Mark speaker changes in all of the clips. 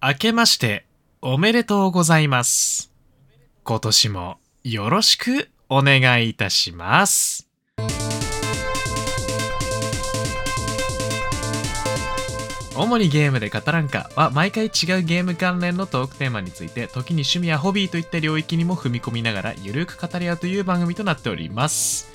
Speaker 1: 明けましておめでとうございます。今年もよろしくお願いいたします。主にゲームで語らんかは毎回違うゲーム関連のトークテーマについて時に趣味やホビーといった領域にも踏み込みながらゆるく語り合うという番組となっております、え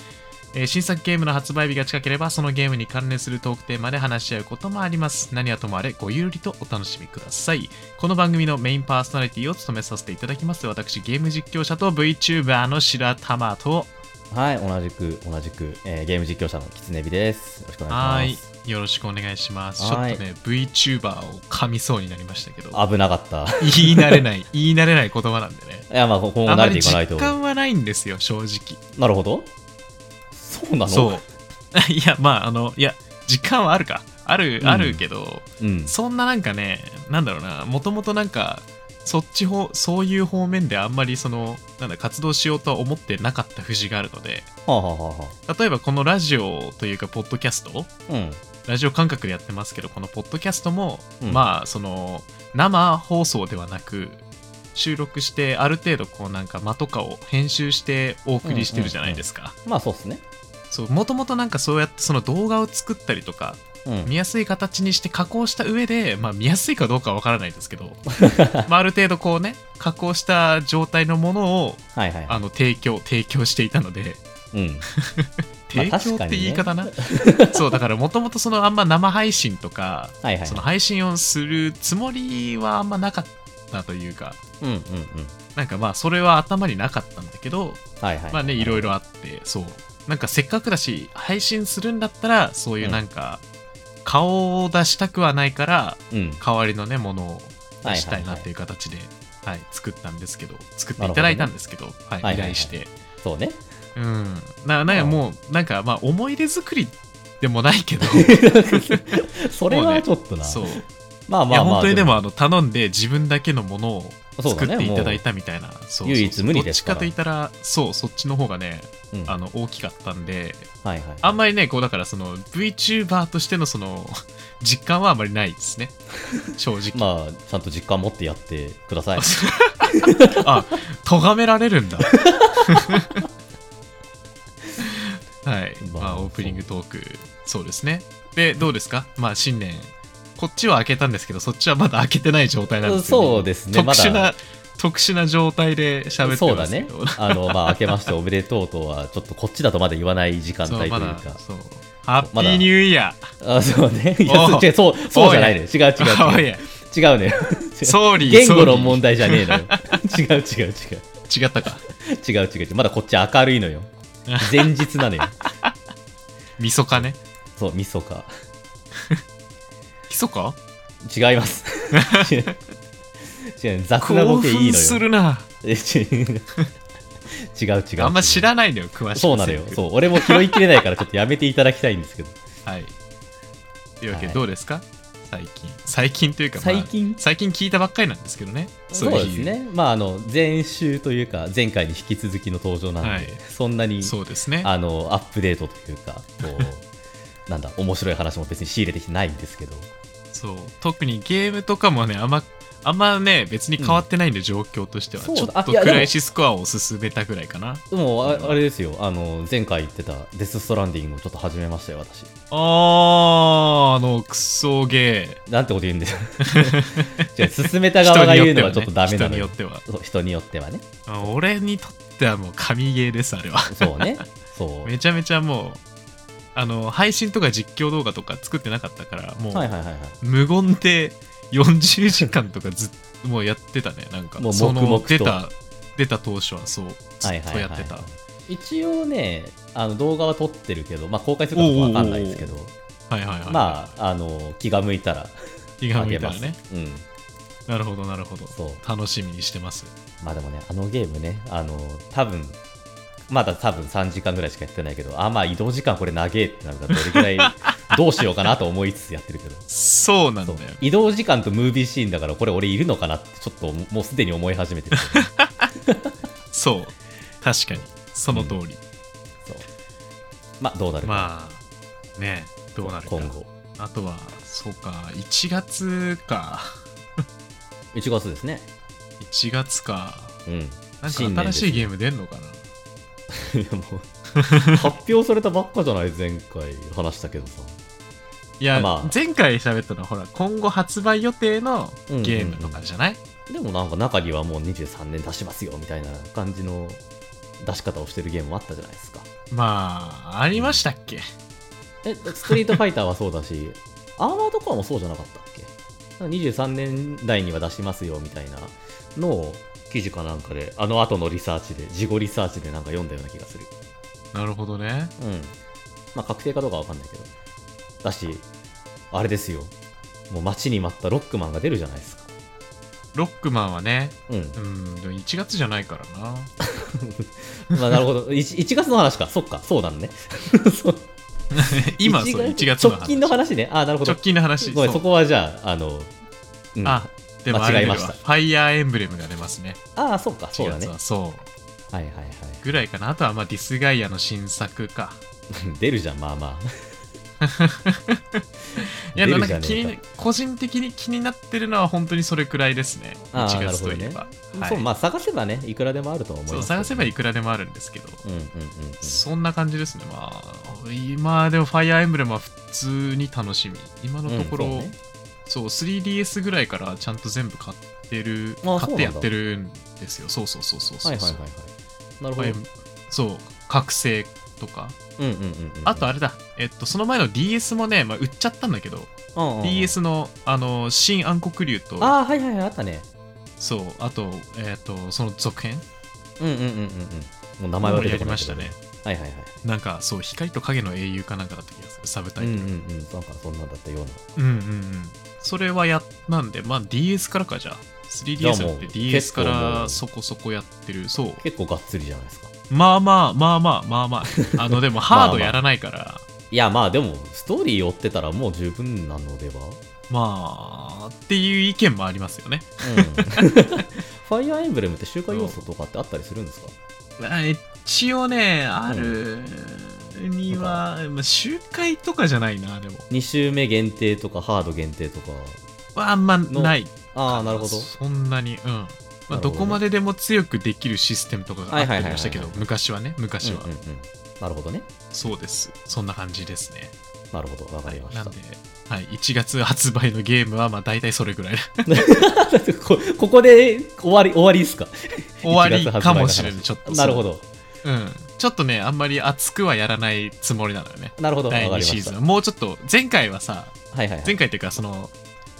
Speaker 1: ー新作ゲームの発売日が近ければそのゲームに関連するトークテーマで話し合うこともあります何はともあれごゆるりとお楽しみくださいこの番組のメインパーソナリティを務めさせていただきます私ゲーム実況者と VTuber の白玉と
Speaker 2: はい、同じく、同じく、えーゲーム実況者のキツネビです。よろしくお
Speaker 1: は
Speaker 2: 願い
Speaker 1: い
Speaker 2: します。
Speaker 1: よろしくお願いしますちょっと
Speaker 2: はい
Speaker 1: ね VTuber を噛みそうになりましたけど
Speaker 2: 危なかった。
Speaker 1: 言い慣れない 言い慣れない言葉なんでね
Speaker 2: いや、まあ、今後
Speaker 1: あ
Speaker 2: 慣
Speaker 1: ま
Speaker 2: れ
Speaker 1: り
Speaker 2: ていかない
Speaker 1: 実
Speaker 2: と。
Speaker 1: 感はないんですよ正直
Speaker 2: なるほど。そうなの
Speaker 1: そう いやまああのいや実感はあるかある、
Speaker 2: うん
Speaker 1: あるけど
Speaker 2: う。うん。
Speaker 1: そんななんかねなんだろうなもともとなんかそっち方そういう方面であんまりそのなんだ活動しようとは思ってなかった節があるので
Speaker 2: はあ、はあはあは
Speaker 1: 例えばこのラジオというかポッドキャスト
Speaker 2: あ、うん。
Speaker 1: ラジオ感覚でやってますけどこのポッドキャストも、
Speaker 2: うん
Speaker 1: まあその生放送ではなく収録してある程度こうなんか間とかを編集してお送りしてるじゃないですか、
Speaker 2: まあ、そうっすね。
Speaker 1: そうもともとなんかそうやってその動画を作ったりとか
Speaker 2: うん。
Speaker 1: 見やすい形にして加工した上で、まあ、見やすいかどうかはわからないですけ ど、まあ、ある程度こうね加工した状態のものを
Speaker 2: はいはいは
Speaker 1: あの提供提供していたので
Speaker 2: い。うん。まあ
Speaker 1: 提供って言い方 な、
Speaker 2: 確
Speaker 1: そうだからもともとそのあんま生配信とか
Speaker 2: はいはい
Speaker 1: その
Speaker 2: は
Speaker 1: 配信をするつもりはあんまなかったというか
Speaker 2: い。うんうんうん。
Speaker 1: なんかまあそれは頭になかったんだけど
Speaker 2: はいはい。
Speaker 1: まあね、いろいろあって、そう。なんかせっかくだし、配信するんだったら、そういうなんか、顔を出したくはないから、
Speaker 2: うん。
Speaker 1: 代わりのね、ものを出したいなっていう形で、はい作ったんですけど、作っていただいたんですけど、はい、
Speaker 2: はいはいはい
Speaker 1: 依頼して。
Speaker 2: そう ね。
Speaker 1: うん。な、なんかもう、なんかまあ、思い出作りでもない けど、
Speaker 2: それはちょっとな。
Speaker 1: そう。
Speaker 2: まあ
Speaker 1: い
Speaker 2: ま
Speaker 1: や、
Speaker 2: あまあ。
Speaker 1: 本当にでも、あの、頼んで自分だけのものを
Speaker 2: そう
Speaker 1: 作
Speaker 2: だ
Speaker 1: っ
Speaker 2: ね
Speaker 1: ていただいたみたいな、そうそう
Speaker 2: 唯一無二ですから
Speaker 1: どっちかと言ったら、そう、そっちの方がね、
Speaker 2: もう、うん
Speaker 1: あの、大きかったんで、
Speaker 2: はいはい。
Speaker 1: あんまりね、こうだからその VTuber としてのその 実感はあまりないですね。正直。
Speaker 2: まあ、ちゃんと実感持ってやってください。
Speaker 1: あ、咎められる んだ。はい。
Speaker 2: まあ
Speaker 1: まあ、オープニングトーク、そうですね。で、どうですかまあ、新年、こっちは開けたんですけど、そっちはまだ開けてない状態なんですよね。
Speaker 2: そうですね。
Speaker 1: 特
Speaker 2: まだ
Speaker 1: 殊な、特殊な状態で喋ってますけど。
Speaker 2: そうだね。あの、まあ、明けましておめでとうとは、ちょっとこっちだとまだ言わない時間帯
Speaker 1: そう
Speaker 2: という
Speaker 1: まだ
Speaker 2: か。、
Speaker 1: そう。ハッピーニューイヤー。
Speaker 2: あ、そ うね。いや
Speaker 1: おう
Speaker 2: 違う、そう、そうじゃないね。違う違
Speaker 1: あ
Speaker 2: う
Speaker 1: い
Speaker 2: 違う。
Speaker 1: や
Speaker 2: 違うね。
Speaker 1: ソーリー、
Speaker 2: 言語の
Speaker 1: ソーリー
Speaker 2: 問題じゃねえのよ。違う違う違う。
Speaker 1: 違ったか。
Speaker 2: 違う違う違う。まだこっち明るいのよ。前日なのよ。
Speaker 1: みそかね。
Speaker 2: そう、みそか。
Speaker 1: ひそか
Speaker 2: 違います。違う違う、雑なボ
Speaker 1: 興
Speaker 2: ケいい
Speaker 1: 奮
Speaker 2: の
Speaker 1: す
Speaker 2: よ。
Speaker 1: るな。
Speaker 2: え違う違う違う。
Speaker 1: あんま知らないのよ、詳しく。。
Speaker 2: そうなのよ。そうう、俺も拾いきれないからちょっとやめていただきたい んですけど。
Speaker 1: はい。というわけで、
Speaker 2: はい
Speaker 1: どうですか最近。最近というか、まあ
Speaker 2: 最近
Speaker 1: 最近聞いたばっかりなんですけどね。
Speaker 2: そう
Speaker 1: い
Speaker 2: です。ね、まあ、あの前週というか、前回に引き続きの登場なんで、
Speaker 1: はい
Speaker 2: そんなに
Speaker 1: そうですね。
Speaker 2: あのアップデートというか、こう なんだ、面白い話も別に仕入れてきてないんですけど、
Speaker 1: そう。特にゲームとかもね、あんま、あんまね、別に変わってないんで、状況としては。
Speaker 2: そう
Speaker 1: ち
Speaker 2: だ
Speaker 1: ょっ
Speaker 2: あ
Speaker 1: と
Speaker 2: いや
Speaker 1: ク
Speaker 2: でも
Speaker 1: ライシスコアを進めたぐらいかな。
Speaker 2: でもあ、あれですよあの、前回言ってたデス・ストランディングをちょっと始めましたよ、私。
Speaker 1: あー、あの、クソゲー。
Speaker 2: なんてこと言うんです 違う進めた側が言うのはちょっとダメ
Speaker 1: 人
Speaker 2: なの
Speaker 1: によ
Speaker 2: よ
Speaker 1: っ。てはね。
Speaker 2: そう人によってはね。
Speaker 1: 人によってはあ俺にとってはもう神ゲーです、あれは。
Speaker 2: そうね。そ う。
Speaker 1: めちゃめちゃもうあの配信とか実況動画とか作ってなかったからもう、
Speaker 2: はいはいはいはい。
Speaker 1: 無言で40時間とかずっともうやってたねなんか
Speaker 2: もう
Speaker 1: その
Speaker 2: 黙々
Speaker 1: 出た
Speaker 2: と
Speaker 1: 出た当初はそうずっとやってた
Speaker 2: はいはいはい一応ね、あの動画は撮ってるけど、まあ、公開するかどうかわかんないですけど、
Speaker 1: はいはいはい
Speaker 2: まあ、あの気が向いたら
Speaker 1: 気が
Speaker 2: あ
Speaker 1: 向
Speaker 2: げ
Speaker 1: いた
Speaker 2: ま
Speaker 1: ら
Speaker 2: す。
Speaker 1: ね
Speaker 2: うん、
Speaker 1: なるほどなるほど
Speaker 2: そう。
Speaker 1: 楽しみにしてます
Speaker 2: まあでもね、あのゲームね、あの多分まだ多分3時間ぐらいしかやってないけど、あ、まあ移動時間これ長えってなるから、どれぐら いどうしようかなと思いつつやってるけど。
Speaker 1: そうなんだ
Speaker 2: そう
Speaker 1: よ
Speaker 2: 移動時間とムービーシーンだからこれ俺いるのかなってちょっともうすでに思い始 めてるけど
Speaker 1: そう確かにその通り、
Speaker 2: そうまあどうなるか、
Speaker 1: まあねどうなるか
Speaker 2: 今後
Speaker 1: あとはそうか1月か
Speaker 2: 1月ですね。
Speaker 1: 1月か
Speaker 2: うん。
Speaker 1: なんか
Speaker 2: 新年で
Speaker 1: 新
Speaker 2: す
Speaker 1: しいゲーム出んのかない
Speaker 2: やもう発表されたばっかじゃない前回話したけどさ。
Speaker 1: いや、
Speaker 2: まあ
Speaker 1: 前回喋ったのはほら今後発売予定のゲームとかじゃない、
Speaker 2: でもなんか中にはもう23年出しますよみたいな感じの出し方をしてるゲームもあったじゃないですか。
Speaker 1: まあありましたっけ
Speaker 2: え、ストリートファイターはそうだし、 アーマードコアもそうじゃなかったっけなんか ?23 年代には出しますよみたいなのを記事かなんかで、あの後のリサーチで、事後リサーチでなんか読んだような気がする。
Speaker 1: なるほどね
Speaker 2: うん。まあ確定かどうかわかんないけど。だし、あれですよ。もう待ちに待ったロックマンが出るじゃないですか。
Speaker 1: ロックマンはね
Speaker 2: うん
Speaker 1: う。んでも1月じゃないから な
Speaker 2: まあなるほど。1, 月の話か。そっか。そうだ ね。そう
Speaker 1: 今
Speaker 2: 1
Speaker 1: そう
Speaker 2: 月
Speaker 1: 1月の話
Speaker 2: 直近の話ね。ああ、なるほど
Speaker 1: 直。近の話
Speaker 2: ごめん、
Speaker 1: そ
Speaker 2: そうこはじゃあ、あの、うん、
Speaker 1: あでもあれ
Speaker 2: 間違え
Speaker 1: だ
Speaker 2: ま
Speaker 1: わ
Speaker 2: した
Speaker 1: ファイヤーエンブレムが出ますね
Speaker 2: ああ、そうか、そう
Speaker 1: 1
Speaker 2: だ
Speaker 1: 月
Speaker 2: ね。は
Speaker 1: はそう,、
Speaker 2: いはいはい。
Speaker 1: ぐらいかなあとはまあディスガイアの新作か
Speaker 2: 出るじゃん、まあまあ。
Speaker 1: いや
Speaker 2: 出
Speaker 1: な
Speaker 2: る
Speaker 1: ん
Speaker 2: じゃ
Speaker 1: か
Speaker 2: ね
Speaker 1: 気
Speaker 2: えか
Speaker 1: に個人的に気になってるのは本当にそれくらいですね
Speaker 2: あー
Speaker 1: 1月といえ
Speaker 2: な
Speaker 1: ば、はい
Speaker 2: そう、まあ探せばね、いくらでもあると思いますけ
Speaker 1: そ
Speaker 2: ど
Speaker 1: う
Speaker 2: ね。
Speaker 1: 探せばい
Speaker 2: く。
Speaker 1: くらでもあるんですけど、
Speaker 2: うんうんうんうん。
Speaker 1: そんな感じですねまあ今でもファイアーエンブレムは普通に楽しみ今のところ、
Speaker 2: うん
Speaker 1: そう
Speaker 2: そうね
Speaker 1: 3DS ぐらいからちゃんと全部買ってる
Speaker 2: あ
Speaker 1: 買
Speaker 2: そうなん
Speaker 1: っ
Speaker 2: だ
Speaker 1: てやってるんですよそうそうそうそうそう
Speaker 2: はいはいはいはい。なるほ
Speaker 1: ファイアーエ
Speaker 2: ど
Speaker 1: ン。そう覚醒とか
Speaker 2: うんうんうんうん。
Speaker 1: あとあれだ、えっと、その前の DS もね、まあ、売っちゃったんだけど、
Speaker 2: うんうんうん
Speaker 1: DS の、あの、新暗黒竜と、
Speaker 2: ああ、はいはいはい、あったね。
Speaker 1: そう、あと、えっと、その続編
Speaker 2: うんうんうんうんうん。もう名前は出
Speaker 1: や
Speaker 2: てこ
Speaker 1: りま
Speaker 2: ないけ
Speaker 1: し
Speaker 2: ど
Speaker 1: たね。。
Speaker 2: はいはいはい。
Speaker 1: なんか、そう、光と影の英雄かなんかだった気がする、サブタ
Speaker 2: う
Speaker 1: イ
Speaker 2: ん
Speaker 1: ト
Speaker 2: うん
Speaker 1: ル。
Speaker 2: うん。なんかそんなんだったような。
Speaker 1: うん、うん、うんそれはやったんで、まあ DS からかじゃあ。
Speaker 2: じゃあ
Speaker 1: 3DS だ
Speaker 2: もう
Speaker 1: って DS か
Speaker 2: 結構も
Speaker 1: ら
Speaker 2: う
Speaker 1: そこそこやってる。そう。
Speaker 2: 結構がっつりじゃないですか。
Speaker 1: まあまあまあまあまあまあ。あの、でもハードやらないから、
Speaker 2: いや、まあでも、ストーリー追ってたらもう十分なのでは
Speaker 1: まあ、っていう意見もありますよね。
Speaker 2: うんファイアーエンブレムって周回要素とかってあったりするんですか
Speaker 1: あ一応ね、あるには、まあ、集会とかじゃないな、でも。
Speaker 2: 2周目限定とかハード限定とか
Speaker 1: はあんまない。
Speaker 2: ああなるほど
Speaker 1: そんなに、うん。ま
Speaker 2: なるほ
Speaker 1: あ、
Speaker 2: どね
Speaker 1: どこまででも強くできるシステムとかがあったりましたけ
Speaker 2: はいはい
Speaker 1: ど
Speaker 2: はいは、
Speaker 1: 昔はね、昔は、
Speaker 2: うんうんうんなるほどね
Speaker 1: そうです。そんな感じですね。
Speaker 2: なるほどわかりまし
Speaker 1: な
Speaker 2: た
Speaker 1: んで、はい、1月発売のゲームは、まあ、大体それぐらい。
Speaker 2: こここで終わり終わりですか
Speaker 1: 終わりかもしれない、ちょっと。
Speaker 2: なるほ
Speaker 1: ど。
Speaker 2: ど
Speaker 1: うん。ちょっとね、あんまり熱くはやらないつもりなのよね。
Speaker 2: なるほどわか
Speaker 1: 第
Speaker 2: り
Speaker 1: 2
Speaker 2: ま
Speaker 1: シー
Speaker 2: し
Speaker 1: ズ
Speaker 2: た
Speaker 1: ン
Speaker 2: は
Speaker 1: は。もうちょっと、前回はさ、
Speaker 2: いはい
Speaker 1: 前
Speaker 2: はい
Speaker 1: 回っていうかその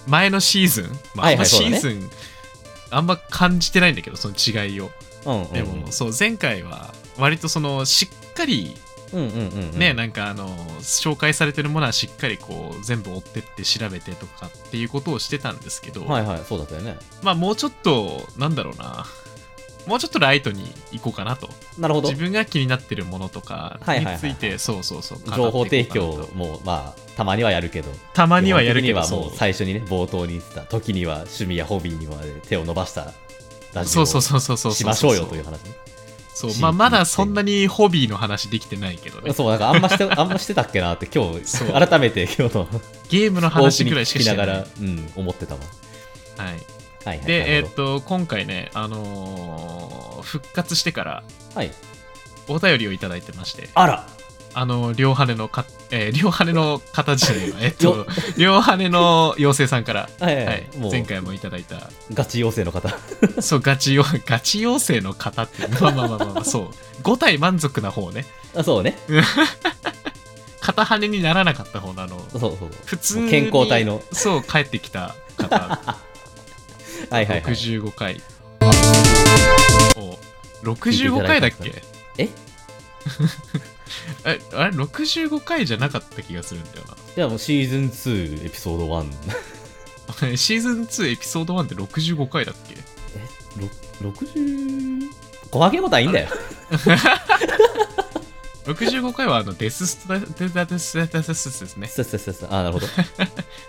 Speaker 1: 前のシーズン、まあ、
Speaker 2: は
Speaker 1: あ
Speaker 2: い
Speaker 1: ん
Speaker 2: はい
Speaker 1: ま
Speaker 2: そう
Speaker 1: シ
Speaker 2: だね
Speaker 1: ーズンあんま感じてないんだけどその違いを
Speaker 2: うんうんうん
Speaker 1: でもそう前回は割とそのしっかり
Speaker 2: うんうんうんうん
Speaker 1: ね、なんかあの紹介されてるものはしっかりこう全部追ってって調べてとかっていうことをしてたんですけど、
Speaker 2: はいはいそうだったよね
Speaker 1: まあもうちょっとなんだろうなもうちょっとライトに行こうかなと
Speaker 2: なるほど
Speaker 1: 自分が気になってるものとか
Speaker 2: はいはいはい
Speaker 1: についてそうそうそう
Speaker 2: 情
Speaker 1: 語
Speaker 2: 報
Speaker 1: って
Speaker 2: 提
Speaker 1: いこうかなと
Speaker 2: 供もまあたまにはやるけど
Speaker 1: たまにはやるけど
Speaker 2: 基本的にはもう最初にね冒頭に言ってた時には趣味やホビーにまで手を伸ばしたラジオ
Speaker 1: そうそ
Speaker 2: を
Speaker 1: うそうそうそうそう
Speaker 2: しましょうよという話ね
Speaker 1: そう
Speaker 2: 地、域
Speaker 1: まあ、まだそんなにホビーの話できてないけどね。
Speaker 2: そう、なんかあんまして、あんましてたっけなって、今日、
Speaker 1: そう
Speaker 2: 改めて今日の
Speaker 1: ゲームの話ぐらいしか
Speaker 2: オープニング聞き
Speaker 1: し
Speaker 2: な
Speaker 1: て
Speaker 2: が
Speaker 1: ない。
Speaker 2: ら、うん、思ってたわ。
Speaker 1: はい、
Speaker 2: はいはい。
Speaker 1: で、えー
Speaker 2: なる
Speaker 1: っ
Speaker 2: ほど
Speaker 1: と、今回ね、あのー復活してから
Speaker 2: はい。
Speaker 1: お便りをいただいてまして、
Speaker 2: あら
Speaker 1: あのー両羽のか、えー両羽の形で、えーっ
Speaker 2: よ
Speaker 1: と、両羽の妖精さんから、
Speaker 2: はいはいは
Speaker 1: はいい、
Speaker 2: もう
Speaker 1: 前回もいただいた、
Speaker 2: ガチ妖精の方。
Speaker 1: そう、ガチよ、ガチ妖精の方って、まあまあまあまあ まあ、そう、5体満足な方ね、
Speaker 2: あそうね。
Speaker 1: 片羽にならなかった方の、あの、
Speaker 2: そうそうそう。
Speaker 1: 普通に
Speaker 2: 健康体の
Speaker 1: そう、帰ってきた方。
Speaker 2: はいはいはい。
Speaker 1: 65回お65
Speaker 2: 聞いていただい
Speaker 1: 回だ
Speaker 2: たん
Speaker 1: っ
Speaker 2: ですか
Speaker 1: け
Speaker 2: え
Speaker 1: えあれ65回じゃなかった気がするんだよ
Speaker 2: じゃあもうシーズン2エピソード1。
Speaker 1: な シーズン2エピソード1って65回だっけ
Speaker 2: ろ 60… 細けいことはいいんだよ。
Speaker 1: 65回はあのデスストデデデスデススですね。
Speaker 2: そうそうそうそうあーなるほど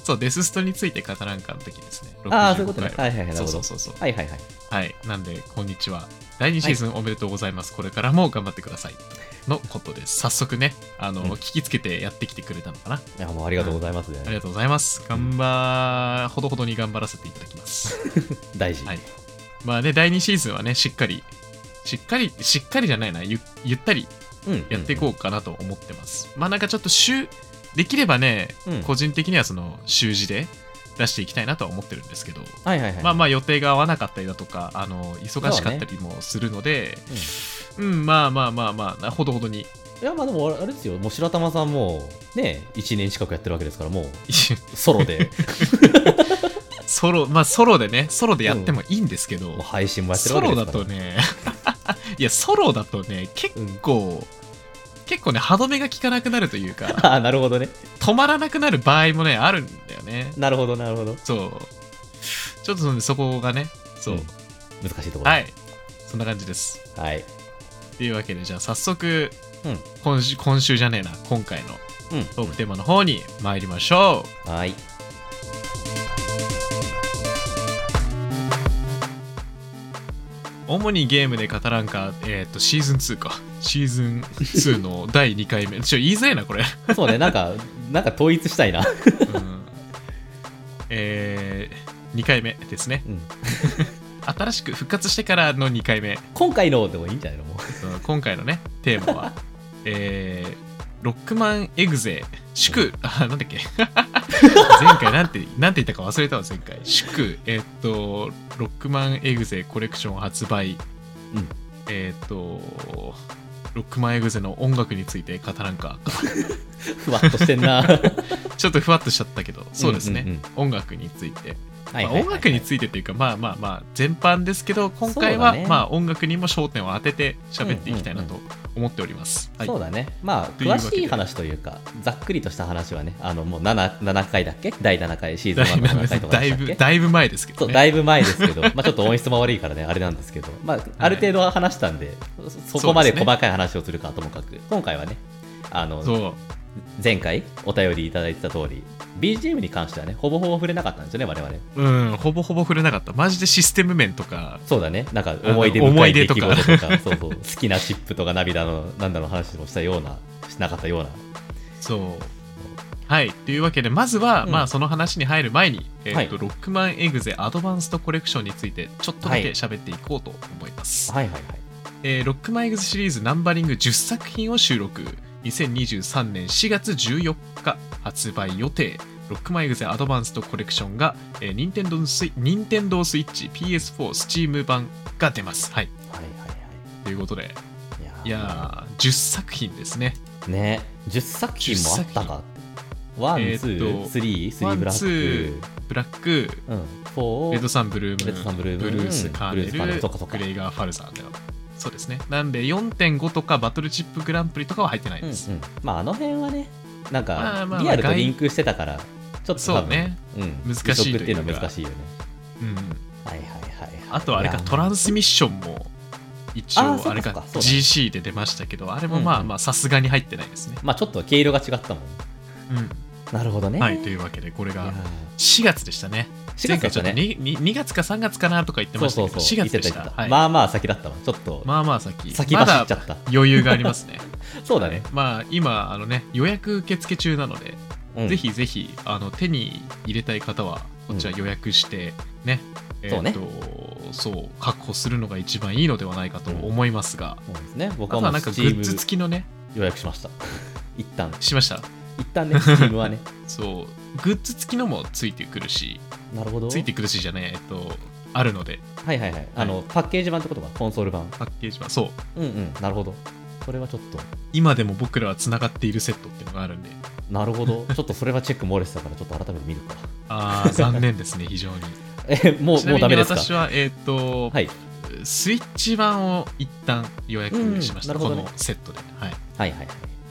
Speaker 1: そう、デスストについて語らんかの時ですね。
Speaker 2: ああそういうことね
Speaker 1: 65回
Speaker 2: はいはいはいなる
Speaker 1: そう
Speaker 2: ほ
Speaker 1: そ
Speaker 2: ど
Speaker 1: うそうそう。
Speaker 2: はいはいはい
Speaker 1: はい。なんで、こんにちは。第2シーズンおめでとうございます。これからも頑張ってください。のことです。早速ね、あの、
Speaker 2: うん
Speaker 1: 聞きつけてやってきてくれたのかな。
Speaker 2: いやもうありがとうございますね、
Speaker 1: ありがとうございます。頑張、ほどほどに頑張らせていただきます。
Speaker 2: 大事、
Speaker 1: はいまあね、第2シーズンはね、しっかり、しっかり、しっかりじゃないな、ゆゆったり
Speaker 2: うん
Speaker 1: やっていこうかなと思ってます。まあなんかちょっと週、できればね、
Speaker 2: うん
Speaker 1: 個人的にはその週次で出していきたいなとは思ってるんですけど、
Speaker 2: うんはいはいはい
Speaker 1: まあまあ予定が合わなかったりだとか、あの忙しかったりもするので、うん、まあまあまあまあ、ほどほどに。
Speaker 2: いやまあでもあれですよもう白玉さんもね1年近くやってるわけですからもうソ ロで
Speaker 1: ソロ、まあソロでね、ソロでやってもいいんですけど、
Speaker 2: もう配信もやって
Speaker 1: ソ
Speaker 2: るわけで
Speaker 1: ロ
Speaker 2: すか
Speaker 1: だ
Speaker 2: ら
Speaker 1: とね、 いや、ソロだとね、結構、結構ね、歯止めが効かなくなるというか、
Speaker 2: ああなるほどね
Speaker 1: 止まらなくなる場合もね、あるんだよね。
Speaker 2: なるほどなるほど
Speaker 1: そう。ちょっとそのそこがね、そう。
Speaker 2: ん難しいところ
Speaker 1: はい。そんな感じです。
Speaker 2: はい
Speaker 1: というわけで、じゃあ早速、
Speaker 2: うん
Speaker 1: 今週、今週じゃねえな、今回の
Speaker 2: うん
Speaker 1: トークテーマの方に参りましょう。
Speaker 2: はい
Speaker 1: 主にゲームで語らんか、えっ、と、シーズン2か。シーズン2の第2回目。ちょ、言いづらいな、こ れ。
Speaker 2: そうねなんかなんか統一したいな、
Speaker 1: うんえー、2回目ですね。
Speaker 2: うん
Speaker 1: 新しく復活してからの2回目。
Speaker 2: 今回のでもいいんじゃないのもう
Speaker 1: その今回のね、テーマ は、えー、ロックマンエグゼ、祝、あ、なんだっ け。前回なんて、なんて言ったか忘れたわ、前回。祝、えーっと、ロックマンエグゼコレクション発売。
Speaker 2: うん
Speaker 1: えーっと、ロックマンエグゼの音楽について語らんか。
Speaker 2: ふわっとしてんなは
Speaker 1: ちょっとふわっとしちゃったけど、 そうですね。
Speaker 2: うんうん
Speaker 1: 音楽について。
Speaker 2: いはい
Speaker 1: まあ
Speaker 2: はい
Speaker 1: 音楽についてというかまあまあまあ全般ですけど今回は、
Speaker 2: そうだね
Speaker 1: まあ音楽にも焦点を当てて喋っていきたいなと思っております、
Speaker 2: そう
Speaker 1: はい
Speaker 2: だねまあ
Speaker 1: というわ
Speaker 2: 詳
Speaker 1: けで
Speaker 2: しい話というかざっくりとした話はねあのもう 7, 7回だっけ第7回シーズン1の7回とか
Speaker 1: だ
Speaker 2: で
Speaker 1: い
Speaker 2: したっ
Speaker 1: ぶ
Speaker 2: け
Speaker 1: だいぶ前ですけ
Speaker 2: そ
Speaker 1: ど
Speaker 2: う
Speaker 1: ね
Speaker 2: だいぶ前ですけど、まあ、ちょっと音質も悪いからね、あれなんですけど、 まあ、ある程度は話したんで、そそこまで
Speaker 1: そうですね
Speaker 2: 細かい話をするかともかく、今回はね、あの
Speaker 1: そう
Speaker 2: 前回お便りいただいてた通り、BGM に関してはね、ほぼほぼ触れなかったんですよね、我々。
Speaker 1: うんほぼほぼ触れなかったマジでシステム面とか
Speaker 2: そうだね、なんか思い出深い出来事と
Speaker 1: 思い出
Speaker 2: か、そうそう好きなチップとか涙のなんだの話もしたような、しなかったような。
Speaker 1: そうはいというわけでまずは、
Speaker 2: うん
Speaker 1: まあその話に入る前に、えーと
Speaker 2: はい
Speaker 1: ロックマンエグゼアドバンストコレクションについてちょっとだけ喋っていこうと思います、
Speaker 2: はいはい
Speaker 1: えーロックマンエグゼシリーズナンバリング10作品を収録2023年4月14日発売予定ロックマンエグゼアドバンストコレクションが、えー、任天堂スイ任天堂スイッチ PS4 スチーム版が出ますはい
Speaker 2: はい。はいは
Speaker 1: ということで
Speaker 2: いはい。
Speaker 1: いやー10作品ですね
Speaker 2: ね、10作品もあったか。ワン、ツ
Speaker 1: えーっ
Speaker 2: ー、
Speaker 1: と
Speaker 2: スリー、スリーブラ
Speaker 1: ワンツ
Speaker 2: ッ
Speaker 1: ー
Speaker 2: ク。
Speaker 1: ブラック
Speaker 2: うん、4
Speaker 1: レッドサンブルーム
Speaker 2: レッドサンブルー
Speaker 1: ブ
Speaker 2: ム
Speaker 1: ルースカーネル
Speaker 2: ブルースカーネルそっかそっか
Speaker 1: グレイガーファルザーではそうですねなんで4.5とかバトルチップグランプリとかは入ってないです、
Speaker 2: うんうん、まああの辺はねなん
Speaker 1: まあ
Speaker 2: か
Speaker 1: まあ
Speaker 2: リアルとリンクしてたからちょっと多分
Speaker 1: そうね、
Speaker 2: う
Speaker 1: 難
Speaker 2: ん、
Speaker 1: しいというか
Speaker 2: 移植っていうのは難しいよね
Speaker 1: うん
Speaker 2: はいはいはいはい
Speaker 1: あとあれか
Speaker 2: いや
Speaker 1: トランスミッションも一
Speaker 2: あーそっ
Speaker 1: 応
Speaker 2: か
Speaker 1: あれか
Speaker 2: そっかそうだね
Speaker 1: GC で出ましたけどあれもま
Speaker 2: うん
Speaker 1: あ
Speaker 2: うん
Speaker 1: まあさすがに入ってないですね、
Speaker 2: まあちょっと毛色が違ったもんなるほどね
Speaker 1: はいといううわけでこれ
Speaker 2: や
Speaker 1: が4月でしたね
Speaker 2: 4
Speaker 1: 前
Speaker 2: 月だ
Speaker 1: 回
Speaker 2: っ
Speaker 1: ちょっ
Speaker 2: た
Speaker 1: と
Speaker 2: ね
Speaker 1: 2, 月か3月かなとか言って
Speaker 2: そ
Speaker 1: ま
Speaker 2: う
Speaker 1: した
Speaker 2: そ
Speaker 1: け
Speaker 2: う
Speaker 1: ど
Speaker 2: そう
Speaker 1: 4月でし
Speaker 2: 言
Speaker 1: た
Speaker 2: って言って
Speaker 1: はい
Speaker 2: まあまあ先だったわちょっと、
Speaker 1: まあまあ先
Speaker 2: 先走っちゃった
Speaker 1: まだ余裕がありますね
Speaker 2: そうだね、
Speaker 1: まあ今あのね予約受付中なので、
Speaker 2: うん
Speaker 1: ぜひぜひあの手に入れたい方はこちら予約してね、え
Speaker 2: そう
Speaker 1: ー
Speaker 2: ね
Speaker 1: とそう確保するのが一番いいのではないかと思いますが、
Speaker 2: そうですね
Speaker 1: あ
Speaker 2: 僕
Speaker 1: と
Speaker 2: は
Speaker 1: は
Speaker 2: も
Speaker 1: な
Speaker 2: うん
Speaker 1: か
Speaker 2: ス
Speaker 1: グ
Speaker 2: チー
Speaker 1: ッズ付き
Speaker 2: ム
Speaker 1: のね
Speaker 2: 予約しました 一旦
Speaker 1: しました
Speaker 2: 一 旦ねスチームはね
Speaker 1: そうグッズ付きのもついてくるし
Speaker 2: なるほど
Speaker 1: ついてくるしじゃないえっとあるので
Speaker 2: はいはいはいあの、パッケージ版ってことかコンソール版
Speaker 1: パッケージはそう
Speaker 2: うんうんなるほどそれはちょっと
Speaker 1: 今でも僕らはつながっているセットっていうのがあるんで
Speaker 2: なる ほど、ちょっとそれはチェック漏れてたから、ちょっと 改めて見るか。
Speaker 1: あー残念ですね非常に
Speaker 2: え、も
Speaker 1: ち
Speaker 2: う、
Speaker 1: な
Speaker 2: もう
Speaker 1: み
Speaker 2: ダメ
Speaker 1: に
Speaker 2: ですか
Speaker 1: 私はえっと、
Speaker 2: はい、
Speaker 1: スイッチ版を一旦予約しました、
Speaker 2: うんな
Speaker 1: こ
Speaker 2: るほどね
Speaker 1: のセットではい
Speaker 2: はいはいはい。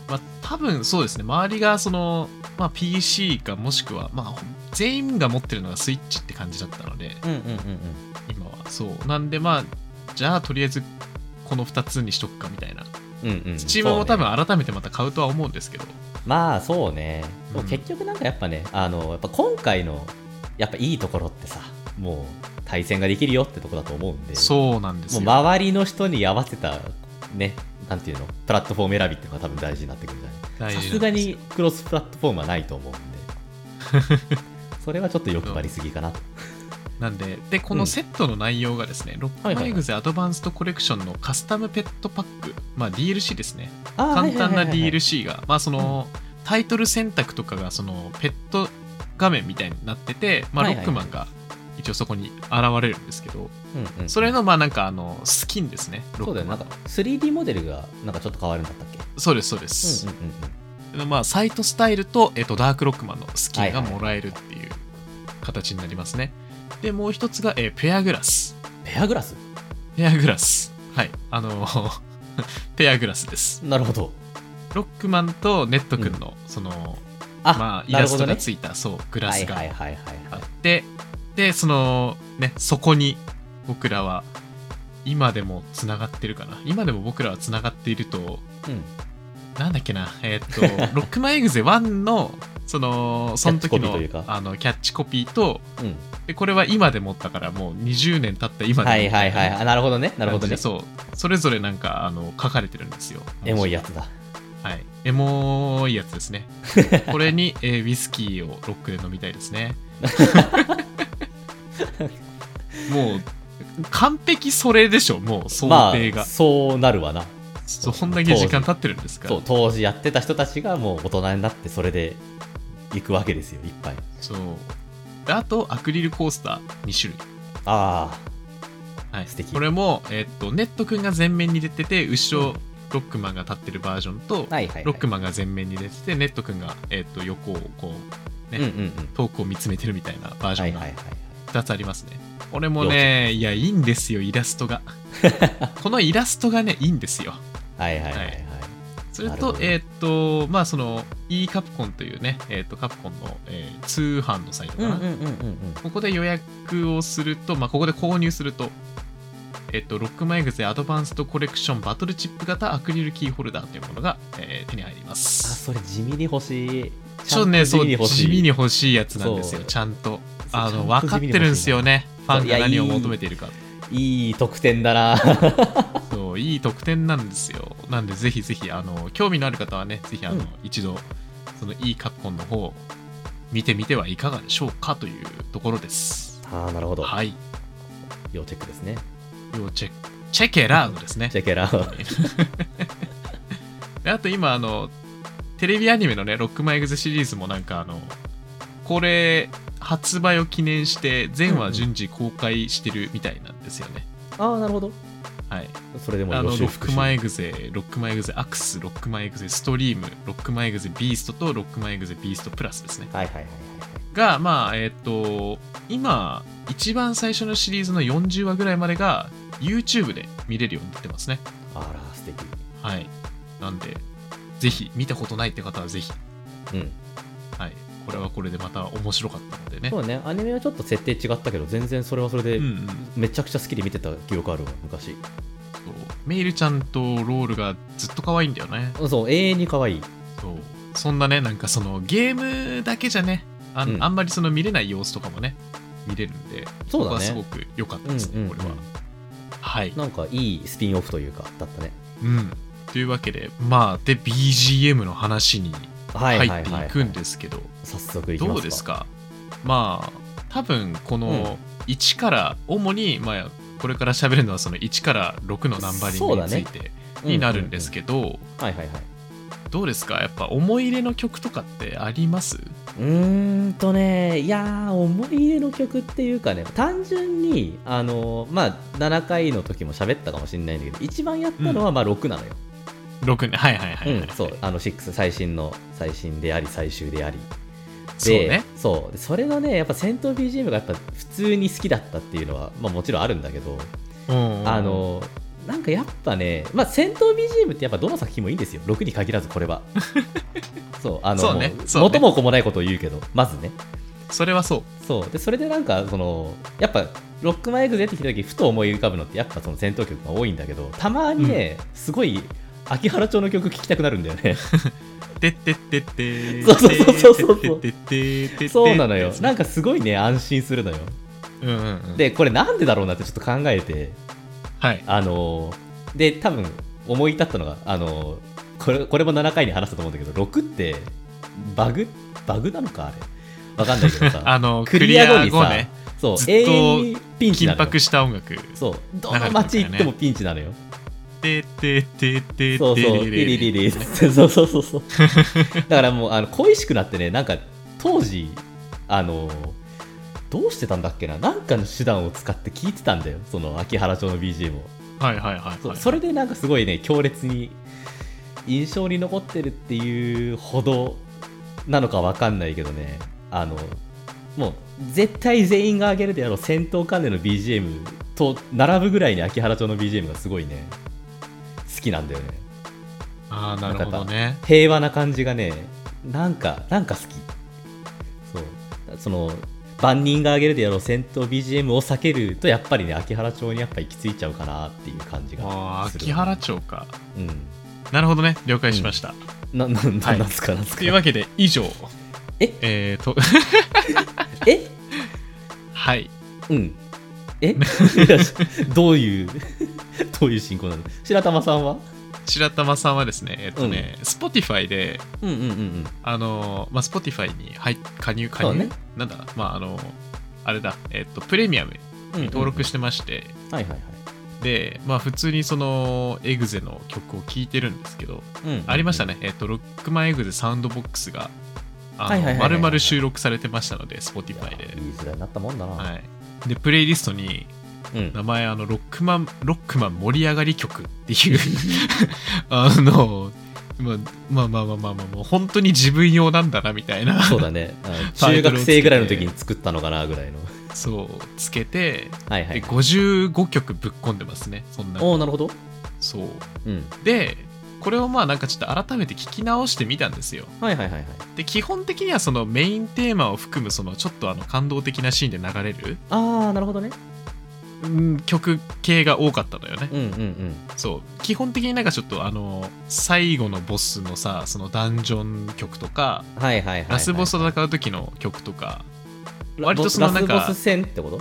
Speaker 1: まあ多分そうですね周りがその、まあ、PC かもしくはまあ全員が持ってるのがスイッチって感じだったので
Speaker 2: うんうんうん
Speaker 1: 今はそうなんでまあじゃあとりあえずこの2つにしとくかみたいな
Speaker 2: うん。うんうん、
Speaker 1: スチームも
Speaker 2: そ
Speaker 1: 多
Speaker 2: うね
Speaker 1: 分改めてまた買うとは思うんですけど、
Speaker 2: まあそうね、
Speaker 1: うん
Speaker 2: 結局なんかやっぱねあのやっぱ今回のやっぱいいところってさもう対戦ができるよってとこだと思うんで
Speaker 1: そうなんです
Speaker 2: もう
Speaker 1: よ、
Speaker 2: 周りの人に合わせたねなんていうのプラットフォーム選びっていうのが多分大事になってくるんじゃない
Speaker 1: 大
Speaker 2: さ
Speaker 1: 事
Speaker 2: す
Speaker 1: な
Speaker 2: が
Speaker 1: んですよ
Speaker 2: にクロスプラットフォームはないと思うんで それはちょっと欲張りすぎかなと
Speaker 1: なんででこ
Speaker 2: う
Speaker 1: の
Speaker 2: ん
Speaker 1: セットの内容がですね、ロック
Speaker 2: はいは
Speaker 1: マ
Speaker 2: いはい
Speaker 1: イグゼアドバンストコレクションのカスタムペットパック、まあ、DLC ですね
Speaker 2: あー
Speaker 1: 簡単
Speaker 2: はい
Speaker 1: な
Speaker 2: はいはいはい
Speaker 1: DLC がまあそのタイトル選択とかがそのペット画面みたいになってて、まあ、
Speaker 2: は
Speaker 1: ロ
Speaker 2: いは
Speaker 1: ッ
Speaker 2: い
Speaker 1: クマンが一応そこに現れるんですけど
Speaker 2: うんうん
Speaker 1: それのまあなんかあのスキンですねロ
Speaker 2: そ
Speaker 1: ッ
Speaker 2: うだ
Speaker 1: ク
Speaker 2: よ
Speaker 1: マ
Speaker 2: ねなん
Speaker 1: ン
Speaker 2: か 3D モデルがなんかちょっと変わるんだったっけ
Speaker 1: そうですそうです
Speaker 2: うん、うんうんうん
Speaker 1: まあ、サイトスタイルと、えっと、ダークロックマンのスキンがもらえるっていう形になりますねでもう一つが、えーペアグラス
Speaker 2: ペアグラス
Speaker 1: ペアグラスはいあの ペアグラスです
Speaker 2: なるほど
Speaker 1: ロックマンとネット君の、その
Speaker 2: あ、
Speaker 1: まあ、イ
Speaker 2: な
Speaker 1: ラ
Speaker 2: る
Speaker 1: ス
Speaker 2: ほ
Speaker 1: ト
Speaker 2: ど
Speaker 1: が
Speaker 2: ね
Speaker 1: ついた、そうグラスが
Speaker 2: はいはいはいはい
Speaker 1: あっ
Speaker 2: はい
Speaker 1: てでそのねそこに僕らは今でもつながってるかな今でも僕らはつながっていると
Speaker 2: うん
Speaker 1: なんだっけなえーっ とロックマンエグゼ1のそのその時
Speaker 2: キャッチコピー
Speaker 1: の
Speaker 2: というか
Speaker 1: あのキャッチコピーと
Speaker 2: うん
Speaker 1: でこれは今でもったからもう20年経った今でも
Speaker 2: はいはいはい
Speaker 1: みたいな
Speaker 2: あなるほどねなるほど
Speaker 1: 感じで
Speaker 2: ね
Speaker 1: そうそれぞれなんかあの書かれてるんですよ
Speaker 2: エモいやつだ
Speaker 1: はい、エモいやつです ね。これに、えーウイスキーをロックで飲みたいです ね。もう完璧それでしょ、もう想定が。
Speaker 2: まあそうなるわな
Speaker 1: そそんだけ時間経ってるんですから。
Speaker 2: そう当時やってた人たちがもう大人になってそれで行くわけですよいっぱい
Speaker 1: そうであと、アクリルコースター2種類。
Speaker 2: あ
Speaker 1: はい、
Speaker 2: 素敵
Speaker 1: これも、えーっとネット君が前面に出てて、後ろ、ロックマンが立ってるバージョンと、
Speaker 2: あはいはい、はい、
Speaker 1: ロックマンが前面に出てて、ネット君が、えーっと横をこ
Speaker 2: う
Speaker 1: ね
Speaker 2: んうんうん
Speaker 1: う、遠くを見つめてるみたいなバージ
Speaker 2: は
Speaker 1: ョン
Speaker 2: い
Speaker 1: が
Speaker 2: はいはい
Speaker 1: 2つありますね俺もねいやいいんですよイラスト がこのイラストがねいいんですよ
Speaker 2: はいはいはいはい
Speaker 1: はそれ
Speaker 2: なるほ
Speaker 1: と
Speaker 2: ど
Speaker 1: えーっとまあその e カプコンというね、えーっとカプコンの、えー通販のサイトかな、
Speaker 2: うんうん
Speaker 1: ここで予約をすると、まあ、ここで購入するとえーっとロックマイグゼアドバンストコレクションバトルチップ型アクリルキーホルダーというものが、えー手に入りま
Speaker 2: あ
Speaker 1: す
Speaker 2: それ地味に欲しい
Speaker 1: ちょっとね
Speaker 2: ちゃん
Speaker 1: そう
Speaker 2: と
Speaker 1: 地味に
Speaker 2: 欲しい
Speaker 1: 欲しいやつなんですよ
Speaker 2: そう
Speaker 1: ちゃんと
Speaker 2: そう
Speaker 1: あの
Speaker 2: ちゃん
Speaker 1: 分
Speaker 2: と地
Speaker 1: かっ
Speaker 2: 味に欲しいな
Speaker 1: てるんですよねファンが
Speaker 2: そうい
Speaker 1: 何
Speaker 2: や
Speaker 1: を
Speaker 2: いい
Speaker 1: 求めているかって
Speaker 2: いい特典だ な
Speaker 1: そういい特典なんですよ。なんで、ぜひぜひ、あの、興味のある方はね、ぜひ、あの、
Speaker 2: うん
Speaker 1: 一度、その、いいカプコンの方を見てみてはいかがでしょうかというところです。
Speaker 2: ああなるほど
Speaker 1: はい。
Speaker 2: 要チェックですね
Speaker 1: 要チェック、チェケラードですね
Speaker 2: チ。ェ ケラー
Speaker 1: であと、今、あの、テレビアニメのね、ロックマイグズシリーズもなんか、あの、これ、発売を記念して、全話順次公開してるみたいなんですよね。
Speaker 2: ああなるほど
Speaker 1: はい。
Speaker 2: それでも
Speaker 1: あの
Speaker 2: 予
Speaker 1: ロ
Speaker 2: 習
Speaker 1: ッ
Speaker 2: 復
Speaker 1: クマ
Speaker 2: 習
Speaker 1: エグゼ、ロックマエグゼアクス、ロックマエグゼストリーム、ロックマエグゼビーストとロックマエグゼビーストプラスですね。
Speaker 2: はいはいはいはい
Speaker 1: が、まあ、えっ、と、今、一番最初のシリーズの40話ぐらいまでが YouTube で見れるようになってますね。
Speaker 2: はいあら素敵
Speaker 1: はい。なんで、ぜひ、見たことないって方はぜひ、
Speaker 2: うん
Speaker 1: はい。これはこれでまた面白かったのでね。
Speaker 2: そうねアニメはちょっと設定違ったけど全然それはそれで
Speaker 1: うんうん。
Speaker 2: めちゃくちゃ好きで見てた記憶あるわ昔
Speaker 1: そうメイルちゃんとロールがずっと可愛いんだよね。
Speaker 2: そう永遠に可愛い
Speaker 1: そうそんなねなんかそのゲームだけじゃねあ,、
Speaker 2: うん
Speaker 1: あんまりその見れない様子とかもね見れるんで
Speaker 2: そうだ
Speaker 1: 僕はす
Speaker 2: ね
Speaker 1: ごく良かった
Speaker 2: うん
Speaker 1: ですね、
Speaker 2: うん
Speaker 1: これははい
Speaker 2: なんかいいスピンオフというかだったね
Speaker 1: うんというわけでまあで BGM の話に
Speaker 2: は
Speaker 1: 入
Speaker 2: いはい
Speaker 1: って
Speaker 2: はい
Speaker 1: いくんですけど、
Speaker 2: 早速いきますか
Speaker 1: どうですかまあ多分この1から、主にまあこれから喋るのはその1から6のナンバリングについてになるんです
Speaker 2: け
Speaker 1: けど、
Speaker 2: ど、はいはいはい
Speaker 1: どうですかやっぱ思い入れの曲とかってあります
Speaker 2: うーんとねいやー思い入れの曲っていうかね単純にあのまあ7回の時も喋ったかもしれないんだけど一番やったのはまあ6なのよ、
Speaker 1: 6ねはいはいはい、はい
Speaker 2: うんそうあの6最新の最新であり最終であり
Speaker 1: そう
Speaker 2: で
Speaker 1: ね
Speaker 2: そうでそれのねやっぱ戦闘 BGM がやっぱ普通に好きだったっていうのは、まあ、もちろんあるんだけど、あ
Speaker 1: あ
Speaker 2: のなんかやっぱね、まあ、戦闘 BGM ってやっぱどの作品もいいんですよ6に限らずこれはそうあの
Speaker 1: そうね
Speaker 2: もう
Speaker 1: そうね
Speaker 2: 元も子もないことを言うけどまずね
Speaker 1: それはそう
Speaker 2: そうでそれでなんかそのやっぱロックマンエグゼって聞いた時ふと思い浮かぶのってやっぱその戦闘曲が多いんだけどたまにね、すごい秋葉原町の曲聴きたくなるんだよね
Speaker 1: てってってって
Speaker 2: そうそうそうそうそう
Speaker 1: てってってってって
Speaker 2: そうなのよなん
Speaker 1: か
Speaker 2: かすごいね安心するのよ
Speaker 1: うんうんうん
Speaker 2: でこれなんでだろうなってちょっと考えて
Speaker 1: はい
Speaker 2: あのーで多分思い立ったのがあのーこれこれも7回に話したと思うんだけど6ってバグバグなのかあれわかんないけど
Speaker 1: あ
Speaker 2: さ
Speaker 1: の
Speaker 2: クリア後に
Speaker 1: クリ
Speaker 2: さ
Speaker 1: ね
Speaker 2: そう
Speaker 1: ずっと
Speaker 2: 永遠にピンチ
Speaker 1: 緊
Speaker 2: なのよ
Speaker 1: 迫した音楽
Speaker 2: そうど
Speaker 1: 流れてるか
Speaker 2: の
Speaker 1: らね
Speaker 2: 街行ってもピンチなのよ
Speaker 1: てってってってって
Speaker 2: そうそう、ピリリリ。そうそうそうそう。だからもう、あの恋しくなってね、なんか当時、あの、どうしてたんだっけな、なんかの手段を使って聞いてたんだよ、その秋葉原町の BGM を。
Speaker 1: はいはいはい
Speaker 2: そう
Speaker 1: はい。
Speaker 2: それでなんかすごいね、強烈に印象に残ってるっていうほどなのかわかんないけどね、あの、もう絶対全員が上げるであろう戦闘関連の BGM と並ぶぐらいに秋葉原町の BGM がすごいね、好きなんだよね。
Speaker 1: ああ、なるほどね。
Speaker 2: 平和な感じがねなんかなんか好きそうその万人が挙げるであろう戦闘 BGM を避けるとやっぱりね秋葉原町にやっぱ行き着いちゃうかなっていう感じが
Speaker 1: ああ、
Speaker 2: する
Speaker 1: 秋葉原町か。
Speaker 2: うん
Speaker 1: なるほどね。了解しました。
Speaker 2: ななな
Speaker 1: はい
Speaker 2: なんすかなんす
Speaker 1: と
Speaker 2: か
Speaker 1: いうわけで、以上。
Speaker 2: え
Speaker 1: えーと、
Speaker 2: え
Speaker 1: はい。
Speaker 2: うん えいやしどういうどういう進行なの白玉さんは
Speaker 1: 白玉さんはですね、えっとね、Spotify で、
Speaker 2: うんうんうんうん
Speaker 1: あの、まあ、Spotify に入っ加入、加
Speaker 2: そう
Speaker 1: 入
Speaker 2: ね
Speaker 1: なんだ、まあ、あの、あれだ、えっと、プレミアムに登録してまして、
Speaker 2: はいはいはい
Speaker 1: で、まあ、普通にその、エグゼの曲を聴いてるんですけど、
Speaker 2: うん
Speaker 1: ありましたね、えっと、ロックマンエグゼサウンドボックスが、
Speaker 2: はいはいはいは
Speaker 1: ま
Speaker 2: いは
Speaker 1: る
Speaker 2: い
Speaker 1: まる収録されてましたので、
Speaker 2: いや
Speaker 1: Spotify で。
Speaker 2: いい時代になったもんだな、
Speaker 1: はい、で、プレイリストに、
Speaker 2: うん
Speaker 1: 名前、あの、ロックマン、ロックマン盛り上がり曲って いう、あの、ままあまあまあまあまあ、もう本当に自分用なんだな、みたいな、
Speaker 2: そう だね。うん
Speaker 1: タイ
Speaker 2: 中
Speaker 1: トルを
Speaker 2: 学
Speaker 1: つけて
Speaker 2: 生ぐらいの時に作ったのかなぐらいの。
Speaker 1: そう、つけて、
Speaker 2: はいは
Speaker 1: で
Speaker 2: い。
Speaker 1: 55曲ぶっ込んでますね、そんな。
Speaker 2: おお、なるほど。
Speaker 1: そう。
Speaker 2: うん。
Speaker 1: で、これをまあなんかちょっと改めて聞き直してみたんですよ。
Speaker 2: はいはいはいはい。
Speaker 1: で基本的にはそのメインテーマを含むそのちょっとあの感動的なシーンで流れる、
Speaker 2: ああ、なるほどね。
Speaker 1: うん、曲系が多かったのよね、
Speaker 2: うんうんうん。
Speaker 1: そう基本的になんかちょっとあの最後のボスのさそのダンジョン曲とか
Speaker 2: はいはいはいはい。
Speaker 1: ラスボスと戦う時の曲とか、
Speaker 2: ラ
Speaker 1: 割とその
Speaker 2: ボス
Speaker 1: なんか
Speaker 2: ラスボス戦ってこと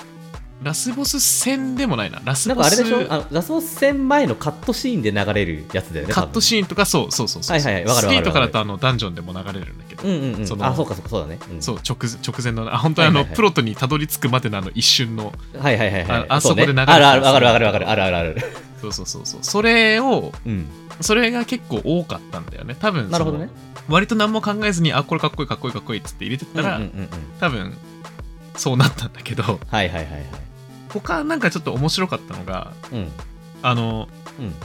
Speaker 1: ラスボス戦でもないなラス
Speaker 2: なん
Speaker 1: ボ
Speaker 2: かあれ
Speaker 1: ス
Speaker 2: でしょあのラスボス戦前のカットシーンで流れるやつだよね。
Speaker 1: カット
Speaker 2: ー
Speaker 1: シーンとかそうそうそうそう、
Speaker 2: はいはいはいわかるわか
Speaker 1: 3
Speaker 2: る
Speaker 1: とかだとあのダンジョンでも流れるんだけど、
Speaker 2: ン。うんうん
Speaker 1: そうの
Speaker 2: ん。あ、そうかそうかそうだね。うん
Speaker 1: そう直直前のあ本当にあの、
Speaker 2: はいはいはい
Speaker 1: プロトにたどり着くまでのあの一瞬の
Speaker 2: はいはいはいはい。
Speaker 1: ああ
Speaker 2: うね
Speaker 1: そこで流れて
Speaker 2: あ
Speaker 1: る
Speaker 2: るあるわかるわかるわかる。あるあるある。
Speaker 1: そうそうそうそうそれを
Speaker 2: うん。
Speaker 1: それが結構多かったんだよね多分その
Speaker 2: なるほどね。
Speaker 1: 割と何も考えずにあこれかっこいいかっこいいかっこいいっつって入れてったら、
Speaker 2: うんうんうんうん。
Speaker 1: 多分そうなったんだけど
Speaker 2: はいはいはいはい。
Speaker 1: 他なんかちょっと面白かったのが
Speaker 2: うん。うん。
Speaker 1: あの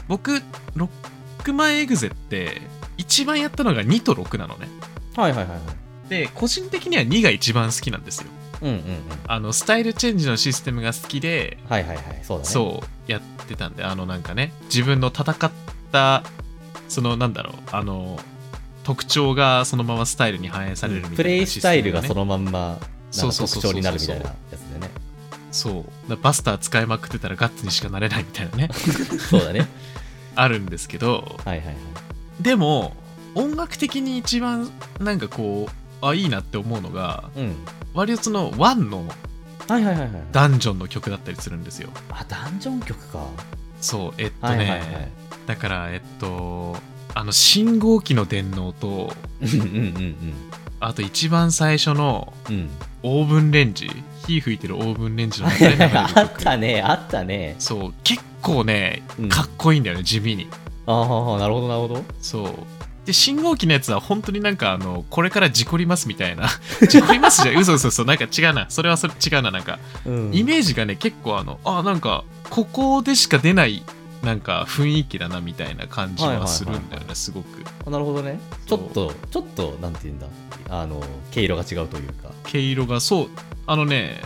Speaker 1: 僕ロックマンエグゼって一番やったのが2と6なのね
Speaker 2: はいはいはいはい。
Speaker 1: で個人的には2が一番好きなんですよ
Speaker 2: うんうんうん。
Speaker 1: あのスタイルチェンジのシステムが好きで
Speaker 2: はいはいはい。そうだね。
Speaker 1: そうやってたんであのなんかね自分の戦ったそのなんだろうあの特徴がそのままスタイルに反映されるみたいな
Speaker 2: プレイスタイルが
Speaker 1: シ
Speaker 2: そ
Speaker 1: ステムね
Speaker 2: のまんまな
Speaker 1: そう
Speaker 2: んか
Speaker 1: そう
Speaker 2: 特
Speaker 1: そう
Speaker 2: 徴になるみたいなやつだよね。
Speaker 1: そうだからバスター使いまくってたらガッツにしかなれないみたいな ね
Speaker 2: そうだね。
Speaker 1: あるんですけど
Speaker 2: はいはいはい。
Speaker 1: でも音楽的に一番なんかこうあいいなって思うのが
Speaker 2: うん。
Speaker 1: 割とその1の
Speaker 2: はいはいはいはい。
Speaker 1: ダンジョンの曲だったりするんですよ
Speaker 2: あ、ダンジョン曲か。
Speaker 1: そうえっと
Speaker 2: は
Speaker 1: ね、
Speaker 2: いはいはい。
Speaker 1: だからえっとあの信号機の電脳と
Speaker 2: うんうんうん
Speaker 1: あと一番最初の
Speaker 2: うん。うん。
Speaker 1: オーブンレンジ火吹いてるオーブンレンジの
Speaker 2: はい
Speaker 1: 中で流
Speaker 2: は
Speaker 1: れる
Speaker 2: いはい
Speaker 1: 曲
Speaker 2: あったね、あったね。
Speaker 1: そう結構ね
Speaker 2: うん
Speaker 1: かっこいいんだよね、地味に
Speaker 2: ああ、なるほどなるほど。
Speaker 1: そうで信号機のやつは本当になんかあのこれから事故りますみたいな 事故りますじゃん嘘嘘嘘なんか違うなそれはそれ違うななんか、
Speaker 2: うん
Speaker 1: イメージがね結構あのあなんかここでしか出ないなんか雰囲気だなみたいな感じはするんだよね、すごく
Speaker 2: あなるほどね。ち
Speaker 1: そ
Speaker 2: ょ
Speaker 1: う
Speaker 2: っと、ちょっと、なんて言うんだ。あの、毛色が違うというか。
Speaker 1: 毛色がそうあのね、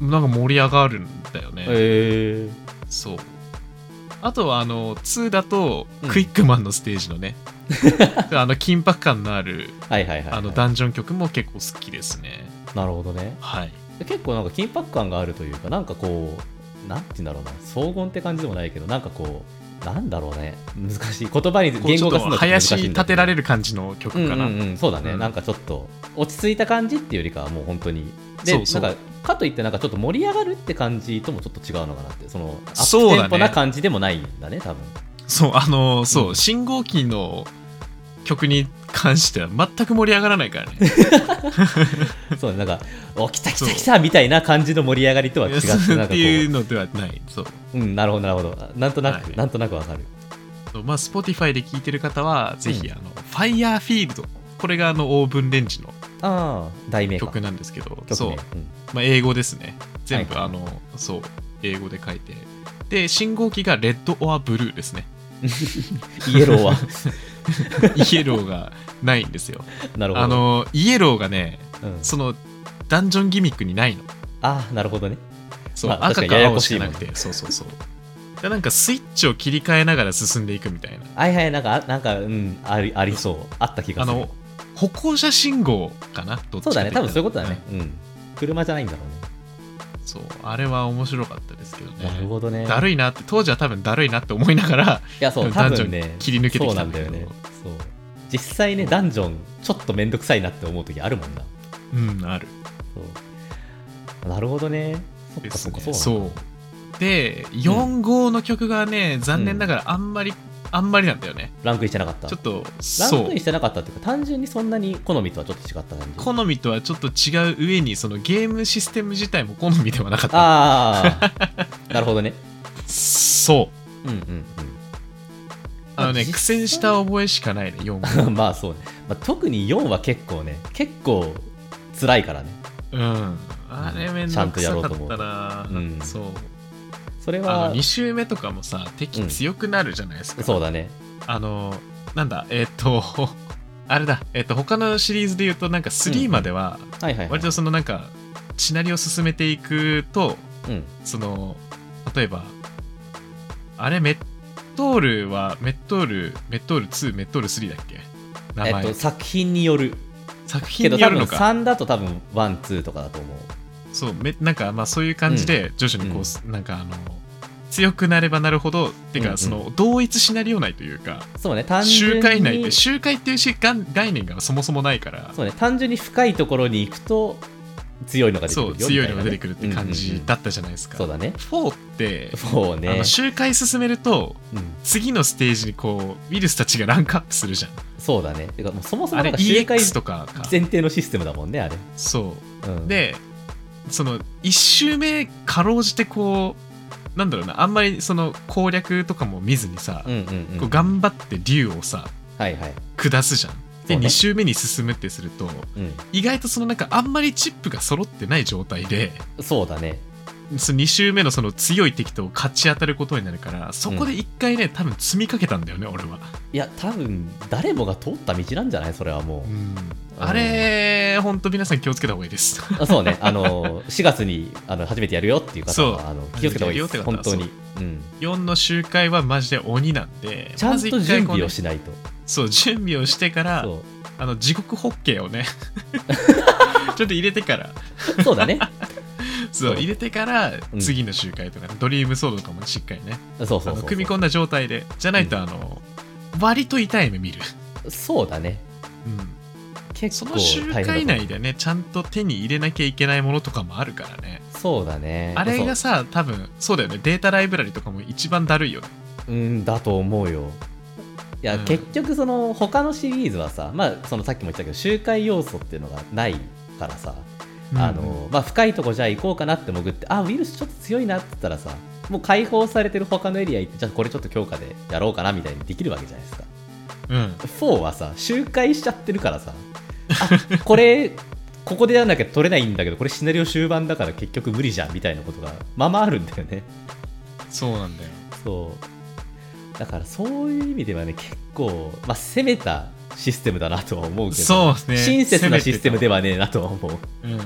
Speaker 2: うん。
Speaker 1: なんか盛り上がるんだよね、
Speaker 2: へえ。
Speaker 1: そうあとはあの2だと
Speaker 2: うん
Speaker 1: クイックマンのステージの ね、あの緊迫感のある
Speaker 2: はいはいはいはい。
Speaker 1: あのダンジョン曲も結構好きですね
Speaker 2: なるほどね。
Speaker 1: はい
Speaker 2: 結構なんか緊迫感があるというかなんかこうなんて言うんだろうな荘厳って感じでもないけどなんかこうなんだろうね難しい言葉に
Speaker 1: こう
Speaker 2: 言
Speaker 1: ちょ
Speaker 2: 語
Speaker 1: っと
Speaker 2: 化するのって難し
Speaker 1: 林
Speaker 2: いんだ
Speaker 1: 立
Speaker 2: け
Speaker 1: て
Speaker 2: ど
Speaker 1: られる感じの曲
Speaker 2: うん
Speaker 1: かな、
Speaker 2: うんうん、そうだね、
Speaker 1: うん
Speaker 2: なんかちょっと落ち着いた感じっていうよりかはもう本当にで
Speaker 1: そうそう
Speaker 2: なんかかといってなんかちょっと盛り上がるって感じともちょっと違うのかなってそのアッ
Speaker 1: そうだ
Speaker 2: プ
Speaker 1: ね
Speaker 2: テンポな感じでもないんだね多分
Speaker 1: そうあのそう、
Speaker 2: うん
Speaker 1: 信号機の曲に関しては全く盛り上がらないからね
Speaker 2: そうなんか「お来た来
Speaker 1: そう
Speaker 2: た来た」みたいな感じの盛り上がり とは違ってなんか
Speaker 1: っ
Speaker 2: こ
Speaker 1: ていうのではないそう
Speaker 2: う、うん、なるほどなるほどなんとなく、
Speaker 1: はい
Speaker 2: なんとなくわかる
Speaker 1: そうまあ Spotify で聴いてる方はぜひ、あの Firefield これがあのオーブンレンジの
Speaker 2: ああ題名か
Speaker 1: 曲なんですけど
Speaker 2: 曲
Speaker 1: そう
Speaker 2: 名、うん
Speaker 1: まあ、英語ですね全部、
Speaker 2: はい
Speaker 1: あのそう英語で書いてで信号機がレッドオアブルーです ね
Speaker 2: イエロ ーは
Speaker 1: イエローがないんですよ
Speaker 2: なるほど
Speaker 1: あのイエローがね
Speaker 2: うん
Speaker 1: そのダンジョンギミックにないの
Speaker 2: ああなるほどね
Speaker 1: そう、
Speaker 2: まあ
Speaker 1: 赤
Speaker 2: 確か
Speaker 1: か
Speaker 2: にやや
Speaker 1: 青
Speaker 2: こ
Speaker 1: し
Speaker 2: しい
Speaker 1: かなくてそうそうそうでなんかスイッチを切り替えながら進んでいくみたいな
Speaker 2: はいはいなんかあなんかうんありありそうあった気が
Speaker 1: あ
Speaker 2: する
Speaker 1: の歩行者信号かなどっち
Speaker 2: そうだね、多分そういうこと
Speaker 1: と
Speaker 2: だね。うん。車じゃないんだろ
Speaker 1: そうあれは面白かったですけど
Speaker 2: う
Speaker 1: ね
Speaker 2: ね。なるほどね。
Speaker 1: だるいなって当時は多分だるいなって思いながら
Speaker 2: いや、そう、
Speaker 1: ダ
Speaker 2: 多
Speaker 1: ンジョ
Speaker 2: 分
Speaker 1: ン
Speaker 2: ね、
Speaker 1: 切り抜けて
Speaker 2: そ
Speaker 1: き
Speaker 2: うな
Speaker 1: たん
Speaker 2: ん
Speaker 1: だ
Speaker 2: だ
Speaker 1: けど
Speaker 2: よね。そう。実際ね、ダンジョン、ちょっとめんどくさいなって思う時あるもんな。
Speaker 1: うんある
Speaker 2: そう。なるほどね。そっ
Speaker 1: で
Speaker 2: かそ
Speaker 1: す
Speaker 2: っ
Speaker 1: ね
Speaker 2: かそうなんだ
Speaker 1: そうで4号の曲がね残念ながらあんまり、あんまりなんだよね
Speaker 2: ランクインしてなかった。
Speaker 1: ちょっと
Speaker 2: ラン
Speaker 1: そ
Speaker 2: ク
Speaker 1: う
Speaker 2: インしてなかったっていうか、単純にそんなに好みとはちょっと違った感じ。
Speaker 1: 好みとはちょっと違う上にそのゲームシステム自体も好みではなかった
Speaker 2: ああ、 なるほどね。
Speaker 1: そう
Speaker 2: うんうん
Speaker 1: あのね
Speaker 2: 実際
Speaker 1: 苦戦した覚えしかないね4号
Speaker 2: うん。ま あそうね。まあ、特に4は結構ね、結構辛いからね。
Speaker 1: うんあれめんどくさかったな、
Speaker 2: と思ううん
Speaker 1: そう
Speaker 2: それ
Speaker 1: あ
Speaker 2: は
Speaker 1: の2、周目とかもさ敵強くなるじゃないですか、
Speaker 2: そうだね。
Speaker 1: あのなんだえっ、と あれだえっ、と他のシリーズで言うとなんか3までは
Speaker 2: はいはい、はい。
Speaker 1: 割とそのなんかシナリオを進めていくと
Speaker 2: うん。
Speaker 1: その例えばあれメットールはメットールメットール2メットール3だっけ名前、
Speaker 2: えっと、作品による
Speaker 1: 作
Speaker 2: け
Speaker 1: 品
Speaker 2: ど
Speaker 1: によ
Speaker 2: 多
Speaker 1: る
Speaker 2: 分
Speaker 1: のか
Speaker 2: 3だと多分12とかだと思う
Speaker 1: そうめなんかまあそういう感じで徐々にこう、なんかあの強くなればなるほどっていうか、
Speaker 2: うんうん
Speaker 1: その同一シナリオ内というか
Speaker 2: そうね単純
Speaker 1: 周
Speaker 2: に
Speaker 1: 回内って周回っていうしがん概念がそもそもないから
Speaker 2: そうね単純に深いところに行くと強いのが出てく
Speaker 1: そ
Speaker 2: る
Speaker 1: う
Speaker 2: よ
Speaker 1: 強いの
Speaker 2: み
Speaker 1: が
Speaker 2: た
Speaker 1: 出
Speaker 2: ね
Speaker 1: てくるって感
Speaker 2: うんうんう
Speaker 1: じ
Speaker 2: ん
Speaker 1: だったじゃないですか、
Speaker 2: そうだね
Speaker 1: 4って、
Speaker 2: そ
Speaker 1: あ
Speaker 2: うね
Speaker 1: の周回進めると
Speaker 2: うん
Speaker 1: 次のステージにこうウイルスたちがランクアップするじゃん
Speaker 2: そうだねてかもうそもそも
Speaker 1: あれ
Speaker 2: なんか周回
Speaker 1: EX とかか
Speaker 2: 前提のシステムだもんねあれ、
Speaker 1: そ
Speaker 2: うん、
Speaker 1: うでその1周目かろうじてこうなんだろうなあんまりその攻略とかも見ずにさ、
Speaker 2: うんうんうん
Speaker 1: こう頑張って竜をさ
Speaker 2: はいはい、
Speaker 1: 下すじゃんで、
Speaker 2: そうね
Speaker 1: 2周目に進むってすると
Speaker 2: うん、
Speaker 1: 意外とそのなんかあんまりチップが揃ってない状態で
Speaker 2: そうだね
Speaker 1: その2周目のその強い敵と勝ち当たることになるからそこで1回ね、多分積みかけたんだよね俺は、
Speaker 2: いや多分誰もが通った道なんじゃないそれはも
Speaker 1: うんあれほんと皆さん気をつけた方がいいです
Speaker 2: う、あそうねあの4月にあの初めてやるよっていう方
Speaker 1: そう
Speaker 2: はあの気をつけた方がいいで
Speaker 1: 初め
Speaker 2: す
Speaker 1: てやるよ
Speaker 2: 本
Speaker 1: って方
Speaker 2: 当
Speaker 1: は
Speaker 2: にうん
Speaker 1: 4の周回はマジで鬼なんで
Speaker 2: ちゃ
Speaker 1: ま
Speaker 2: ん
Speaker 1: ず
Speaker 2: と
Speaker 1: 一回
Speaker 2: 準
Speaker 1: こうね
Speaker 2: 備をしないと。
Speaker 1: そう準備をしてから
Speaker 2: そ
Speaker 1: あの地獄ホッケーを ねちょっと入れてから
Speaker 2: うそう だね。
Speaker 1: そう
Speaker 2: そう
Speaker 1: 入れてから
Speaker 2: うん
Speaker 1: 次の周回とか、ドリームソードとかもしっかりね
Speaker 2: そうそうそ
Speaker 1: あ
Speaker 2: う
Speaker 1: の
Speaker 2: そう。
Speaker 1: 組み込んだ状態でじゃないとあの、割と痛い目見る、
Speaker 2: そうだね。
Speaker 1: うん、
Speaker 2: 結
Speaker 1: そ
Speaker 2: 構
Speaker 1: の周
Speaker 2: 大
Speaker 1: 回
Speaker 2: 変だと
Speaker 1: 内でねちゃんと手に入れなきゃいけないものとかもあるからね
Speaker 2: そうだね。
Speaker 1: あれがさ多分そうだよねデータライブラリとかも一番だるいよね
Speaker 2: そううんだと思うよ。いや、
Speaker 1: うん
Speaker 2: 結局その他のシリーズはさ、まあそのさっきも言ったけど周回要素っていうのがないからさ、あのまあ深いとこじゃあ行こうかなって潜って、あウイルスちょっと強いなって言ったらさ、もう解放されてる他のエリア行ってじゃあこれちょっと強化でやろうかなみたいにできるわけじゃないですか。
Speaker 1: うん、うん
Speaker 2: 4はさ周回しちゃってるからさ あこれここでやらなきゃ取れないんだけどこれシナリオ終盤だから結局無理じゃんみたいなことがまあまああるんだよね
Speaker 1: そうなんだよ
Speaker 2: そうだからそういう意味ではね結構、まあ、攻めたシステムだなとは思うけど
Speaker 1: そうですね
Speaker 2: 親切なシステムで
Speaker 1: は
Speaker 2: はねえなとは思う
Speaker 1: うん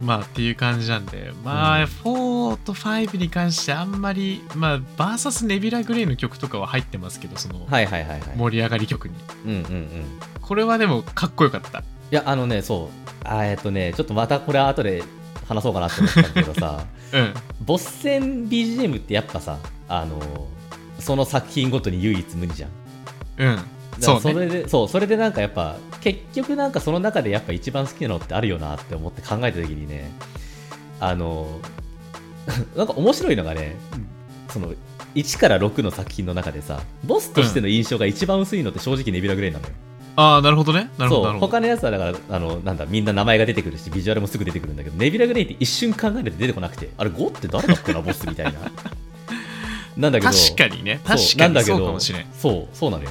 Speaker 1: まあっていう感じなんでまあ、
Speaker 2: うん
Speaker 1: 4と5に関してあんまりまあバーサスネビュラ・グレイの曲とかは入ってますけどその
Speaker 2: はいはいはいはい
Speaker 1: 盛り上がり曲に、
Speaker 2: うんうんうん
Speaker 1: これはでもかっこよかった
Speaker 2: いやあのねそうあえっとねちょっとまたこれは後で話そうかなと思ったんだけどさ
Speaker 1: うん
Speaker 2: ボス戦 BGM ってやっぱさあのその作品ごとに唯一無二じゃん
Speaker 1: うん
Speaker 2: だから
Speaker 1: そう
Speaker 2: そ
Speaker 1: ね
Speaker 2: れでそうそれでなんかやっぱ結局なんかその中でやっぱ一番好きなのってあるよなって思って考えた時にねあの なんか面白いのがねその1から6の作品の中でさボスとしての印象が一番薄いのって正直ネビュラ・グレイなのよ、
Speaker 1: ああなるほどねなるほど
Speaker 2: そ
Speaker 1: な
Speaker 2: う
Speaker 1: るほど
Speaker 2: 他のやつはだからあのなんだみんな名前が出てくるしビジュアルもすぐ出てくるんだけどネビュラ・グレイって一瞬考えると出てこなくてあれ5って誰だっけなボス みたいななんだけど
Speaker 1: 確かにね
Speaker 2: そ
Speaker 1: 確
Speaker 2: うな
Speaker 1: か
Speaker 2: ん
Speaker 1: に
Speaker 2: だけ
Speaker 1: そ
Speaker 2: ど
Speaker 1: うかもしれん
Speaker 2: そうそうなのよ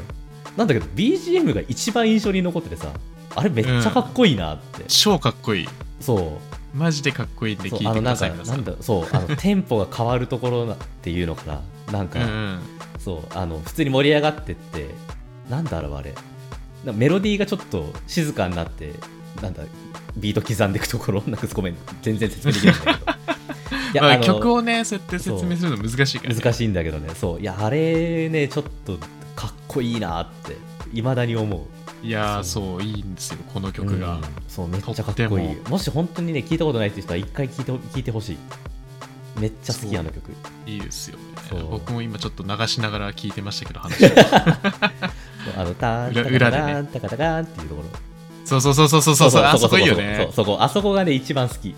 Speaker 2: なんだけど BGM が一番印象に残っててさあれめっちゃかっこいいなって、
Speaker 1: 超かっこいい
Speaker 2: そう
Speaker 1: マジでかっこいいんで聞
Speaker 2: そう
Speaker 1: い
Speaker 2: あ
Speaker 1: て
Speaker 2: の
Speaker 1: くだ
Speaker 2: なん
Speaker 1: さい
Speaker 2: か
Speaker 1: 皆さ
Speaker 2: なんんだそうあの テンポが変わるところなっていうのかななん
Speaker 1: う
Speaker 2: か、
Speaker 1: んうん
Speaker 2: そうあの普通に盛り上がってってなんだろうあれなんかメロディーがちょっと静かになってなんだビート刻んでいくところなんかごめん全然説明できないんだ けどい
Speaker 1: まあ
Speaker 2: あの
Speaker 1: 曲をねそうやって説明するの難しいからね、
Speaker 2: 難しいんだけどねそういやあれねちょっとかっこいいなっていまだに思う
Speaker 1: いやー
Speaker 2: そ
Speaker 1: そういいんですよこの曲が、
Speaker 2: うんそうめっちゃかっこいい
Speaker 1: とって
Speaker 2: もし本当にね聞いたことないっていう人は一回聞いて聞いてほしいめっちゃ好き
Speaker 1: そう
Speaker 2: あの曲
Speaker 1: いいですよね
Speaker 2: そう
Speaker 1: 僕も今ちょっと流しながら聞いてましたけど話を
Speaker 2: あのターン
Speaker 1: 裏
Speaker 2: タカタ
Speaker 1: 裏で
Speaker 2: カンタカタカンっていうところ
Speaker 1: そうそうそうそうそうそうあそこいいよ
Speaker 2: そう
Speaker 1: ね
Speaker 2: そうそこあそこがね一番好き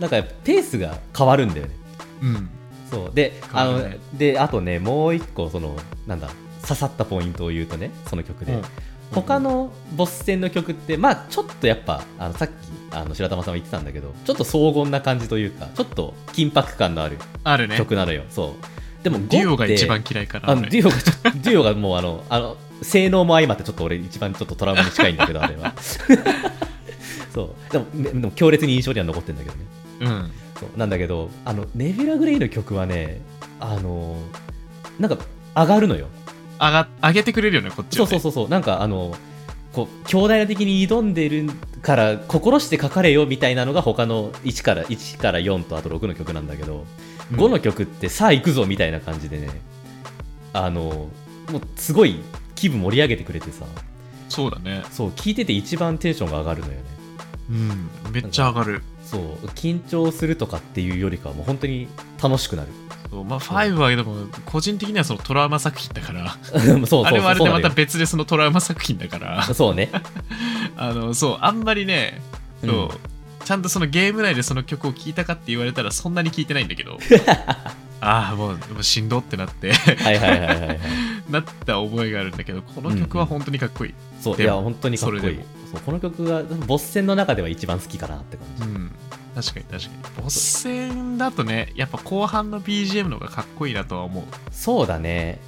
Speaker 2: なんかペースが変わるんだよね
Speaker 1: うん
Speaker 2: そうであ
Speaker 1: 変わるね
Speaker 2: のであとねもう一個そのなんだ刺さったポイントを言うとねその曲で、
Speaker 1: うん
Speaker 2: 他のボス戦の曲ってまあちょっとやっぱあのさっきあの白玉さんも言ってたんだけどちょっと荘厳な感じというかちょっと緊迫感のある
Speaker 1: あるね
Speaker 2: 曲なのよ、そうでも
Speaker 1: デュオが
Speaker 2: 5って
Speaker 1: 一番嫌いから
Speaker 2: あの
Speaker 1: ね
Speaker 2: デュオがちょっとデュオがもうあのあの性能も相まってちょっと俺一番ちょっとトラウマに近いんだけど あれはそうでもめでも強烈に印象には残ってるんだけどね
Speaker 1: うん
Speaker 2: そうなんだけどあのネビュラ・グレイの曲はねあのなんか上がるのよ
Speaker 1: 上が上げてくれるよねこっち
Speaker 2: そ
Speaker 1: を
Speaker 2: う
Speaker 1: ね
Speaker 2: そうそうそうなんかあのこう強大な的に挑んでるから心して書かれよみたいなのが他の1から1から4とあと6の曲なんだけど、
Speaker 1: うん
Speaker 2: 5の曲ってさあ行くぞみたいな感じでねあのもうすごい気分盛り上げてくれてさ
Speaker 1: そうだね
Speaker 2: そう聞いてて一番テンションが上がるのよね
Speaker 1: うんめっちゃ上がる
Speaker 2: そう緊張するとかっていうよりかはもう本当に楽しくなる
Speaker 1: そうまあ5はでも個人的にはそのトラウマ作品だから
Speaker 2: そうそうそう
Speaker 1: あれはあれ
Speaker 2: そう
Speaker 1: で
Speaker 2: な
Speaker 1: ま
Speaker 2: のよ
Speaker 1: た別でそのトラウマ作品だ から
Speaker 2: そうね
Speaker 1: あのそうあんまりねそう、
Speaker 2: うん
Speaker 1: ちゃんとそのゲーム内でその曲を聴いたかって言われたらそんなに聴いてないんだけ どああもうもうしんどってなって
Speaker 2: はいはいはいはい、はい、
Speaker 1: なった覚えがあるんだけどこの曲は本当にかっこいい、
Speaker 2: そうい
Speaker 1: でも
Speaker 2: や本当にかっこいい
Speaker 1: それでも
Speaker 2: そうこの曲がボス戦の中では一番好きかなって感
Speaker 1: う
Speaker 2: じ、
Speaker 1: ん確かに確かにボス戦だとねやっぱ後半の BGM の方がかっこいいなとは思う
Speaker 2: そうだね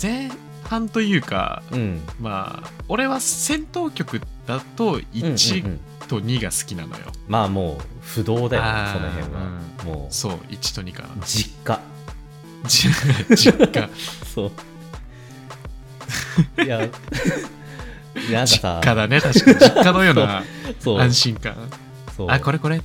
Speaker 1: 前半というか
Speaker 2: うん
Speaker 1: まあ俺は戦闘曲だと
Speaker 2: うんうんう
Speaker 1: 1
Speaker 2: ん
Speaker 1: と2が好きなのよ、
Speaker 2: まあもう不動だよね
Speaker 1: あー
Speaker 2: その辺は、もう
Speaker 1: そう1と2かな
Speaker 2: 実家
Speaker 1: 実家
Speaker 2: そう いやなんか
Speaker 1: 実
Speaker 2: さ
Speaker 1: 家だね確かに実家のよう な
Speaker 2: そう
Speaker 1: 安心感
Speaker 2: そう
Speaker 1: あこれこれ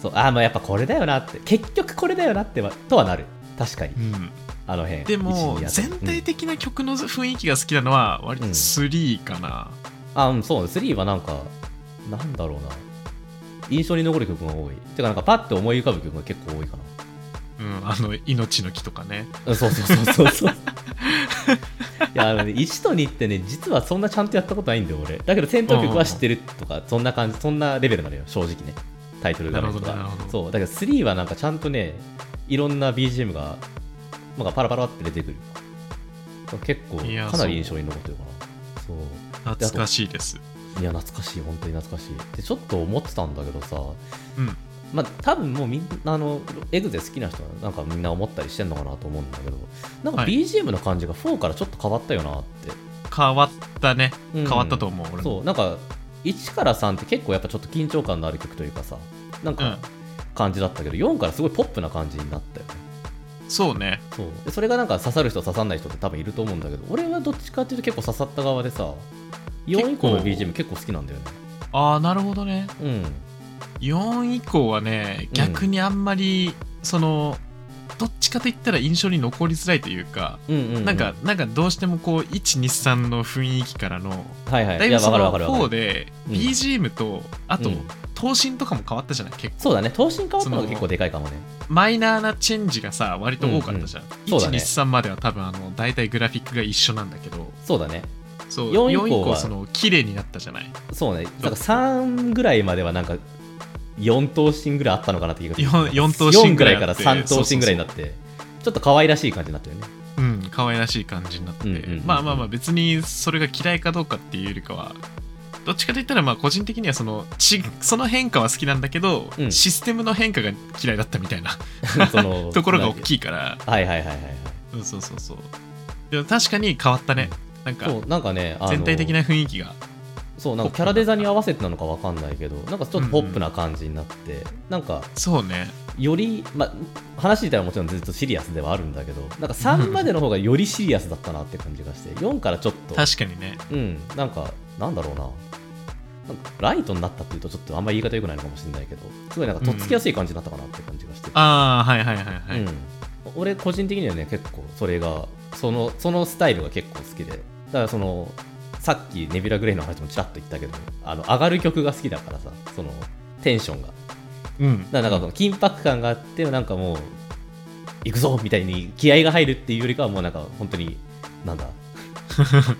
Speaker 2: そうあまあやっぱこれだよなって結局これだよなってはとはなる確かに
Speaker 1: うん
Speaker 2: あの辺
Speaker 1: でも
Speaker 2: 1 2
Speaker 1: 全体的な曲の雰囲気が好きなのは割と
Speaker 2: うん
Speaker 1: 3かな
Speaker 2: あうんそう3はなんかなんだろうな印象に残る曲が多いてかなんかパッて思い浮かぶ曲が結構多いかな
Speaker 1: うんあの命の木とかね
Speaker 2: うんそうそうそうそうそういやあのね1と2ってね実はそんなちゃんとやったことないんだよ俺だけど戦闘曲は知ってるとかそんな感じそんなレベルなのよ正直ねタイトルがと
Speaker 1: なるほどな
Speaker 2: か
Speaker 1: るほど
Speaker 2: そうだけど3はなんかちゃんとねいろんな BGM がなんかパラパラって出てくる結構
Speaker 1: いや
Speaker 2: かなり印象に残ってるかなそう
Speaker 1: 懐かしいです
Speaker 2: いや懐かしい本当に懐かしいでちょっと思ってたんだけどさ
Speaker 1: うん
Speaker 2: まあ多分もうみんなあのエグゼ好きな人はなんかみんな思ったりしてんのかなと思うんだけどなんか
Speaker 1: はい
Speaker 2: BGM の感じが4からちょっと変わったよなって、
Speaker 1: 変わったね
Speaker 2: うん
Speaker 1: 変わったと思う俺
Speaker 2: そ
Speaker 1: も
Speaker 2: うなんか1から3って結構やっぱちょっと緊張感のある曲というかさなん
Speaker 1: うん
Speaker 2: か感じだったけど4からすごいポップな感じになったよね
Speaker 1: そうね
Speaker 2: そうでそれがなんか刺さる人刺さらない人って多分いると思うんだけど俺はどっちかっていうと結構刺さった側でさ4以降
Speaker 1: 結
Speaker 2: の
Speaker 1: 構
Speaker 2: BGM 結構好きなんだよね
Speaker 1: ああなるほどね
Speaker 2: うん
Speaker 1: 4以降はね
Speaker 2: ん
Speaker 1: 逆にあんまりそのどっちかといったら印象に残りづらいというか
Speaker 2: うんうんうん、
Speaker 1: なんかなんかどうしてもこう123の雰囲気からの
Speaker 2: はいはい
Speaker 1: だい
Speaker 2: や
Speaker 1: ぶそ
Speaker 2: わかるわ
Speaker 1: の
Speaker 2: かるわか
Speaker 1: 方
Speaker 2: る
Speaker 1: で
Speaker 2: うん
Speaker 1: BGM とあと
Speaker 2: うん
Speaker 1: ト答申とかも変わったじゃない結構
Speaker 2: そうだね等身変わったの
Speaker 1: そ
Speaker 2: が
Speaker 1: の
Speaker 2: 結構でかいかもね
Speaker 1: マイナーなチェンジがさ割と多かったじゃん、
Speaker 2: そうだね
Speaker 1: 123までは多分あの大体グラフィックが一緒なんだけど
Speaker 2: そうだね
Speaker 1: そう
Speaker 2: 4
Speaker 1: 4
Speaker 2: 以
Speaker 1: 以
Speaker 2: 降
Speaker 1: 降
Speaker 2: は
Speaker 1: その綺麗になったじゃない
Speaker 2: そうねなんか3ぐらいまではなんか4等身ぐらいあったのかなって気がする
Speaker 1: 四四等身
Speaker 2: 4ぐ
Speaker 1: ぐ
Speaker 2: ら
Speaker 1: ら
Speaker 2: い
Speaker 1: い
Speaker 2: から
Speaker 1: あって
Speaker 2: 3等身ぐらいになってちょっと可愛らしい感じになってるね
Speaker 1: うん可愛らしい感じになって、
Speaker 2: うんうんうんうん
Speaker 1: まあまあまあ別にそれが嫌いかどうかっていうよりかはどっちかといったらまあ個人的にはそのちその変化は好きなんだけど、
Speaker 2: うん
Speaker 1: システムの変化が嫌いだったみたいな
Speaker 2: その
Speaker 1: ところが大
Speaker 2: い
Speaker 1: きいから
Speaker 2: はいはいはいはいはい
Speaker 1: うんそうそうそうでも確かに変わったねなんか
Speaker 2: そうなんかねあの
Speaker 1: 全体的な雰囲気が
Speaker 2: そうなんかキャラデザに合わせてなのかわかんないけどなんかちょっとポップな感じになって、なんか
Speaker 1: そうね
Speaker 2: より、まあ、話自体はもちろんずっとシリアスではあるんだけどなんか3までの方がよりシリアスだったなって感じがして4からちょっと
Speaker 1: 確かにね
Speaker 2: うんなんかなんだろうななんかライトになったっていうとちょっとあんまり言い方良くないのかもしれないけどすごいなんかとっつきやすい感じになったかなって感じがして、
Speaker 1: ああはいはいはいはい、
Speaker 2: うん、俺個人的にはね結構それがそのそのスタイルが結構好きでだからそのさっきネビュラ・グレイの話もちらっと言ったけどあの上がる曲が好きだからさそのテンションが
Speaker 1: うん
Speaker 2: だからなんかその緊迫感があってなんかもう行くぞみたいに気合が入るっていうよりかはもうなんか本当にな んだ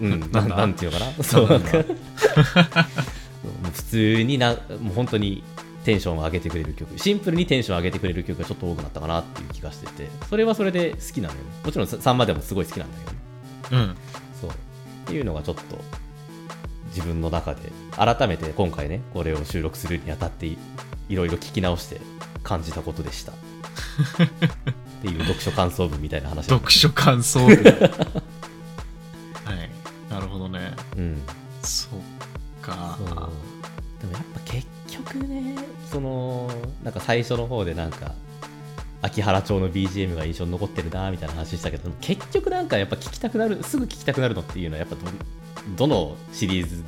Speaker 2: うん
Speaker 1: な
Speaker 2: な
Speaker 1: んんだ
Speaker 2: なんていうのかなそう
Speaker 1: な
Speaker 2: なんん
Speaker 1: だ
Speaker 2: か もう普通になもう本当にテンションを上げてくれる曲シンプルにテンションを上げてくれる曲がちょっと多くなったかなっていう気がしててそれはそれで好きなのよねもちろん3までもすごい好きなんだけど
Speaker 1: うん
Speaker 2: そうっていうのがちょっと自分の中で改めて今回ねこれを収録するにあたっていいろいろ聞き直して感じたことでし たっていう読書感想文みたいな話だった
Speaker 1: 読書感想 文はいなるほどね
Speaker 2: うん
Speaker 1: そっか
Speaker 2: そうでもやっぱ結局ねそのなんか最初の方でなんか秋葉原町の BGM が印象に残ってるなみたいな話したけどでも結局なんかやっぱ聞きたくなるすぐ聞きたくなるのっていうのはやっぱどどのシリーズ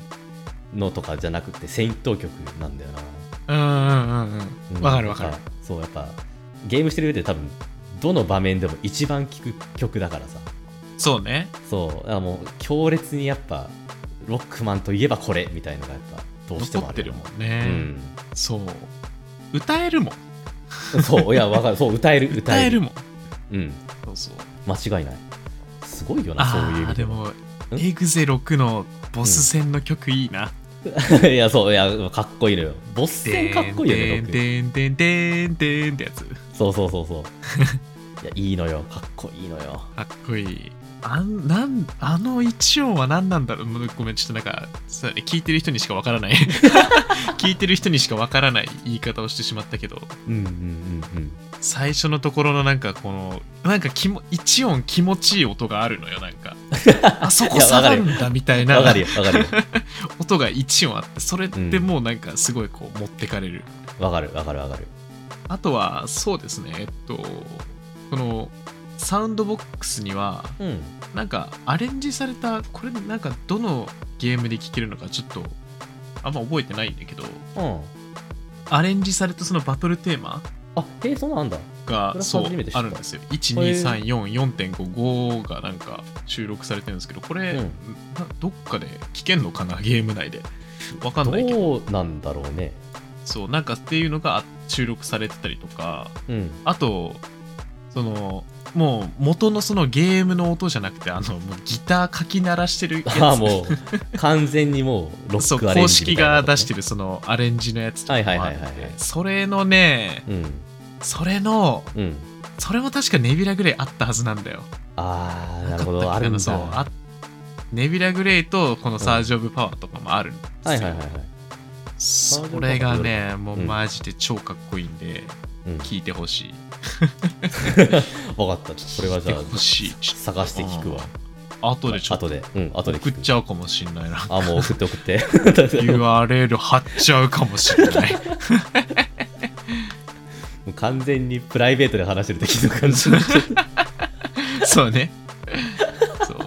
Speaker 2: のとかじゃなくて戦闘曲なんだよな
Speaker 1: うんうんうん
Speaker 2: う
Speaker 1: うんんわかるわかる
Speaker 2: なんそうやっぱゲームしてる上で多分どの場面でも一番聴く曲だからさ
Speaker 1: そうね
Speaker 2: そうだからもう強烈にやっぱロックマンといえばこれみたいのがやっぱどうして
Speaker 1: 残
Speaker 2: もあ
Speaker 1: っ
Speaker 2: る
Speaker 1: て
Speaker 2: よ
Speaker 1: る
Speaker 2: な
Speaker 1: もんね、そう歌えるもん
Speaker 2: うん、そういやわかるそう歌 える歌
Speaker 1: 歌
Speaker 2: え
Speaker 1: え
Speaker 2: る
Speaker 1: るもん
Speaker 2: うん
Speaker 1: そうそう
Speaker 2: 間違いないすごいよなそういう意
Speaker 1: ああ
Speaker 2: 味
Speaker 1: で
Speaker 2: は
Speaker 1: もエグゼ6のボス戦の曲いいな、
Speaker 2: いやそういやかっこいいのよボス戦かっこいいよねロック
Speaker 1: でんでんでんでんでんってやつ
Speaker 2: そうそうそうそう いやいいのよかっこいいのよ
Speaker 1: かっこいいあんなんあの一音は何なんだろうもうごめんちょっとなんかそれ聞いてる人にしかわからない 聞いてる人にしかわからない言い方をしてしまったけど
Speaker 2: うんうんうんうん
Speaker 1: 最初のところのなんかこのなんか気も一音気持ちいい音があるのよなん かあそこ下がるんだみ たいな
Speaker 2: わかるよわかるよ
Speaker 1: 音が一音あってそれってもうなんかすごいこう持ってかれる、
Speaker 2: わかるわかるわかる
Speaker 1: あとはそうですねえっとこのサウンドボックスには
Speaker 2: うん
Speaker 1: なんかアレンジされたこれなんかどのゲームで聴けるのかちょっとあんま覚えてないんだけど
Speaker 2: うん
Speaker 1: アレンジされたそのバトルテーマ
Speaker 2: あへえそうなんだ
Speaker 1: が
Speaker 2: これ
Speaker 1: そう
Speaker 2: 初めて知った
Speaker 1: あるんですよ12344.55がなんか収録されてるんですけどこれ、
Speaker 2: うん
Speaker 1: などっかで聞けんのかなゲーム内でわかんないけど
Speaker 2: どうなんだろうね
Speaker 1: そうなんかっていうのが収録されてたりとか
Speaker 2: うん
Speaker 1: あとそのもう元のそのゲームの音じゃなくてあのもうギターかき鳴らして るやつ
Speaker 2: ああもう完全にもうロ
Speaker 1: そ
Speaker 2: ッ
Speaker 1: う
Speaker 2: クアレン
Speaker 1: 公
Speaker 2: ジ
Speaker 1: 式
Speaker 2: みたいな
Speaker 1: が
Speaker 2: こと
Speaker 1: 出
Speaker 2: ね
Speaker 1: してるそのアレンジのやつとかもあ
Speaker 2: はい
Speaker 1: っ
Speaker 2: はいはいはいはい
Speaker 1: てそれのね
Speaker 2: うん
Speaker 1: それの
Speaker 2: うん
Speaker 1: それも確かネビュラグレイあったはずなんだよ
Speaker 2: ああな
Speaker 1: な
Speaker 2: る
Speaker 1: か
Speaker 2: ほ
Speaker 1: ったっけ
Speaker 2: どあるんだ
Speaker 1: そうあネビュラグレイとこのサージ・オブ・パワーとかもあるんですよ、
Speaker 2: はいはいはいはいージオ
Speaker 1: そ
Speaker 2: ブパワー
Speaker 1: れが
Speaker 2: ど
Speaker 1: ねもううんマジで超かっこいいんで
Speaker 2: うん
Speaker 1: 聞いてほしい、
Speaker 2: 分かったそれはじゃ
Speaker 1: 聞いてほ
Speaker 2: あ
Speaker 1: しいちょっと
Speaker 2: 探して聞くわ
Speaker 1: 後でちょっと
Speaker 2: 後でうん後で
Speaker 1: 送っ
Speaker 2: 聞く
Speaker 1: ちゃうかもしんないな
Speaker 2: あもう送って送って
Speaker 1: URL 貼っちゃうかもしんない
Speaker 2: もう完全にプライベートで話してる時の感じになっちゃっ た
Speaker 1: そうねそう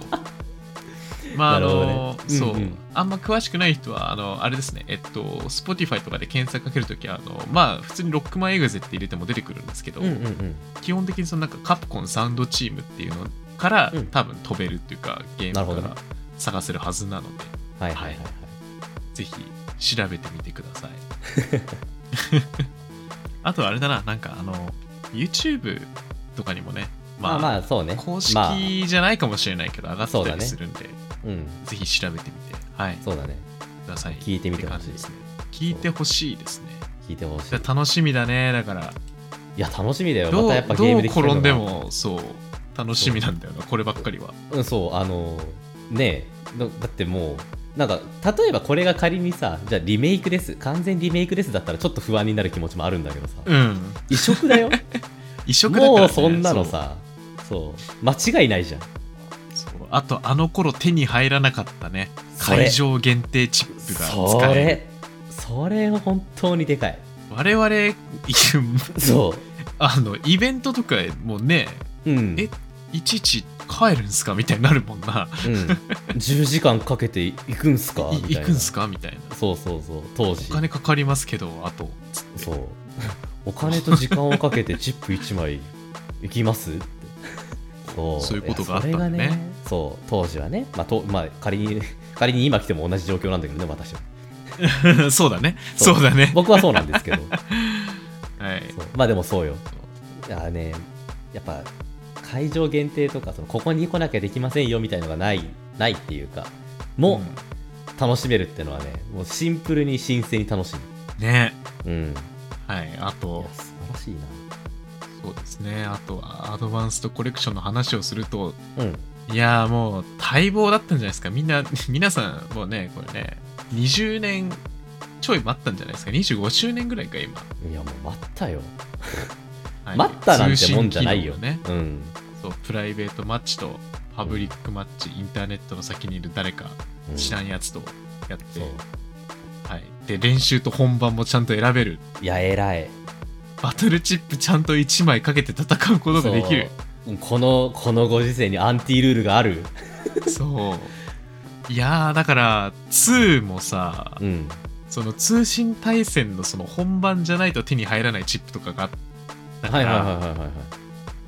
Speaker 1: まああ
Speaker 2: なるほどね
Speaker 1: の、
Speaker 2: うんうん
Speaker 1: そう、あんま詳しくない人はあのあれですねえっと Spotify とかで検索かけるときはあのまあ普通にロックマンエグゼって入れても出てくるんですけど、
Speaker 2: うんうんうん
Speaker 1: 基本的にそのなんかカプコンサウンドチームっていうのから、
Speaker 2: うん
Speaker 1: 多分飛べるっていうかゲー
Speaker 2: な
Speaker 1: ム
Speaker 2: る
Speaker 1: か
Speaker 2: ほどね
Speaker 1: ら探せるはずなので
Speaker 2: はいはいはいはい
Speaker 1: ぜひ調べてみてください あとはあれだな、なんかあの、YouTube とかにもね、まあ、
Speaker 2: まあそうね
Speaker 1: 公
Speaker 2: まあ
Speaker 1: 式じゃないかもしれないけど、上がって
Speaker 2: そう
Speaker 1: た
Speaker 2: だ
Speaker 1: り
Speaker 2: ね
Speaker 1: するんで、
Speaker 2: うん
Speaker 1: ぜひ調べてみて、はい、
Speaker 2: そうだね
Speaker 1: ください。
Speaker 2: 聞いてみてほしい
Speaker 1: っ感じですね。聞いてほしいですね。
Speaker 2: 聞いてほしい
Speaker 1: じゃあ楽しみだね、だから、
Speaker 2: いや楽しみだよ
Speaker 1: ど
Speaker 2: ま
Speaker 1: う
Speaker 2: たやっぱゲー
Speaker 1: どう
Speaker 2: ムで聞ける
Speaker 1: 転
Speaker 2: のが
Speaker 1: んでも、そう、楽しみなんだよな、こればっかりは。
Speaker 2: うん、そう、あの、ねえ、だだってもう、なんか、例えばこれが仮にさ、じゃあリメイクです、完全リメイクですだったら、ちょっと不安になる気持ちもあるんだけどさ、
Speaker 1: うん。
Speaker 2: 移 植だよ、
Speaker 1: 移植だから、ね、
Speaker 2: もうそんなのさ、そう、間違いないじゃん。
Speaker 1: そう。そうあと、あの頃手に入らなかったね、
Speaker 2: それ
Speaker 1: 会場限定チップが
Speaker 2: そ
Speaker 1: 使える。
Speaker 2: れ、それは本当にでかい。
Speaker 1: 我々、いや
Speaker 2: そ
Speaker 1: あの、イベントとかもうね、
Speaker 2: う、うん、
Speaker 1: えいちいち帰るんすかみたいになるもんな。
Speaker 2: うん、10時間かけて行くんすかみたい
Speaker 1: い
Speaker 2: な。
Speaker 1: 行くんすかみたいな。
Speaker 2: そうそうそう、当時。
Speaker 1: お金かかりますけど、あ と、つって
Speaker 2: そう。お金と時間をかけてチップ1枚いきますって。そう
Speaker 1: そういうことがあった
Speaker 2: いやそれ
Speaker 1: んだね
Speaker 2: がそう、当時はね、まあとまあ、仮に仮に今来ても同じ状況なんだけどね、私は。
Speaker 1: そうだね。
Speaker 2: そ
Speaker 1: そううだね。
Speaker 2: 僕はそうなんですけど、そう
Speaker 1: はい。
Speaker 2: まあでもそうよ。いやね、やっぱ会場限定とか、そのここに来なきゃできませんよみたいのがないないっていうか、も
Speaker 1: う
Speaker 2: う楽しめるってのはね、もうシンプルに新鮮に楽し
Speaker 1: んね。
Speaker 2: い。うん。い
Speaker 1: はい。あと
Speaker 2: や、、素晴らしい
Speaker 1: そうですね。あとは、アドバンストコレクションの話をすると、
Speaker 2: な。うん。
Speaker 1: いやーもう、待望だったんじゃないですか。みんな、 皆さん、もうね、これね、20年ちょい待ったんじゃないですか。25周年ぐらいか、今。
Speaker 2: いや、もう待ったよ。
Speaker 1: はい
Speaker 2: 待ったなんてもんじゃないよ。
Speaker 1: 通信機能のね。
Speaker 2: うん。
Speaker 1: そうプライベートマッチとパブリックマッチ、インターネットの先にいる誰か
Speaker 2: うん
Speaker 1: 知らんやつとやって、
Speaker 2: そう
Speaker 1: はい、で練習と本番もちゃんと選べる
Speaker 2: いや、偉い。
Speaker 1: バトルチップちゃんと1枚かけて戦うことができる
Speaker 2: そう。この、このご時世にアンティルールがある。
Speaker 1: そういやーだから2もさ
Speaker 2: うん。
Speaker 1: その通信対戦のその本番じゃないと手に入らないチップとかがあったか
Speaker 2: はいはい
Speaker 1: ら、
Speaker 2: はいはいはいはい。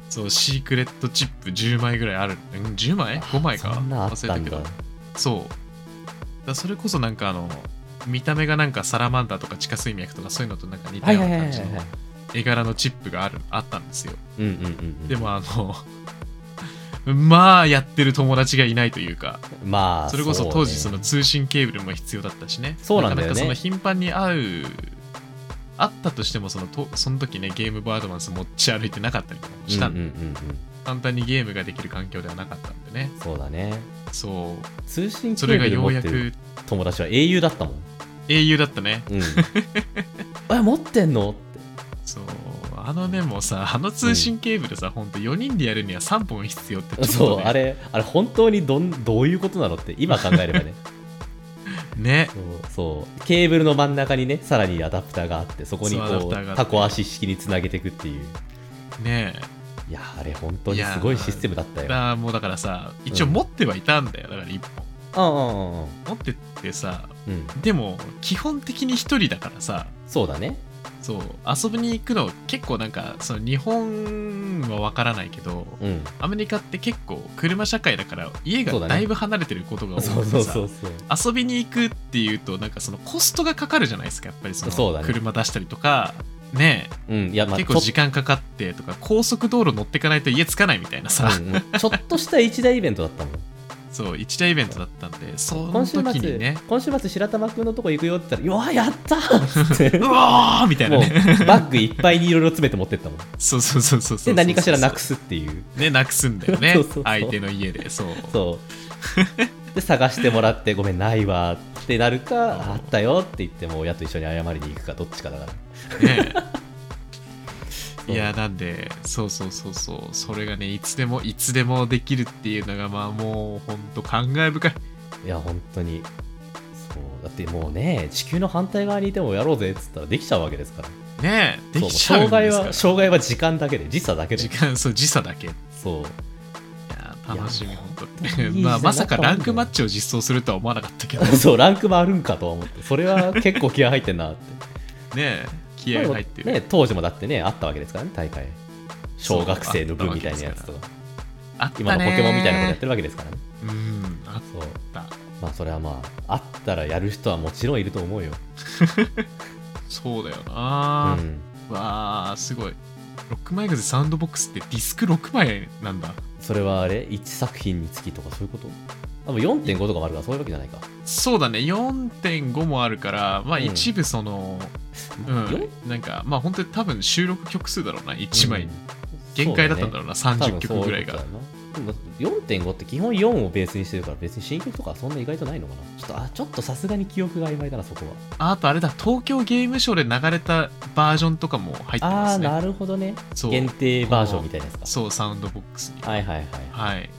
Speaker 1: そうシークレットチップ10枚ぐらいあるうん10枚 ?5 枚か
Speaker 2: そんなあっ
Speaker 1: 忘れ
Speaker 2: た
Speaker 1: た
Speaker 2: ん
Speaker 1: け
Speaker 2: だ
Speaker 1: ど。そう。だからそれこそなんかあの、見た目がなんかサラマンダーとか地下水脈とかそういうのとなんか似た
Speaker 2: はい
Speaker 1: よ
Speaker 2: は
Speaker 1: う
Speaker 2: いは
Speaker 1: ない
Speaker 2: はい
Speaker 1: 感じの絵柄のチップがあるあったんですよ。
Speaker 2: うんうんうんうん。
Speaker 1: でもあの、 まあやってる友達がいないというか、
Speaker 2: まあ、
Speaker 1: それこそう
Speaker 2: ね
Speaker 1: 当時その通信ケーブルも必要だったしね。
Speaker 2: そうなんだよ
Speaker 1: かな
Speaker 2: ね
Speaker 1: かその頻繁に会う、あったとしてもそのとその時ねゲームボーイアドバンス持ち歩いてなかったりとかもした、
Speaker 2: うん
Speaker 1: ん
Speaker 2: うん
Speaker 1: で、
Speaker 2: うんう
Speaker 1: 簡単にゲームができる環境ではなかったんでね
Speaker 2: ん。そうだね。
Speaker 1: そう
Speaker 2: 通信ケ
Speaker 1: それ
Speaker 2: ー
Speaker 1: が
Speaker 2: ブル
Speaker 1: よう
Speaker 2: 持
Speaker 1: や
Speaker 2: って
Speaker 1: く
Speaker 2: る友達は英雄だったもん。
Speaker 1: 英雄だったね
Speaker 2: うん。え、持ってんのって。
Speaker 1: そうあのねもうさあの通信ケーブルさ、ほんと4人でやるには3本必要ってちょっと、ね、
Speaker 2: そう、あれ、あれ本当にどん、どういうことなのって、今考えれば ね。
Speaker 1: ね
Speaker 2: そうそうケーブルの真ん中にねさらにアダプターがあってそこに
Speaker 1: そうアダ
Speaker 2: こ
Speaker 1: プターがあって
Speaker 2: うタコ足式につなげていくっていう
Speaker 1: ね
Speaker 2: いやあれ本当にすごいシステムだった
Speaker 1: えだ
Speaker 2: よ
Speaker 1: からもうだからさ一応持ってはいたんだよだから1本
Speaker 2: うんうんうんうん
Speaker 1: 持ってってさ
Speaker 2: うん
Speaker 1: でも基本的に1人だからさ
Speaker 2: そうだね
Speaker 1: そう遊びに行くの結構なんかその日本はわからないけど
Speaker 2: うん
Speaker 1: アメリカって結構車社会だから家
Speaker 2: そう
Speaker 1: が
Speaker 2: だね
Speaker 1: だいぶ離れてることが多い
Speaker 2: そう
Speaker 1: か
Speaker 2: そ
Speaker 1: ら
Speaker 2: う
Speaker 1: さ
Speaker 2: そうそう
Speaker 1: 遊びに行くっていうとなんかそのコストがかかるじゃないですかやっぱりそ
Speaker 2: そ
Speaker 1: の
Speaker 2: うだね
Speaker 1: 車出したりとかね
Speaker 2: うんいやまあ
Speaker 1: 結構時間かかってとか高速道路乗ってかないと家着かないみたいな
Speaker 2: ちょ
Speaker 1: さ、
Speaker 2: うんうんちょっとした一大イベントだったもん
Speaker 1: そう一大イベントだったんでその
Speaker 2: 今週
Speaker 1: 時
Speaker 2: 末、
Speaker 1: にね
Speaker 2: 今週末白玉君のとこ行くよって言ったら「うわやった!」っ つって
Speaker 1: うわーみたいな
Speaker 2: もう
Speaker 1: ね
Speaker 2: バッグいっぱいにいろいろ詰めて持ってったもん
Speaker 1: そうそうそうそうそう
Speaker 2: で何かしらなく
Speaker 1: す
Speaker 2: すっていう
Speaker 1: ねなくすんだよね
Speaker 2: そうそうそう
Speaker 1: 相手の家でそう
Speaker 2: そうで探してもらってごめんないわってなるかあったよって言ってもう親と一緒に謝りに行くかどっちかだから
Speaker 1: ね
Speaker 2: そう
Speaker 1: いやなんでそうそうそうそうそれがねいつでもいつでもできるっていうのがまあもうほんと感慨深い
Speaker 2: いや本当にそうだってもうね地球の反対側にいてもやろうぜっつったらできちゃうわけですから
Speaker 1: ねできちゃう
Speaker 2: そ
Speaker 1: ん
Speaker 2: う障
Speaker 1: です
Speaker 2: 害
Speaker 1: か
Speaker 2: は
Speaker 1: ら
Speaker 2: 障害は時間だけで時差だけで
Speaker 1: 時間そう時差だけい
Speaker 2: そう
Speaker 1: や楽しみ本
Speaker 2: い
Speaker 1: 当
Speaker 2: や
Speaker 1: にまあ
Speaker 2: 本当にいい時代だったもんね
Speaker 1: まさかランクマッチを実装するとは思わなかったけど
Speaker 2: そうランクもあるんかとは思ってそれは結構気合入ってんなって
Speaker 1: ね 気合入ってる、
Speaker 2: ね、当時もだってねあったわけですからね大会小学生の部みたいなやつとか
Speaker 1: あったね
Speaker 2: 今のポケモンみたいなことやってるわけですからね
Speaker 1: うんあっ
Speaker 2: そう
Speaker 1: た
Speaker 2: まあそれはまああったらやる人はもちろんいると思うよ
Speaker 1: そうだよな、
Speaker 2: うん、
Speaker 1: わあすごいロックマイグズサウンドボックスってディスク6枚なんだ
Speaker 2: それはあれ ?1 作品につきとかそういうこと多分4.5とかもあるからそういうわけじゃないか。
Speaker 1: そうだね4.5もあるからまあ
Speaker 2: うん
Speaker 1: 一部そのうん、
Speaker 2: よ
Speaker 1: なんかまあ本当に多分収録曲数だろうな1枚、
Speaker 2: うん
Speaker 1: 限界だったんだろうな
Speaker 2: そう
Speaker 1: 30
Speaker 2: ね
Speaker 1: 曲ぐらいが
Speaker 2: 多分そういうことだよなでも4.5って基本4をベースにしてるから別に新曲とかそんな意外とないのかなちょっとあちょっとさすがに記憶が曖昧だなそこは
Speaker 1: ああとあれだ東京ゲームショウで流れたバージョンとかも入って
Speaker 2: あ
Speaker 1: ま
Speaker 2: あ
Speaker 1: す
Speaker 2: ー
Speaker 1: ね
Speaker 2: なるほどね
Speaker 1: そう
Speaker 2: 限定バージョンみたいなやつか
Speaker 1: そうサウンドボックスに
Speaker 2: はいはいはい
Speaker 1: はい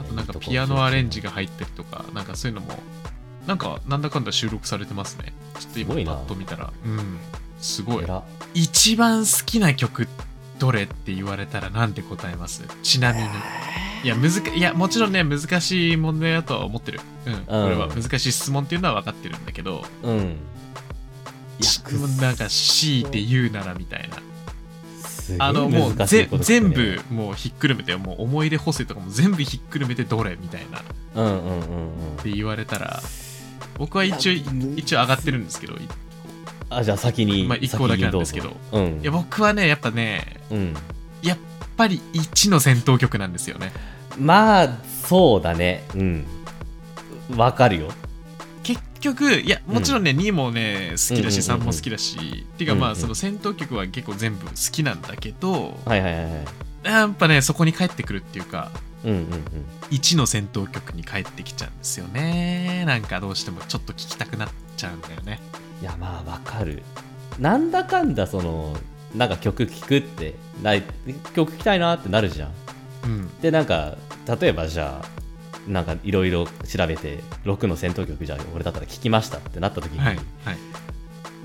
Speaker 1: あとなんかピアノアレンジが入ったりとかなんかそういうのもなんかなんだかんだ収録されてますねちょっと今
Speaker 2: すごいな
Speaker 1: パッと見たらうんすごい
Speaker 2: 偉
Speaker 1: 一番好きな曲どれって言われたらなんて答えますちなみにいや難かいやもちろんね難しい問題だとは思ってる、うんこれは難しい質問っていうのは分かってるんだけど
Speaker 2: うん
Speaker 1: ちもうなんか強いて言うならみたいな
Speaker 2: すげえ
Speaker 1: あのもう
Speaker 2: 難しい
Speaker 1: ぜ
Speaker 2: こと聞く
Speaker 1: 全
Speaker 2: ね
Speaker 1: 部もうひっくるめてもう思い出補正とかも全部ひっくるめてどれみたいなっ
Speaker 2: うんうんうんうん
Speaker 1: て言われたら僕は一応
Speaker 2: いやむ
Speaker 1: 一応上がってるんですけどい
Speaker 2: あじゃあ先に
Speaker 1: まあ一個だけなんですけど
Speaker 2: 先にどうぞうん
Speaker 1: や僕はねやっぱね
Speaker 2: うん
Speaker 1: やっぱり1の戦闘曲なんですよね
Speaker 2: まあそうだねうんわかるよ
Speaker 1: 結局いやもちろんね、2もね好きだし、
Speaker 2: うんうんうんうん
Speaker 1: 3も好きだしっていうかまあ、
Speaker 2: うんうん
Speaker 1: その戦闘曲は結構全部好きなんだけど
Speaker 2: はいはいはいはい
Speaker 1: やっぱねそこに帰ってくるっていうか
Speaker 2: うんうんうん
Speaker 1: 1の戦闘曲に帰ってきちゃうんですよねなんかどうしてもちょっと聞きたくなっちゃうんだよね
Speaker 2: いやまあわかるなんだかんだそのなんか曲聴くってない曲聴きたいなってなるじゃん
Speaker 1: うん
Speaker 2: でなんか例えばじゃあなんかいろいろ調べて6の戦闘曲じゃあ俺だったら聴きましたってなった時に、
Speaker 1: はいはい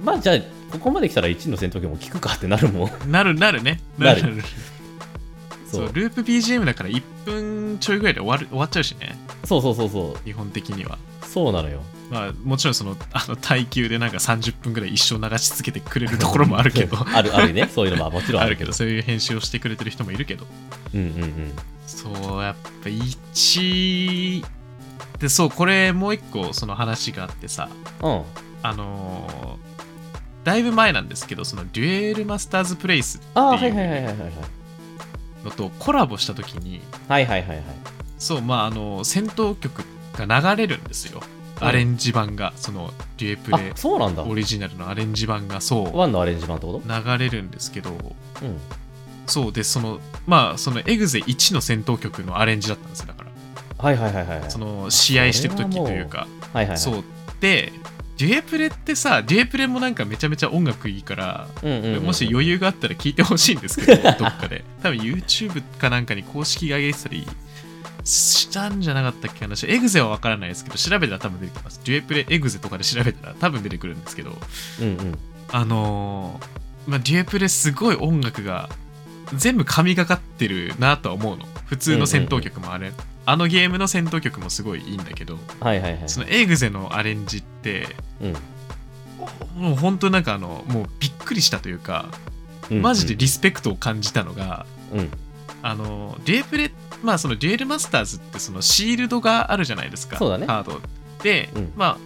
Speaker 2: まあじゃあここまで来たら1の戦闘曲も聴くかってなる もん
Speaker 1: なるなるね
Speaker 2: なる
Speaker 1: そ
Speaker 2: そうう
Speaker 1: ループ BGM だから1分ちょいぐらいで終わる終わっちゃうしね
Speaker 2: そうそうそうそう
Speaker 1: 基本的には
Speaker 2: そうなのよ
Speaker 1: まあもちろんそのあの耐久でなんか30分ぐらい一生流し続けてくれるところもあるけど
Speaker 2: あるあるねそういうのはもちろん
Speaker 1: あ
Speaker 2: あ
Speaker 1: る
Speaker 2: る
Speaker 1: け
Speaker 2: け
Speaker 1: ど
Speaker 2: ど
Speaker 1: そういう編集をしてくれてる人もいるけど
Speaker 2: うんうんうん
Speaker 1: そうやっぱ1でそうこれもう一個その話があってさ
Speaker 2: うん
Speaker 1: あのーだいぶ前なんですけどそのデュエルマスターズプレイスって
Speaker 2: ああはいいはいはいうはいはいはい
Speaker 1: のとコラボした時に
Speaker 2: はいはいはいはい
Speaker 1: そうまああの戦闘曲が流れるんですよ
Speaker 2: うん
Speaker 1: アレンジ版がそのデュエプレ
Speaker 2: あそうなんだ
Speaker 1: オリジナルのアレンジ版がそう
Speaker 2: ワンのアレンジ版ってこ
Speaker 1: 流れるんですけど
Speaker 2: とうん
Speaker 1: そうでそのまあそのエグゼ1の戦闘曲のアレンジだったんですよだから
Speaker 2: はいはいはいはいはい
Speaker 1: その試合してる時というか
Speaker 2: はいはいはい
Speaker 1: そうでデュエプレってさデュエプレもなんかめちゃめちゃ音楽いいから
Speaker 2: うんうんうんうん
Speaker 1: もし余裕があったら聞いてほしいんですけ ど、どっかで。多分 YouTube かなんかに公式が上げてたりしたんじゃなかったっけ話。エグゼはわからないですけど、調べたら多分出てきます。デュエプレエグゼとかで調べたら多分出てくるんですけど、
Speaker 2: うんうん
Speaker 1: あのーまあ、デュエプレすごい音楽が全部神がかってるなとは思うの。普通の戦闘曲もあれ、あのゲームの戦闘曲もすごいいいんだけど、
Speaker 2: はいはいはい
Speaker 1: そのエグゼのアレンジって、
Speaker 2: うん
Speaker 1: もう本当なんかあの、もうびっくりしたというか、
Speaker 2: うん
Speaker 1: マジでリスペクトを感じたのが、
Speaker 2: うん
Speaker 1: あのデュエプレまあそのデュエルマスターズってそのシールドがあるじゃないですか
Speaker 2: そうだね
Speaker 1: カードで、
Speaker 2: うん
Speaker 1: まあ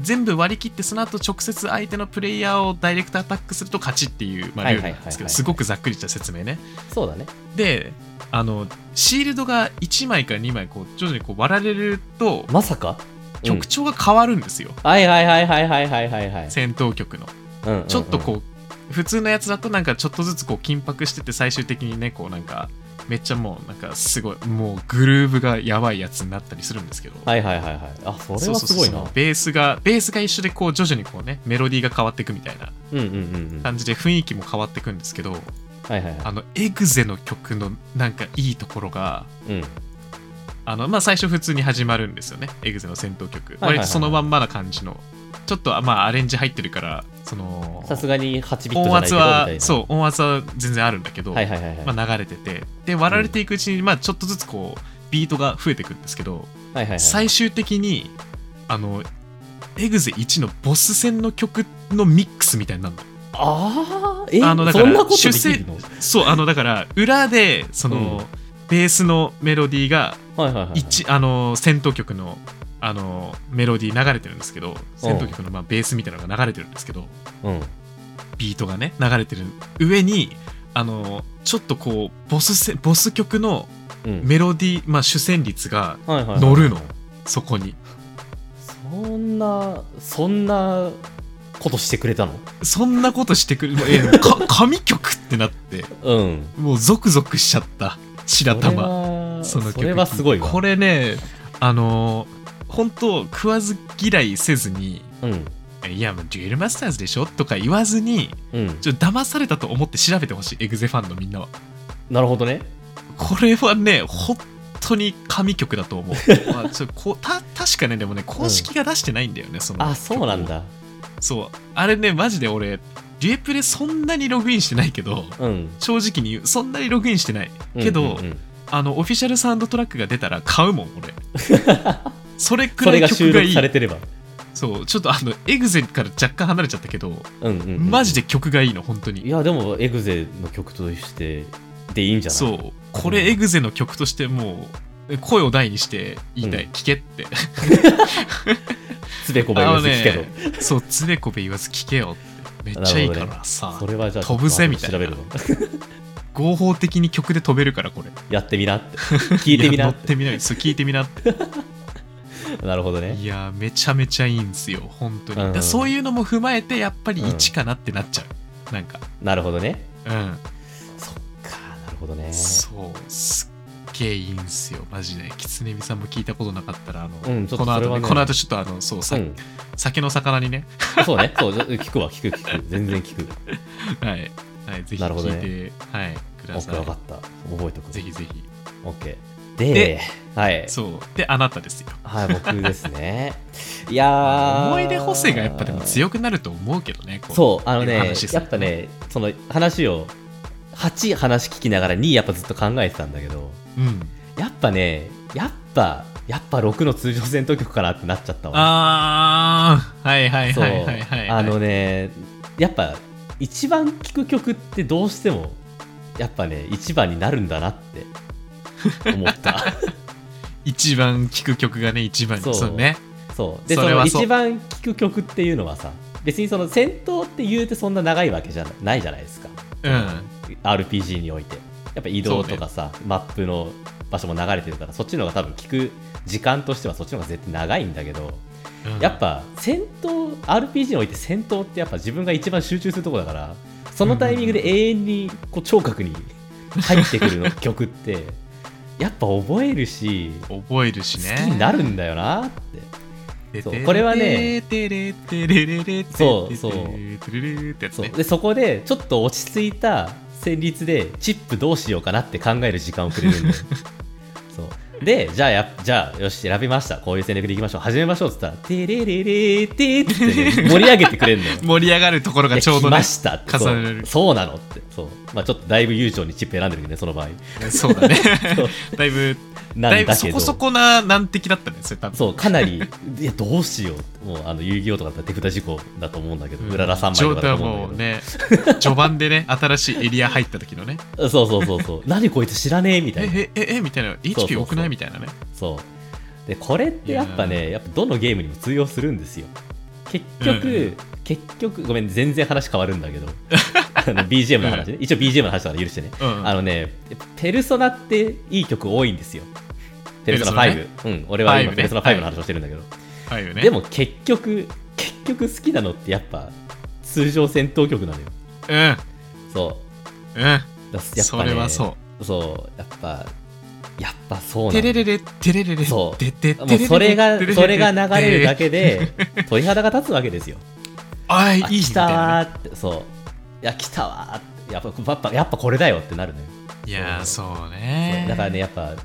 Speaker 1: 全部割り切ってその後直接相手のプレイヤーをダイレクトアタックすると勝ちっていう、まあ、
Speaker 2: はい
Speaker 1: ルー
Speaker 2: は
Speaker 1: ル
Speaker 2: いは
Speaker 1: ないんですけ
Speaker 2: はいは
Speaker 1: ど
Speaker 2: い
Speaker 1: すごくざっくりした説明ね
Speaker 2: そうだね
Speaker 1: であのシールドが1枚から2枚こう徐々にこう割られると
Speaker 2: まさか
Speaker 1: 曲調が変わるんですよ、
Speaker 2: うんはいはいはいはいはいはいはいはい
Speaker 1: 戦闘曲の
Speaker 2: うんうんうん
Speaker 1: ちょっとこう普通のやつだとなんかちょっとずつこう緊迫してて最終的にねこうなんかめっちゃもうなんかすごいもうグルーブがやばいやつになったりするんですけど、
Speaker 2: はいはいはいはいあそれはすごいな
Speaker 1: そうそうそうベースがベースが一緒でこう徐々にこうねメロディーが変わっていくみたいな
Speaker 2: うんうんうんうんはい
Speaker 1: 感じで雰囲気も変わっていくんですけど
Speaker 2: はいはい
Speaker 1: あのエグゼの曲のなんかいいところが
Speaker 2: うん
Speaker 1: あのまあ最初普通に始まるんですよねエグゼの戦闘曲
Speaker 2: はいはいはい
Speaker 1: 割とそのまんまな感じのちょっとまあアレンジ入ってるからその
Speaker 2: さすがに8ビットじ
Speaker 1: 音
Speaker 2: ゃないけ
Speaker 1: 圧
Speaker 2: ど
Speaker 1: は
Speaker 2: みたいな
Speaker 1: そう音圧は全然あるんだけど、
Speaker 2: はいはいはいはいはい
Speaker 1: まあ、流れててで割られていくうちに、まあ、ちょっとずつこうビートが増えていくんですけど、
Speaker 2: はいはい
Speaker 1: 最終的にあのエグゼ1のボス戦の曲のミックスみたいになるの
Speaker 2: ああえ
Speaker 1: あのだか
Speaker 2: そ
Speaker 1: ら
Speaker 2: んなことできるの
Speaker 1: そうあのだから裏でその、
Speaker 2: うん
Speaker 1: ベースのメロディーが
Speaker 2: はいはいはいはい
Speaker 1: 一あの戦闘曲のあのメロディー流れてるんですけど戦闘曲のまあベースみたいなのが流れてるんですけど
Speaker 2: うん。
Speaker 1: ビートがね流れてる上にあのちょっとこうボスせボス曲の
Speaker 2: うん。
Speaker 1: メロディー、まあ、主旋律が
Speaker 2: はいはいはい
Speaker 1: 乗るの、そこに
Speaker 2: そんな、そんなことしてくれたの
Speaker 1: そんなことしてくる、 えーか神曲ってなって
Speaker 2: うん。
Speaker 1: もうゾクゾクしちゃった白
Speaker 2: それ
Speaker 1: 玉
Speaker 2: は、
Speaker 1: その曲
Speaker 2: それはすごいわ。
Speaker 1: これねあの本当食わず嫌いせずに
Speaker 2: うん。
Speaker 1: 「いやもうデュエルマスターズでしょ?」とか言わずに
Speaker 2: うん。
Speaker 1: ちょっと騙されたと思って調べてほしいエグゼファンのみんなは
Speaker 2: なるほどね。
Speaker 1: これはね本当に神曲だと思 う、まあ、ちょこうた確かねでもね公式が出してないんだよね、その
Speaker 2: あ、そうなん
Speaker 1: 曲を
Speaker 2: だ。
Speaker 1: そうあれねマジで俺デュエプレそんなにログインしてないけど
Speaker 2: うん。
Speaker 1: 正直に言うそんなにログインしてないけど、
Speaker 2: うんうんうん
Speaker 1: あのオフィシャルサウンドトラックが出たら買うもん 俺それく
Speaker 2: そ
Speaker 1: ら
Speaker 2: れ
Speaker 1: い
Speaker 2: が
Speaker 1: 曲
Speaker 2: 収
Speaker 1: が
Speaker 2: 録
Speaker 1: いい
Speaker 2: されてれば。
Speaker 1: そうちょっとあのエグゼから若干離れちゃったけど、
Speaker 2: うんうんうん
Speaker 1: マジで曲がいいの本当に
Speaker 2: いやでもエグゼの曲としてでいいんじゃない
Speaker 1: そうこれエグゼの曲としてもう声を大にして言いたい、
Speaker 2: う
Speaker 1: 聞けって
Speaker 2: つべこべ言わず聞けど、
Speaker 1: あのそう、つべこべ言わず聞けよって。めっちゃいいか
Speaker 2: なるほど
Speaker 1: らさ、
Speaker 2: それはじゃあ
Speaker 1: 飛ぶぜみたいな
Speaker 2: 調べるの
Speaker 1: 合法的に曲で飛べるから、これ。
Speaker 2: やってみ なって聞いてみ
Speaker 1: や乗
Speaker 2: なっ
Speaker 1: って
Speaker 2: て
Speaker 1: みなよ。そう、聞いてみな って。
Speaker 2: なるほどね
Speaker 1: いやー、めちゃめちゃいいんですよ、本当に。だ
Speaker 2: うん
Speaker 1: からそういうのも踏まえて、やっぱり
Speaker 2: うん
Speaker 1: 1かなってなっちゃう。なんか、
Speaker 2: なるほどね
Speaker 1: うん。
Speaker 2: そっかなるほどね
Speaker 1: そう、すっげえいいんすよ、マジで。キツネミさんも聞いたことなかったら、あの、
Speaker 2: うんちょっと
Speaker 1: この
Speaker 2: それ
Speaker 1: 後
Speaker 2: は
Speaker 1: ね、
Speaker 2: ね
Speaker 1: この後ちょっと、あの、そう、さ
Speaker 2: うん、
Speaker 1: 酒の魚にね、
Speaker 2: そうねそう聞くわ聞く聞く全然聞く
Speaker 1: はい、はい、ぜひ
Speaker 2: なるほど
Speaker 1: 聞
Speaker 2: ね
Speaker 1: いて、はい、くだ
Speaker 2: 分
Speaker 1: さ
Speaker 2: か
Speaker 1: い。
Speaker 2: った覚えとく
Speaker 1: ぜひぜひ。
Speaker 2: OK で
Speaker 1: で
Speaker 2: はい
Speaker 1: そう、で、あなたですよ。
Speaker 2: はい僕ですねいやー
Speaker 1: 思い出補正がやっぱでも強くなると思うけどねこ
Speaker 2: そうあの
Speaker 1: いう
Speaker 2: ね
Speaker 1: 話す
Speaker 2: や
Speaker 1: る
Speaker 2: っぱねその話を8話聞きながら2やっぱずっと考えてたんだけど
Speaker 1: うん
Speaker 2: やっぱね、やっぱ、やっぱ6の通常戦闘曲かなってなっちゃったわ。
Speaker 1: あーはいはい
Speaker 2: そう、
Speaker 1: はいはいはいはい
Speaker 2: あのね、やっぱ、一番聴く曲ってどうしても、やっぱね、一番になるんだなって 思った。
Speaker 1: 一番聴く曲がね一番に
Speaker 2: そう
Speaker 1: そうね
Speaker 2: そう。で、
Speaker 1: そ
Speaker 2: そ
Speaker 1: れ
Speaker 2: の
Speaker 1: はそう
Speaker 2: 一番聴く曲っていうのはさ、別にその戦闘って言うてそんな長いわけじゃなないじゃないですか。
Speaker 1: うん、
Speaker 2: RPG において。やっぱ移動とかさ、マップの場所も流れてるから、そっちの方が多分聴く時間としてはそっちの方が絶対長いんだけど、
Speaker 1: うん
Speaker 2: やっぱ戦闘 RPG において戦闘ってやっぱ自分が一番集中するとこだからそのタイミングで永遠にこう聴覚に入ってくるの曲ってやっぱ覚えるし
Speaker 1: 覚えるし
Speaker 2: 好き
Speaker 1: ね
Speaker 2: になるんだよなっ
Speaker 1: で
Speaker 2: てそうこれはね
Speaker 1: てれてれれれ
Speaker 2: そうそう
Speaker 1: てれれれってやつ
Speaker 2: そう
Speaker 1: ね
Speaker 2: でそこでちょっと落ち着いた旋律でチップどうしようかなって考える時間をくれる んだよそうでじゃあやじゃあよし選びましたこういう戦略でいきましょう始めましょうっつったら「テレレレテ」ってね、盛り上げてくれ るのよ
Speaker 1: 盛り上がるところがちょうど
Speaker 2: い
Speaker 1: ね
Speaker 2: や来ましたって
Speaker 1: 重ねられる
Speaker 2: そうそうなのってそう、まあ、ちょっとだいぶ悠長にチップ選んでるけどねその場合
Speaker 1: そうだね
Speaker 2: そう
Speaker 1: だいぶ
Speaker 2: な
Speaker 1: だい
Speaker 2: ん
Speaker 1: ぶ
Speaker 2: だ
Speaker 1: そ
Speaker 2: け
Speaker 1: こ
Speaker 2: ど
Speaker 1: そこな難敵だったねそれ多分
Speaker 2: そうかなりいやどうしようもうあの遊戯王とかだったら手札事故だと思うんだけど、うらら3枚とかだと思
Speaker 1: も
Speaker 2: うん
Speaker 1: う
Speaker 2: だ
Speaker 1: ね序盤でね新しいエリア入った時のね
Speaker 2: けど、そうそうそうそう何こいつ知らねえみたいな
Speaker 1: ええええみたいな
Speaker 2: そうそう
Speaker 1: HP 多くないみたいなね
Speaker 2: そうでこれってやっぱ
Speaker 1: いや
Speaker 2: ねやっぱどのゲームにも通用するんですよ結局、
Speaker 1: うんうん
Speaker 2: 結局ごめん全然話変わるんだ けどあの BGM の話ね、一応 BGM の話だから許してね
Speaker 1: うんうん
Speaker 2: あのね、ペルソナっていい曲多いんですよ。ペルソナ
Speaker 1: ペルソナね
Speaker 2: 5。うん、俺は
Speaker 1: 5
Speaker 2: 今
Speaker 1: ね
Speaker 2: ペルソナ5の話をしてるんだけど。
Speaker 1: はいよね
Speaker 2: でも結局、結局好きなのってやっぱ通常戦闘曲なのよ。
Speaker 1: うん
Speaker 2: そう。
Speaker 1: う
Speaker 2: だやっぱ、ね、。
Speaker 1: んそれはそう
Speaker 2: そう、やっぱ、やっぱそうな
Speaker 1: う
Speaker 2: の
Speaker 1: テレレレテレレレ
Speaker 2: そう
Speaker 1: でで
Speaker 2: もうそれが、
Speaker 1: テレレレ
Speaker 2: それが流れるだ
Speaker 1: で
Speaker 2: けで、鳥肌が立つわけですよ。
Speaker 1: あいい
Speaker 2: あ、
Speaker 1: いいみ
Speaker 2: 来た
Speaker 1: たいな
Speaker 2: わ
Speaker 1: ね
Speaker 2: ーって、そう。いや、来たわーって。やっぱ、やっぱやっぱこれだよってなるのよ。
Speaker 1: いやーそう
Speaker 2: そ
Speaker 1: ね
Speaker 2: うだからねやっぱ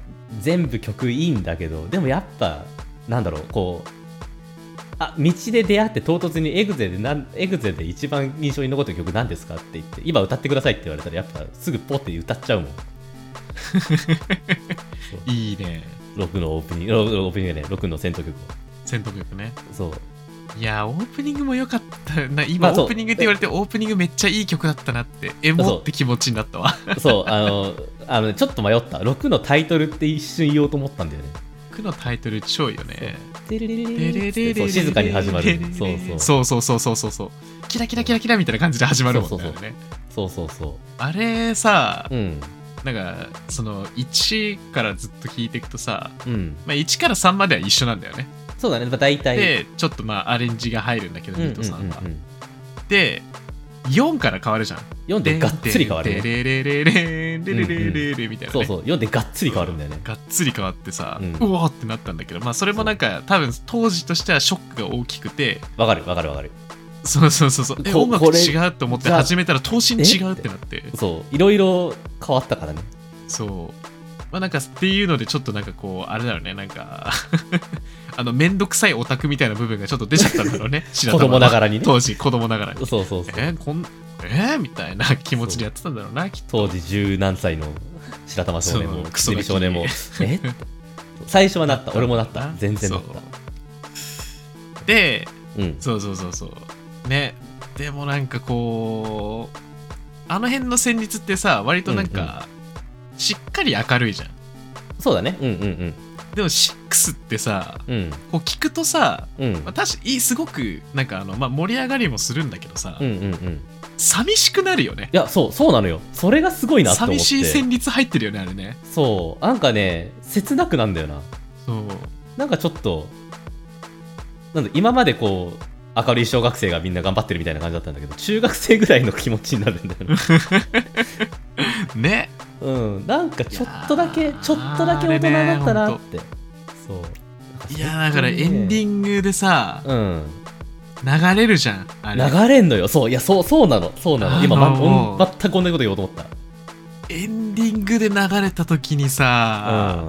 Speaker 2: 全部曲いいんだけどでもやっぱなんだろうこうあ道で出会って唐突にエグゼでなんエグゼで一番印象に残ってる曲なんですかって言って今歌ってくださいって言われたらやっぱすぐポって歌っちゃうもん
Speaker 1: いいね
Speaker 2: 6のオープニングロロオープニングでね6の戦闘曲を
Speaker 1: 戦闘曲ね
Speaker 2: そう
Speaker 1: いやーオープニングも良かったな
Speaker 2: ま
Speaker 1: 今
Speaker 2: あそう
Speaker 1: オープニングって言われてオープニングめっちゃいい曲だったなってエモって気持ちになったわ
Speaker 2: そうあのあのちょっと迷った6のタイトルって一瞬言おうと思ったんだよね
Speaker 1: 曲のタイトル超いいよね
Speaker 2: テレレレ
Speaker 1: テレレレレ
Speaker 2: そう静かに始ま
Speaker 1: テレ
Speaker 2: る
Speaker 1: レレレ
Speaker 2: そうそう
Speaker 1: そうそうそうそうそうそうキラキラキラキラみたいな感じで始まるもんね
Speaker 2: そうそうそう
Speaker 1: あれね
Speaker 2: そうそうそ
Speaker 1: あれさ
Speaker 2: ううん
Speaker 1: なんかその1からずっと聞いていくとさ、
Speaker 2: うん
Speaker 1: まあ、1から3までは一緒なんだよね
Speaker 2: そうだねまあ大体
Speaker 1: でちょっとまあアレンジが入るんだけど
Speaker 2: うん
Speaker 1: ビ
Speaker 2: うん
Speaker 1: ートさんは
Speaker 2: うんうん
Speaker 1: で4から変わるじゃん
Speaker 2: 読んでがっつり変わる
Speaker 1: で
Speaker 2: ね
Speaker 1: レレレレレレレレレレみたいなね
Speaker 2: そうそう読んでがっつり変わるんだよね
Speaker 1: がっつり変わってさ、
Speaker 2: う
Speaker 1: うんおーってなったんだけど、まあ、それもなんか多分当時としてはショックが大きくて
Speaker 2: わかるわかるわかる
Speaker 1: そうそうそうそうえ
Speaker 2: こ
Speaker 1: 音楽
Speaker 2: これ
Speaker 1: 違うと思って始めたら頭身違うってなって
Speaker 2: そういろいろ変わったからね
Speaker 1: そうまあなんかっていうのでちょっとなんかこうあれだろうねなんか あの面倒くさいオタクみたいな部分がちょっと出ちゃったんだろ うね
Speaker 2: 子供ながらにね
Speaker 1: 当時子供ながらに
Speaker 2: そうそうそう
Speaker 1: えーこんえーみたいな気持ちでやってたんだろうなきっと
Speaker 2: 当時十何歳の白玉少年も
Speaker 1: そうクソ
Speaker 2: 薬
Speaker 1: ガキ
Speaker 2: 少年もえ最初はなった俺もなった全然なっ
Speaker 1: そ
Speaker 2: た
Speaker 1: うで
Speaker 2: うん
Speaker 1: そうそうそうそうねでもなんかこうあの辺の戦術ってさ割となんか、しっかり明るいじゃん
Speaker 2: そうだねうんうん
Speaker 1: でも6ってさ
Speaker 2: うん
Speaker 1: こう聞くとさ
Speaker 2: うんうん
Speaker 1: まあ確かにすごくなんかあの、まあ、盛り上がりもするんだけどさ、
Speaker 2: うんうんうん
Speaker 1: 寂しくなるよね
Speaker 2: いやそうそうなのよそれがすごいなって思って
Speaker 1: 寂しい旋律入ってるよねあれね
Speaker 2: そうなんかね切なくなんだよな
Speaker 1: そう
Speaker 2: なんかちょっとなんだ今までこう明るい小学生がみんな頑張ってるみたいな感じだったんだけど中学生ぐらいの気持ちになるんだ よね
Speaker 1: ね
Speaker 2: うん、なんかちょっとだ
Speaker 1: い
Speaker 2: け
Speaker 1: やー
Speaker 2: ちょっとだけ大人だったなって、そう
Speaker 1: いやだからエンデ
Speaker 2: ン
Speaker 1: ィングでさ
Speaker 2: グ、うん、
Speaker 1: 流れるじゃんあれ
Speaker 2: 流れんのよそういやそうそうなのそうなの今、
Speaker 1: あ
Speaker 2: ま、
Speaker 1: のー
Speaker 2: ほん全くこんなこと言おうと思った
Speaker 1: エンディングで流れた時にさ、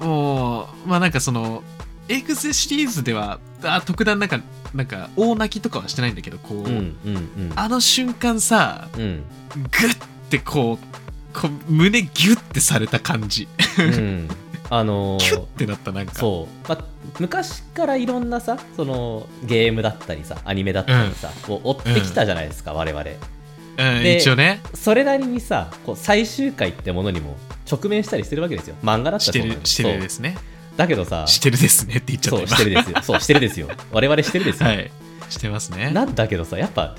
Speaker 1: もうまあなんかそのエグゼシリーズではあ特段なんかなんか大泣きとかはしてないんだけどこう、
Speaker 2: うんうんうんうん
Speaker 1: あの瞬間さ
Speaker 2: うん
Speaker 1: グッてこうこう胸ギュッてされた感じ
Speaker 2: うんあの
Speaker 1: キュッ
Speaker 2: ー
Speaker 1: てなったなんか
Speaker 2: そう、まあ、昔からいろんなさそのゲームだったりさアニメだったりさ、こう追ってきたじゃないですか、我々
Speaker 1: うん、
Speaker 2: で
Speaker 1: 一応ね
Speaker 2: それなりにさこう最終回ってものにも直面したりしてるわけですよ漫画だっ
Speaker 1: し
Speaker 2: たら
Speaker 1: て
Speaker 2: そうな
Speaker 1: る
Speaker 2: の
Speaker 1: してる
Speaker 2: そ
Speaker 1: で
Speaker 2: う
Speaker 1: すね
Speaker 2: だけどさ
Speaker 1: してるですねって言っちゃっ
Speaker 2: そ
Speaker 1: た
Speaker 2: う、してるですよ。そう、して るですよ。我々してるです
Speaker 1: 今
Speaker 2: よ。
Speaker 1: はいしてますね
Speaker 2: なんだけどさ、やっぱ、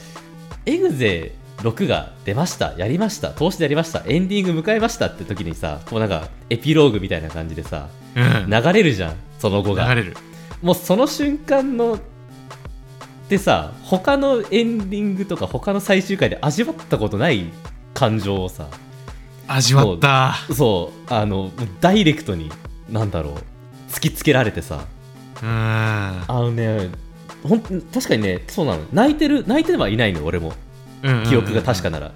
Speaker 2: エグゼ6が出ました、やりました、投資でやりました、エンディング迎えましたって時にさ、こうなんか、エピローグみたいな感じでさ、
Speaker 1: うん、
Speaker 2: 流れるじゃん、その後
Speaker 1: 流
Speaker 2: が。
Speaker 1: れる
Speaker 2: もうその瞬間の、でさ、他のエンディングとか、他の最終回で味わったことない感情をさ、
Speaker 1: 味わった
Speaker 2: そう、あの、もうダイレクトに、なんだろう、突きつけられてさ、
Speaker 1: うんうん
Speaker 2: あのね、ほん確かにね、そうなの。泣いてる、泣いてはいないの、俺も。
Speaker 1: うんうん
Speaker 2: 記憶が確かなら。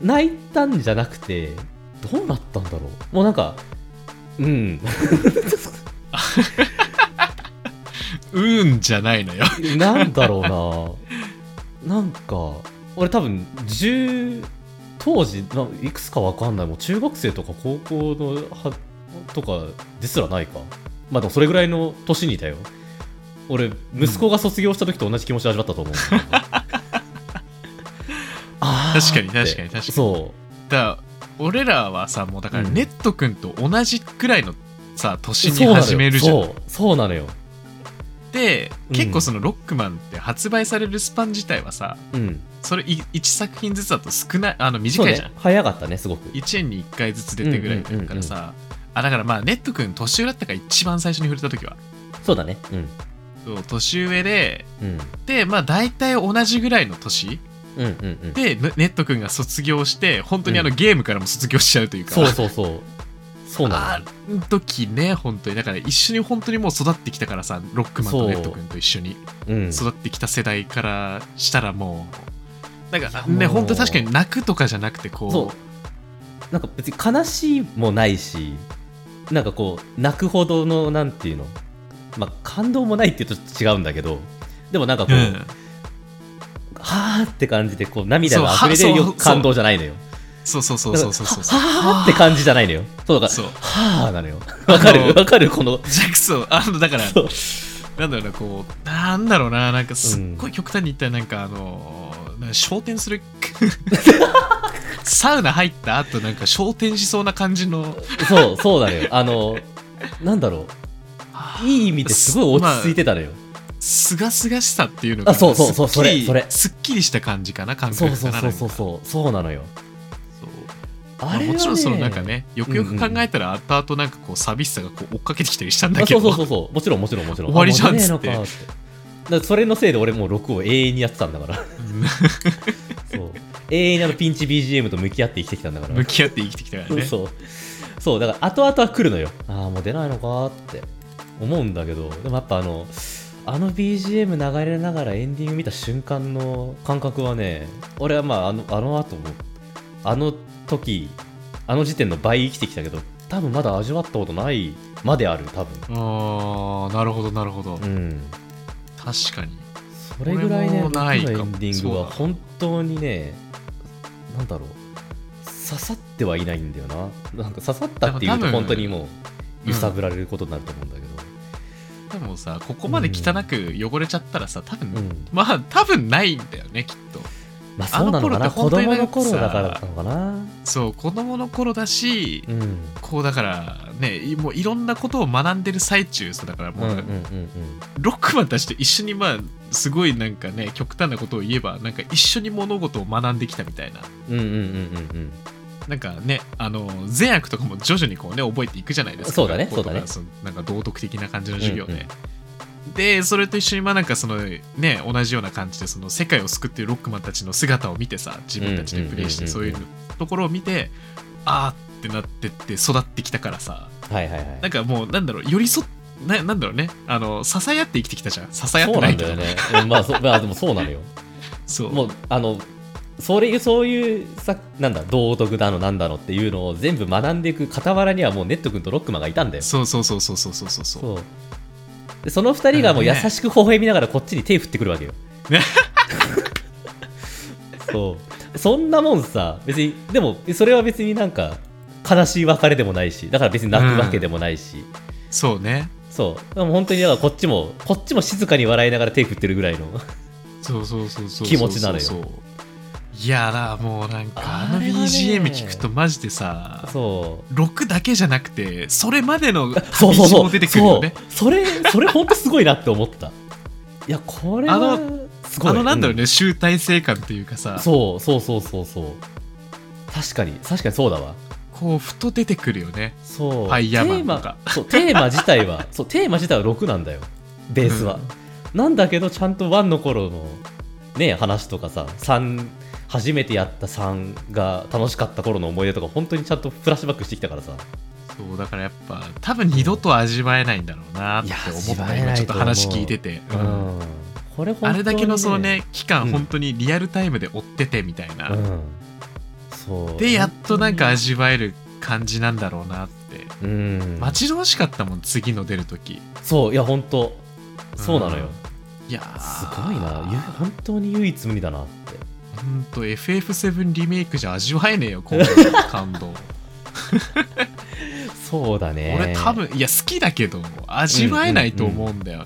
Speaker 2: 泣いたんじゃなくて、どうなったんだろう。もうなんか、うん、
Speaker 1: うんじゃないのよ
Speaker 2: なんだろうな。なんか、俺多分、10、当時、ないくつかわかんない。もう中学生とか高校のは、とかですらないか。まあでもそれぐらいの年にいたよ。俺、息子が卒業した時と同じ気持ちで味わったと思う。あー
Speaker 1: 確かに
Speaker 2: って
Speaker 1: 確かに確かに
Speaker 2: そ
Speaker 1: だから俺らはさもうだから
Speaker 2: うん
Speaker 1: ネット君と同じくらいのさ
Speaker 2: う。
Speaker 1: 年に始めるじゃん
Speaker 2: そうそうなのよ。
Speaker 1: で
Speaker 2: うん
Speaker 1: 結構そのロックマンって発売されるスパン自体はさ
Speaker 2: うん。
Speaker 1: それ1作品ずつだと少ないあの
Speaker 2: そう
Speaker 1: 短いじゃん、
Speaker 2: ね。早かったね、すごく。
Speaker 1: 1円に1回ずつ出てぐらいだからさ、あだからまあネット君年上だったから一番最初に触れた時は
Speaker 2: そうだね。うん。
Speaker 1: そう年上で
Speaker 2: うん。
Speaker 1: でまあ大体同じぐらいの年
Speaker 2: うんうんうん。
Speaker 1: でねネット君が卒業して本当にあのゲームからも卒業しちゃうというか、
Speaker 2: そうそうそう。そうなのよ
Speaker 1: あ。の時ね本当にだから一緒に本当にもう育ってきたからさロックマン
Speaker 2: そ
Speaker 1: と
Speaker 2: う
Speaker 1: ネット君と一緒に
Speaker 2: うん、
Speaker 1: 育ってきた世代からしたらもうなんか
Speaker 2: いや
Speaker 1: ね
Speaker 2: もう
Speaker 1: 本当に確かに泣くとかじゃなくて
Speaker 2: そ
Speaker 1: こ
Speaker 2: うなんか別に悲しいもないしなんかこう泣くほどのなんていうのまあ感動もないっていうとちょっと違うんだけどでもなんかこ
Speaker 1: う、
Speaker 2: う、
Speaker 1: うん、
Speaker 2: はーって感じでこう涙が溢れ
Speaker 1: そう
Speaker 2: 出る
Speaker 1: はそ
Speaker 2: よ
Speaker 1: う
Speaker 2: 感動じゃないのよ
Speaker 1: そうそうそうそうそうそうそう
Speaker 2: はーって感じじゃないのよそうだか
Speaker 1: そう
Speaker 2: らはーなのよわか
Speaker 1: あ
Speaker 2: る
Speaker 1: の
Speaker 2: わかるこの
Speaker 1: ジャクソンあのだから
Speaker 2: そう
Speaker 1: なんだろうなこうなんだろうななんかすっご
Speaker 2: う
Speaker 1: い極端に言ったらなんかあのなんか昇天するサウナ入った後なんか昇天しそうな感じの
Speaker 2: そうそうなのよあのなんだろういい意味ですごい落ち着いてたのよ、
Speaker 1: すがすがしさっていうのが
Speaker 2: あそうそうそう
Speaker 1: すっきり
Speaker 2: それそれ
Speaker 1: すっきりした感じかな感
Speaker 2: そ
Speaker 1: 覚
Speaker 2: うそ
Speaker 1: か
Speaker 2: う
Speaker 1: な
Speaker 2: そうそう
Speaker 1: なんか
Speaker 2: そうそうなのよ
Speaker 1: そう
Speaker 2: あ
Speaker 1: まあ
Speaker 2: れは、ね
Speaker 1: もちろんそのなんかねよくよく考えたら後々なんかこう寂しさがこう追っかけてきたりしたんだ
Speaker 2: あ
Speaker 1: け
Speaker 2: そう
Speaker 1: ど
Speaker 2: そうそうそうもちろんもちろんもちろん
Speaker 1: 終わりじゃんっつって
Speaker 2: あもう出ねえのかってだからそれのせいで俺もう録を永遠にやってたん だからそう永遠にあのピンチ BGM と向き合って生きてきたんだから
Speaker 1: 向き合って生きてきたからね
Speaker 2: そうそうだから後々は来るのよああもう出ないのかって思うんだけどでもやっぱあのあの BGM 流れながらエンディング見た瞬間の感覚はね俺はまああのあの後もあの時あの時点の倍生きてきたけど多分まだ味わったことないまである多分
Speaker 1: あーなるほどなるほど、
Speaker 2: うん
Speaker 1: 確かに
Speaker 2: それぐらい
Speaker 1: 俺も
Speaker 2: ね僕の
Speaker 1: な
Speaker 2: エ
Speaker 1: い
Speaker 2: ン
Speaker 1: かも
Speaker 2: ディング
Speaker 1: そうだ
Speaker 2: は
Speaker 1: な
Speaker 2: 本当にねなんだろう刺さってはいないんだよななんか刺さったってい
Speaker 1: でも多
Speaker 2: うと
Speaker 1: 分
Speaker 2: 本当にもう
Speaker 1: うん
Speaker 2: 揺さぶられることになると思うんだけど、
Speaker 1: でもさここまで汚く汚れちゃったらさ多分、
Speaker 2: うん
Speaker 1: まあ多分ないんだよねきっと
Speaker 2: まあそうなのか
Speaker 1: あ
Speaker 2: な
Speaker 1: の
Speaker 2: 子
Speaker 1: 頃って本当になん
Speaker 2: 供の
Speaker 1: かさ
Speaker 2: 頃だからだったのかな
Speaker 1: そう子供の頃だし、
Speaker 2: うんうん
Speaker 1: こうだからねいもういろんなことを学んでる最中さだから
Speaker 2: うん
Speaker 1: も
Speaker 2: う
Speaker 1: うん
Speaker 2: う
Speaker 1: なんか
Speaker 2: ん
Speaker 1: ロックマンたちと一緒にまあすごいなんかね極端なことを言えばなんか一緒に物事を学んできたみたいな
Speaker 2: うんうんうんうん
Speaker 1: なんかねあの善悪とかも徐々にこうね覚えていくじゃないですか
Speaker 2: そうだね
Speaker 1: 学校とか
Speaker 2: そうだね
Speaker 1: のなんか道徳的な感じの授業で、
Speaker 2: うんうん
Speaker 1: でそれと一緒にまあなんかそのね同じような感じでその世界を救っているロックマンたちの姿を見てさ自分たちでプレイして
Speaker 2: うんうん
Speaker 1: そう
Speaker 2: うんう
Speaker 1: い
Speaker 2: ん
Speaker 1: うところを見てあーってなってって育ってきたからさ
Speaker 2: はいはいはい
Speaker 1: なんかもうなんだろう寄り添っななんだろうねあの支え合って生きてきたじゃん支え合っ
Speaker 2: そ
Speaker 1: て
Speaker 2: う
Speaker 1: な
Speaker 2: なん
Speaker 1: いけ
Speaker 2: だ
Speaker 1: ど
Speaker 2: よね、うんまあそうまあでもそうなのよ
Speaker 1: そう
Speaker 2: もうあのそれそういうさなんだ道徳だのなんだのっていうのを全部学んでいく傍らにはもうネット君とロックマンがいたんだよ
Speaker 1: そうそうそうそうそうそうそうそう
Speaker 2: そうでその2人がもう優
Speaker 1: なるほどね
Speaker 2: しく微笑みながらこっちに手振ってくるわけよ そうそんなもんさ別にでもそれは別になんか悲しい別れでもないしだから別に泣くわけでもないし、
Speaker 1: そうね
Speaker 2: そうでも本当にだからこっちもこっちも静かに笑いながら手振ってるぐ らいの
Speaker 1: そうそうそうそう
Speaker 2: 気持ちなのよ
Speaker 1: そうそうそういやだもうなんかあ
Speaker 2: あ
Speaker 1: の
Speaker 2: れはね
Speaker 1: BGM 聞くとマジでさ
Speaker 2: そう
Speaker 1: 6だけじゃなくてそれまでの
Speaker 2: そ
Speaker 1: 旅
Speaker 2: うそう
Speaker 1: 路
Speaker 2: そ
Speaker 1: も
Speaker 2: う。
Speaker 1: 出てくるよね
Speaker 2: そうそれ、それ本当すごいなって思った。いや、これは
Speaker 1: あの、
Speaker 2: すごい。
Speaker 1: あのなんだろうね、
Speaker 2: う
Speaker 1: 集大成感っていうかさ
Speaker 2: んそうそうそうそうそう。確かに、確かにそうだわ。
Speaker 1: こうふと出てくるよね
Speaker 2: そう。
Speaker 1: ファイヤーマンと
Speaker 2: テー
Speaker 1: か
Speaker 2: マ、そう、テーマ自体は、 そう、テーマ自体は6なんだよ。ベースは。なんだけど、ちゃんと1の頃の、ね、話とかさ、3、初めてやった3が楽しかった頃の思い出とか、本当にちゃんとフラッシュバックしてきたからさ。
Speaker 1: そうだからやっぱ多分二度と味わえないんだろうなって思っ
Speaker 2: いや味わ
Speaker 1: た
Speaker 2: えない
Speaker 1: 今ちょっ
Speaker 2: と
Speaker 1: と
Speaker 2: 思う
Speaker 1: 話聞いてて、う
Speaker 2: う
Speaker 1: ん
Speaker 2: ん。これ本当
Speaker 1: あ
Speaker 2: に、
Speaker 1: れだけのそのね期
Speaker 2: う
Speaker 1: 間
Speaker 2: ん
Speaker 1: 本当にリアルタイムで追っててみたいな、
Speaker 2: うん、そう
Speaker 1: でやっとなんか味わえる感じなんだろうなって
Speaker 2: うん
Speaker 1: 待ち遠しかったもん次の出る時
Speaker 2: そういや本当そうなのよ、
Speaker 1: いや
Speaker 2: す
Speaker 1: ー
Speaker 2: ごいなゆ本当に唯一無二だなって
Speaker 1: ほんと FF7 リメイクじゃ味わえ ねえよこんな感動
Speaker 2: そうだね
Speaker 1: 俺多分いや好きだけど味わえないと思うんだよな、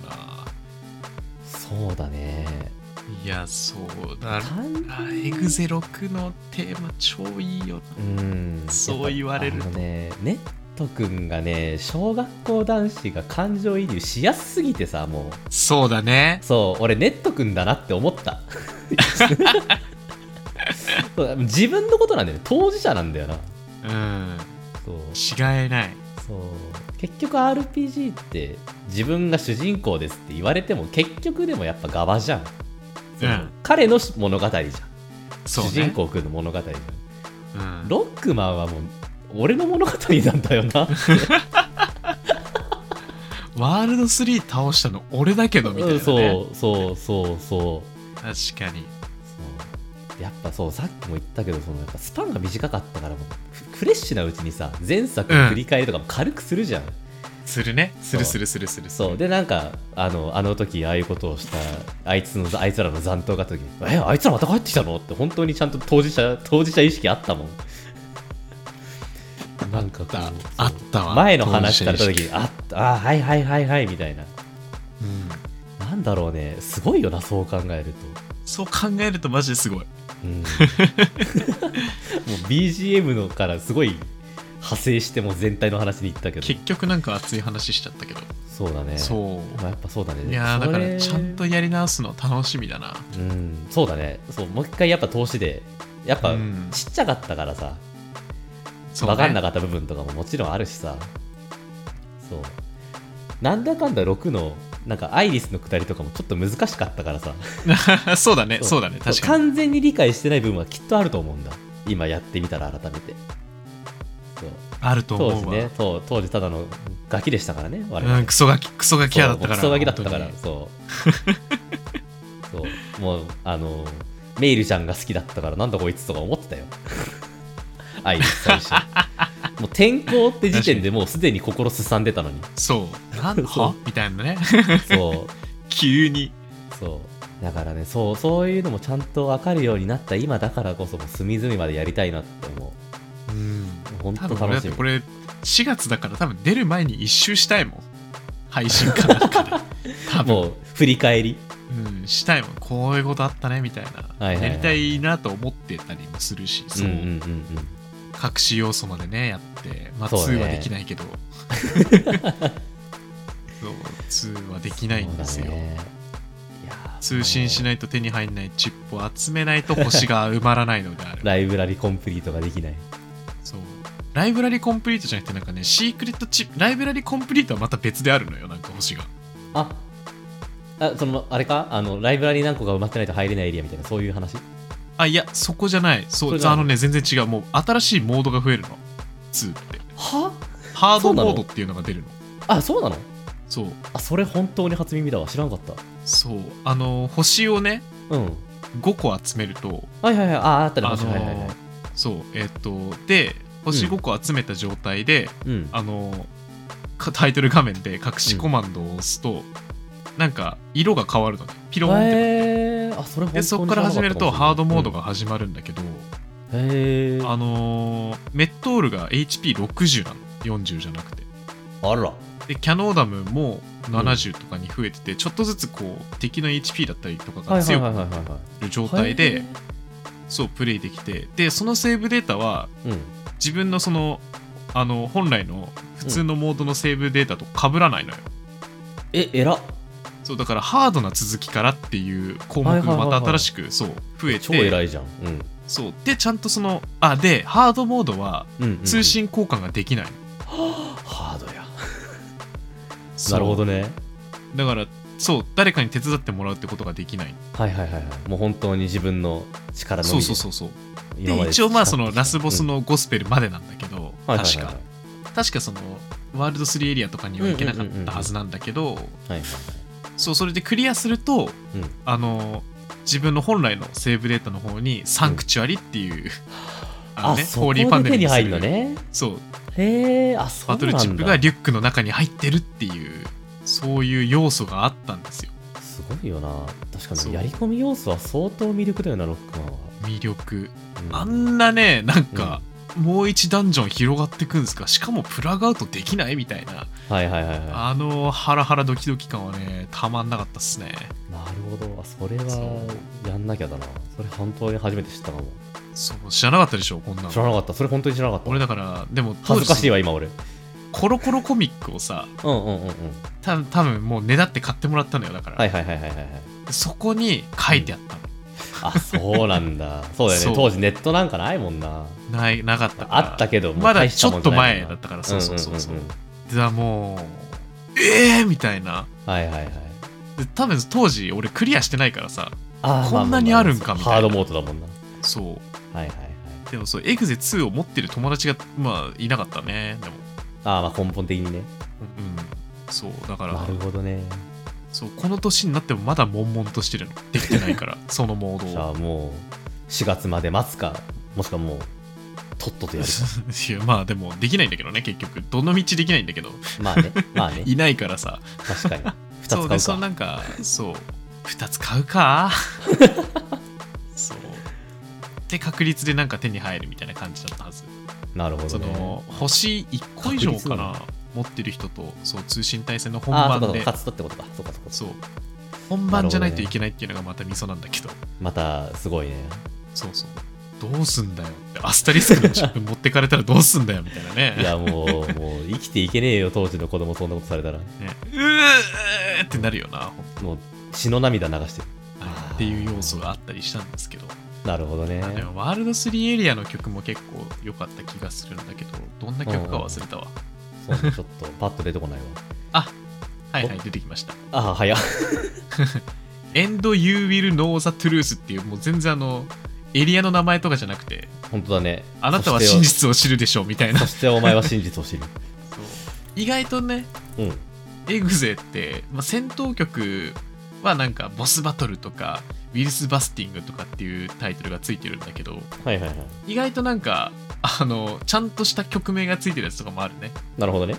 Speaker 2: そうだね
Speaker 1: いやそうだ
Speaker 2: 単
Speaker 1: あエグゼ6のテーマ超いいよな
Speaker 2: うん
Speaker 1: そう言われる
Speaker 2: や
Speaker 1: と
Speaker 2: っぱあのねネット君がね小学校男子が感情移入しやすすぎてさも
Speaker 1: そうだね
Speaker 2: うそう俺ネット君だなって思った そう自分のことなんだよね当事者なんだよな
Speaker 1: うん
Speaker 2: そう
Speaker 1: 違えない
Speaker 2: そう結局 RPG って自分が主人公ですって言われても結局でもやっぱ側じゃん、そう
Speaker 1: うん
Speaker 2: 彼の物語じゃん、
Speaker 1: そう
Speaker 2: 主
Speaker 1: ね
Speaker 2: 人公くんの物語じゃ
Speaker 1: うん
Speaker 2: んロックマンはもう俺の物語なんだよな
Speaker 1: ワールド3倒したの俺だけどみたいな、ね、
Speaker 2: そうそうそうそう
Speaker 1: 確かに
Speaker 2: そうやっぱそうさっきも言ったけどそのやっぱスパンが短かったからもうフフレッシュなうちにさ前作の振り返りとかも軽くするじゃん
Speaker 1: するねする
Speaker 2: そう
Speaker 1: するするする
Speaker 2: そうでなんかあのあの時ああいうことをしたあいつのあいつらの残党があった時に「えあいつらまた帰ってきたの?」って本当にちゃんと当事者当事者意識あったも んなんかこう
Speaker 1: あっ
Speaker 2: そう
Speaker 1: たあったわ
Speaker 2: 前の話された
Speaker 1: 当事者意
Speaker 2: 時に「あったあはいはいはいはい」みたいな
Speaker 1: 識うん
Speaker 2: なんだろうねすごいよなそう考える
Speaker 1: そう考えるとマジ ですごい
Speaker 2: と、うんもう BGM のからすごい派生してもう全体の話に行ったけど
Speaker 1: 結局なんか熱い話しちゃったけど、
Speaker 2: そうだね
Speaker 1: そ
Speaker 2: まあ、やっぱそうだ
Speaker 1: うい
Speaker 2: ね
Speaker 1: やーだ
Speaker 2: そ
Speaker 1: か
Speaker 2: れ
Speaker 1: らちゃんとやり直すの楽しみだな
Speaker 2: うんそうだねそうもう一回やっぱ投資でやっぱ
Speaker 1: うん
Speaker 2: ちっちゃかったからさ、
Speaker 1: そう、
Speaker 2: 分
Speaker 1: ね、
Speaker 2: かんなかった部分とかももちろんあるしさそうなんだかんだ6のなんかアイリスのくだりとかもちょっと難しかったからさ
Speaker 1: そうだねそうだね確かに
Speaker 2: 完全に理解してない部分はきっとあると思うんだ今やってみたら改めてそう
Speaker 1: あると
Speaker 2: 当
Speaker 1: 思
Speaker 2: 時
Speaker 1: うわ、
Speaker 2: ねそう当時ただのガキでしたからね我々、
Speaker 1: うん、クソガキクソガキ屋だったから
Speaker 2: クソガキだったから
Speaker 1: 本
Speaker 2: そうそう もうあのメイルちゃんが好きだったからなんだこいつとか思ってたよ アイリス 最初もう転校って時点でもうすでに心すさんでたのに
Speaker 1: 当に そうなん
Speaker 2: そう
Speaker 1: はみたいなね
Speaker 2: そう
Speaker 1: 急に
Speaker 2: そうだからねそうそういうのもちゃんと分かるようになった今だからこそもう隅々までやりたいなって思
Speaker 1: うん
Speaker 2: う本
Speaker 1: 多
Speaker 2: 当
Speaker 1: 分俺だ
Speaker 2: 楽
Speaker 1: っ
Speaker 2: してみ
Speaker 1: これ4月だから多分出る前に一周したいもん配信かなん かで多分
Speaker 2: もう振り返り
Speaker 1: うん、したいもんこういうことあったねみたいな、
Speaker 2: はいはいはい
Speaker 1: やりたいなと思ってたりもするしそうう、
Speaker 2: んうんうんうん
Speaker 1: 隠し要素までねやってまあ
Speaker 2: そう
Speaker 1: 2
Speaker 2: ね
Speaker 1: はできないけ どそう2はできないんですよ、
Speaker 2: そうだねいやー
Speaker 1: 通信しないと手に入んないチップを集めないと星が埋まらないのである
Speaker 2: ライブラリコンプリートができない
Speaker 1: そうライブラリコンプリートじゃなくてなんかねシークレットチップライブラリコンプリートはまた別であるのよなんか星が
Speaker 2: ああそのあれかあのライブラリ何個か埋まってないと入れないエリアみたいなそういう話
Speaker 1: あいやそこじゃないそ
Speaker 2: そうれじゃな
Speaker 1: あ
Speaker 2: い
Speaker 1: のね全然違うもう新しいモードが増えるの2って
Speaker 2: は
Speaker 1: ハー
Speaker 2: そ
Speaker 1: ド
Speaker 2: うなの
Speaker 1: モードっていうのが出るの
Speaker 2: あそうなの
Speaker 1: そう
Speaker 2: あそれ本当に初耳だわ知らんかった
Speaker 1: そうあの星をね
Speaker 2: うん
Speaker 1: 5個集めると
Speaker 2: はいはいはいああったね
Speaker 1: あの
Speaker 2: 星はいはいはい
Speaker 1: そうえっ、とで星5個集めた状態で、
Speaker 2: うん
Speaker 1: あのかタイトル画面で隠しコマンドを押すと、なんか色が変わるのねピローンって、
Speaker 2: へえあそれ本当
Speaker 1: で
Speaker 2: に
Speaker 1: そこから始めるとハードモード
Speaker 2: が
Speaker 1: が始まるんだけど、
Speaker 2: へえ
Speaker 1: あ
Speaker 2: あ
Speaker 1: のーメットールが HP60 なの40じゃなくて
Speaker 2: ら
Speaker 1: でキャノーダムも70とかに増えてて、ちょっとずつこう敵の HP だったりとか
Speaker 2: は
Speaker 1: が
Speaker 2: いはい
Speaker 1: 強く
Speaker 2: はいは
Speaker 1: ないって
Speaker 2: は
Speaker 1: る状
Speaker 2: い
Speaker 1: 態で、
Speaker 2: へ
Speaker 1: そうプレイできてでそのセーブデータは
Speaker 2: ーうん
Speaker 1: 自分のそのあの本来の普通のモードのセーブデータと被らないのよ、
Speaker 2: ええらっ
Speaker 1: そうだからハードな続きからっていう項目
Speaker 2: はいは
Speaker 1: が
Speaker 2: いはい
Speaker 1: ま
Speaker 2: はい
Speaker 1: た新しくそう増え
Speaker 2: 超偉
Speaker 1: て
Speaker 2: いじゃんうん
Speaker 1: そうでちゃんとそのあでハードモードは
Speaker 2: うんうんうん
Speaker 1: 通信交換ができない、
Speaker 2: ハードや
Speaker 1: そう
Speaker 2: なるほどね
Speaker 1: だからそう誰かに手伝ってもらうってことができない
Speaker 2: はいはいはいはいもう本当に自分の力のみ
Speaker 1: そう
Speaker 2: で
Speaker 1: そうそうそう
Speaker 2: 今ま
Speaker 1: で
Speaker 2: で
Speaker 1: 一応まあそ
Speaker 2: 培
Speaker 1: の
Speaker 2: ってきた
Speaker 1: ラスボスのゴスペルまでなんだけど、
Speaker 2: はいはい
Speaker 1: 確
Speaker 2: は
Speaker 1: か
Speaker 2: いはい
Speaker 1: 確かそのワールド3エリアとかには行けなかったはずなんだけど、
Speaker 2: はいはいはい
Speaker 1: そうそれでクリアすると
Speaker 2: うん
Speaker 1: あの自分の本来のセーブデータの方にサンクチュアリっていう、の
Speaker 2: あ、そこで手に入るのね。
Speaker 1: そう
Speaker 2: へえ、あ、そ
Speaker 1: バ
Speaker 2: うな
Speaker 1: ト
Speaker 2: んだ。
Speaker 1: ルチップがリュックの中に入ってるっていうそういう要素があったんですよ
Speaker 2: すごいよな。確か
Speaker 1: そう
Speaker 2: に、やり込み要素は相当魅力だよな、ロックマンは。
Speaker 1: 魅力
Speaker 2: うん
Speaker 1: あんなねなんか、もう一ダンジョン広がってくんですかしかもプラグアウトできないみたいな
Speaker 2: はいはいはいはい。な
Speaker 1: あのハラハラドキドキ感はねたまんなかったっすね
Speaker 2: るほど。あ、それ
Speaker 1: そ
Speaker 2: は、やんなきゃだな。それ、本当に初めて知ったかも。
Speaker 1: そう知らなかったでしょこんな
Speaker 2: 知ら
Speaker 1: の
Speaker 2: なかった。それ、本当に知らなかった。
Speaker 1: 俺だからでも当
Speaker 2: 恥
Speaker 1: 時
Speaker 2: ずかしいわ、今、俺。うん
Speaker 1: コロコロコミックをさ
Speaker 2: うんうんうん。
Speaker 1: た多分もうねだって買ってもらったのよだから、
Speaker 2: はいはいはいはいはいはい。
Speaker 1: そこに書いてあったの、
Speaker 2: あ、そうなん だ。そうだよ
Speaker 1: そう
Speaker 2: ね。当時、ネットなんかないもんな。
Speaker 1: ないなかったから
Speaker 2: あったけど、もう
Speaker 1: まだ
Speaker 2: 大し
Speaker 1: ち
Speaker 2: た
Speaker 1: ょ
Speaker 2: も
Speaker 1: っ
Speaker 2: んじ
Speaker 1: と
Speaker 2: ゃない
Speaker 1: 前
Speaker 2: もん
Speaker 1: だ
Speaker 2: な
Speaker 1: ったからそうそうそうそう,、
Speaker 2: んんん
Speaker 1: でもうええー、みたいな
Speaker 2: うんはいはいはい。
Speaker 1: で多分当時俺クリアしてないからさ
Speaker 2: あー
Speaker 1: こんなにあるんかみたいな
Speaker 2: ハードモードだもんな。
Speaker 1: そ
Speaker 2: はいはいはい。
Speaker 1: うでもそうエグゼ2を持ってる友達がまあいなかったねでも
Speaker 2: ああ、まあ根本的にね。
Speaker 1: うんそうだから
Speaker 2: なるほどね。
Speaker 1: そうこの年になってもまだ悶々としてるのできてないからそのモー
Speaker 2: じ
Speaker 1: ド
Speaker 2: ゃ
Speaker 1: を
Speaker 2: あもう、4月まで待つか、もしくはもう、とっとと やる
Speaker 1: いやまあでもできないんだけどね結局どの道できないんだけど
Speaker 2: か。まあね、まあね、
Speaker 1: いないからさ
Speaker 2: 確かに。
Speaker 1: そう
Speaker 2: 2
Speaker 1: で
Speaker 2: つ
Speaker 1: そ
Speaker 2: 買
Speaker 1: の
Speaker 2: う
Speaker 1: な
Speaker 2: か。
Speaker 1: んかそう2つ買う かそうで確率でなんか手に入るみたいな感じだったはず、
Speaker 2: なるほ
Speaker 1: そ
Speaker 2: どね
Speaker 1: の。星1個以上
Speaker 2: 確率
Speaker 1: か
Speaker 2: なの
Speaker 1: な持ってる人とそう通信対戦の本
Speaker 2: ああ、
Speaker 1: 番
Speaker 2: そうかそう
Speaker 1: で
Speaker 2: か、勝つとってことか。そうかそうか。
Speaker 1: そう本番じゃないといけないっていうのがまたミソなんだけど
Speaker 2: また、すごいね。
Speaker 1: そうそうどうすんだよってアスタリスクのチップ持ってかれたらどうすんだよみたいなね
Speaker 2: いやもうもう生きていけねえよ当時の子供そんなことされたら
Speaker 1: ねうーってなるよな、ほんと
Speaker 2: もう血の涙流してる
Speaker 1: はいっていう要素があったりしたんですけど、
Speaker 2: なるほどね
Speaker 1: あでもワールド3エリアの曲も結構良かった気がするんだけどどんな曲か忘れたわ、
Speaker 2: そうねちょっとパッと出てこないわ
Speaker 1: はいはい出てきました
Speaker 2: ああ早っ
Speaker 1: 「And You Will Know the Truth」っていうもう全然あのエリアの名前とかじゃなくて
Speaker 2: 本当だね
Speaker 1: あなたは
Speaker 2: そして
Speaker 1: 真実を知るでしょうみたいな
Speaker 2: そしてお前は真実を知る
Speaker 1: 意外とね
Speaker 2: うん
Speaker 1: エグゼって、まあ、戦闘曲はなんかボスバトルとかウィルス・バスティングとかっていうタイトルがついてるんだけど
Speaker 2: はいはいはい
Speaker 1: 意外となんかあのちゃんとした曲名がついてるやつとかもあるね
Speaker 2: なるほどね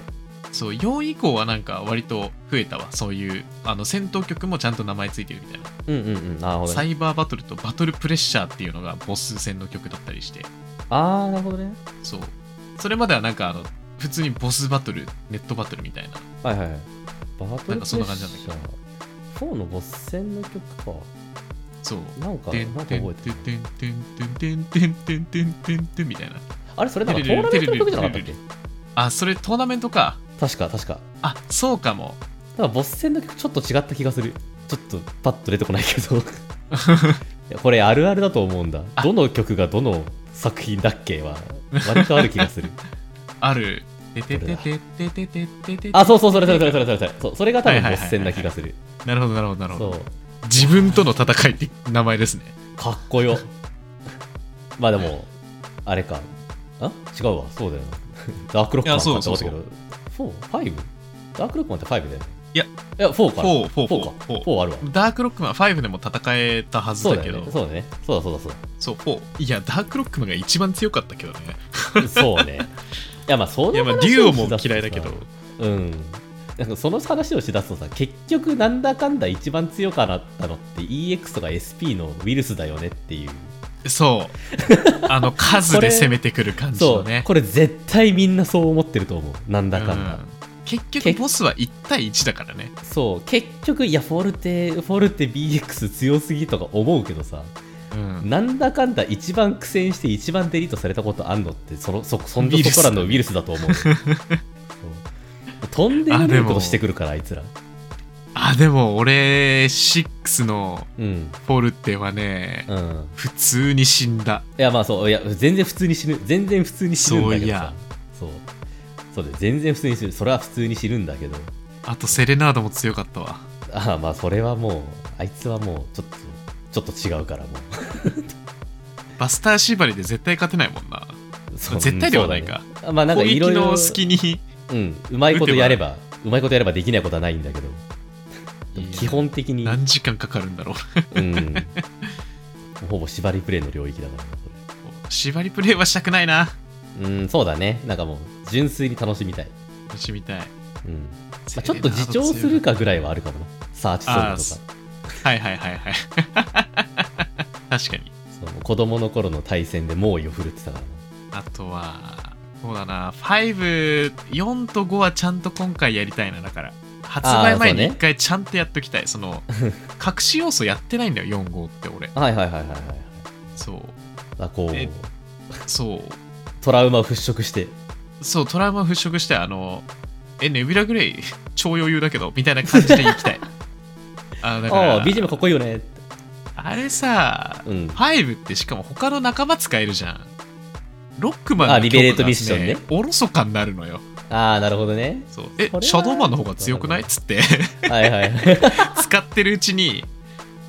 Speaker 1: そう4以降はなんか割と増えたわそういうあの戦闘曲もちゃんと名前ついてるみたいな、
Speaker 2: うんうんうんなるほど
Speaker 1: サ
Speaker 2: ね
Speaker 1: イバーバトルとバトルプレッシャーっていうのがボス戦の曲だったりして
Speaker 2: ああなるほどね
Speaker 1: そうそれまではなんかあの普通にボスバトルネットバトルみたいな
Speaker 2: はいはいはいバトルプ
Speaker 1: な
Speaker 2: レ
Speaker 1: ん
Speaker 2: ッ
Speaker 1: か
Speaker 2: シ
Speaker 1: そ
Speaker 2: ャ
Speaker 1: んな
Speaker 2: ー
Speaker 1: 感じなんだけど
Speaker 2: 4のボス戦の曲か
Speaker 1: そう
Speaker 2: なんか
Speaker 1: て
Speaker 2: なんんか覚
Speaker 1: て
Speaker 2: え
Speaker 1: ん
Speaker 2: て
Speaker 1: てん
Speaker 2: る
Speaker 1: てんてんてんてんてんてんてんてんてんみたいな
Speaker 2: あれそれなんかトーナメントの曲じゃなかったっけ
Speaker 1: あそれトーナメントか
Speaker 2: 確か確か
Speaker 1: あそうかも
Speaker 2: なんかボス戦の曲ちょっと違った気がするちょっとパッと出てこないけどいやこれあるあるだと思うんだ
Speaker 1: あ
Speaker 2: どの曲がどの作品だっけは割とある気がする
Speaker 1: あるてて
Speaker 2: どれ
Speaker 1: て
Speaker 2: だ
Speaker 1: てててててて
Speaker 2: あそうそうそれそれそれそれそれそれそうそれが多分ボス戦な気がする
Speaker 1: なるほどなるほどなるほど
Speaker 2: そう
Speaker 1: 自分との戦いって名前ですね
Speaker 2: かっ こよまあでもあれかあ違うわそうだよ なダークロックマ
Speaker 1: いや
Speaker 2: ンか
Speaker 1: そう
Speaker 2: と思った
Speaker 1: そう
Speaker 2: け
Speaker 1: そう
Speaker 2: ど 4?5? ダークロックマンって5だよね
Speaker 1: いや
Speaker 2: いや4か
Speaker 1: フォーフォー
Speaker 2: 4か
Speaker 1: フォー
Speaker 2: 4あるわ
Speaker 1: ダークロックマン5でも戦えたはず
Speaker 2: そう
Speaker 1: だけ
Speaker 2: だよ
Speaker 1: ど
Speaker 2: ねそうだねそうだそうだそうだ
Speaker 1: そう4いやダークロックマンが一番強かったけどね
Speaker 2: そうね。いやまあその
Speaker 1: いやまあ
Speaker 2: 話を
Speaker 1: 竜王も
Speaker 2: しだすとさ
Speaker 1: 嫌いだけど。
Speaker 2: うん。なんかその話をしだすとさ、結局なんだかんだ一番強かったのって EX とか SP のウイルスだよねっていう。
Speaker 1: そうあ の数で攻めてくる感じ
Speaker 2: そ
Speaker 1: の
Speaker 2: う、
Speaker 1: ね
Speaker 2: これ絶対みんなそう思ってると思う。なんだかんだ。
Speaker 1: うん結局
Speaker 2: 結
Speaker 1: ボスは1対1だからね
Speaker 2: そう、結局、いや、フォルテ、フォルテ BX 強すぎとか思うけどさ、
Speaker 1: うん
Speaker 2: なんだかんだ一番苦戦して一番デリートされたことあんのってそのそそんじょそこらのウイルスだと思うそうとんでもないことしてくるからあいつら
Speaker 1: あでも俺6の
Speaker 2: うん
Speaker 1: フォルテはね、
Speaker 2: うん
Speaker 1: 普通に死んだ
Speaker 2: いやまあそういや全然普通に死ぬ全然普通に死ぬんだけどさそうそうで全然普通に死ぬそれは普通に死ぬんだけど
Speaker 1: あとセレナードも強かったわ
Speaker 2: ああまあそれはもうあいつはもうちょっとちょっと違うからもう
Speaker 1: バスターシーバリで絶対勝てないもんな
Speaker 2: そう
Speaker 1: 絶対ではないか
Speaker 2: そうだねあまあなんか
Speaker 1: 攻
Speaker 2: い
Speaker 1: 撃
Speaker 2: ろい
Speaker 1: の
Speaker 2: ろ
Speaker 1: 隙に
Speaker 2: うんうまいことやればうまいことやればできないことはないんだけどでも基本的に
Speaker 1: 何時間かかるんだろう
Speaker 2: うんほぼ縛りプレイの領域だからなこ
Speaker 1: 縛りプレイはしたくないな
Speaker 2: れうんそうだねなんかもう純粋に楽しみたい、
Speaker 1: 楽しみたい、
Speaker 2: うんまあ、ちょっと自重するかぐらいはあるかもなサーチソングとか
Speaker 1: あはいはいはい はい確かに
Speaker 2: そう子供の頃の対戦で猛威を振るってたからな
Speaker 1: あとはそうだな54と5はちゃんと今回やりたいなだから発売前に
Speaker 2: そうね
Speaker 1: 一回ちゃんとやっときたいそ,、 の隠し要素やってないんだよ45って俺
Speaker 2: はいはいはいはいはいはい
Speaker 1: そう
Speaker 2: あこ
Speaker 1: え
Speaker 2: う
Speaker 1: そう
Speaker 2: トラウマを払拭して
Speaker 1: そう、トラウマ払拭して、あの、え、ネビュラグレイ、超余裕だけど、みたいな感じで行きた い。あだから
Speaker 2: ああ BGM かっこいいよねって
Speaker 1: あれさ、
Speaker 2: うん
Speaker 1: 5ってしかも他の仲間使えるじゃん。ロックマン
Speaker 2: あ
Speaker 1: の
Speaker 2: リベレート
Speaker 1: 強化が
Speaker 2: ミッションね
Speaker 1: おろそかになるのよ。
Speaker 2: ああなるほどね
Speaker 1: そうえ
Speaker 2: それ、は
Speaker 1: シャドーマンの方が強くないっつって、
Speaker 2: はいはい
Speaker 1: 使ってるうちに、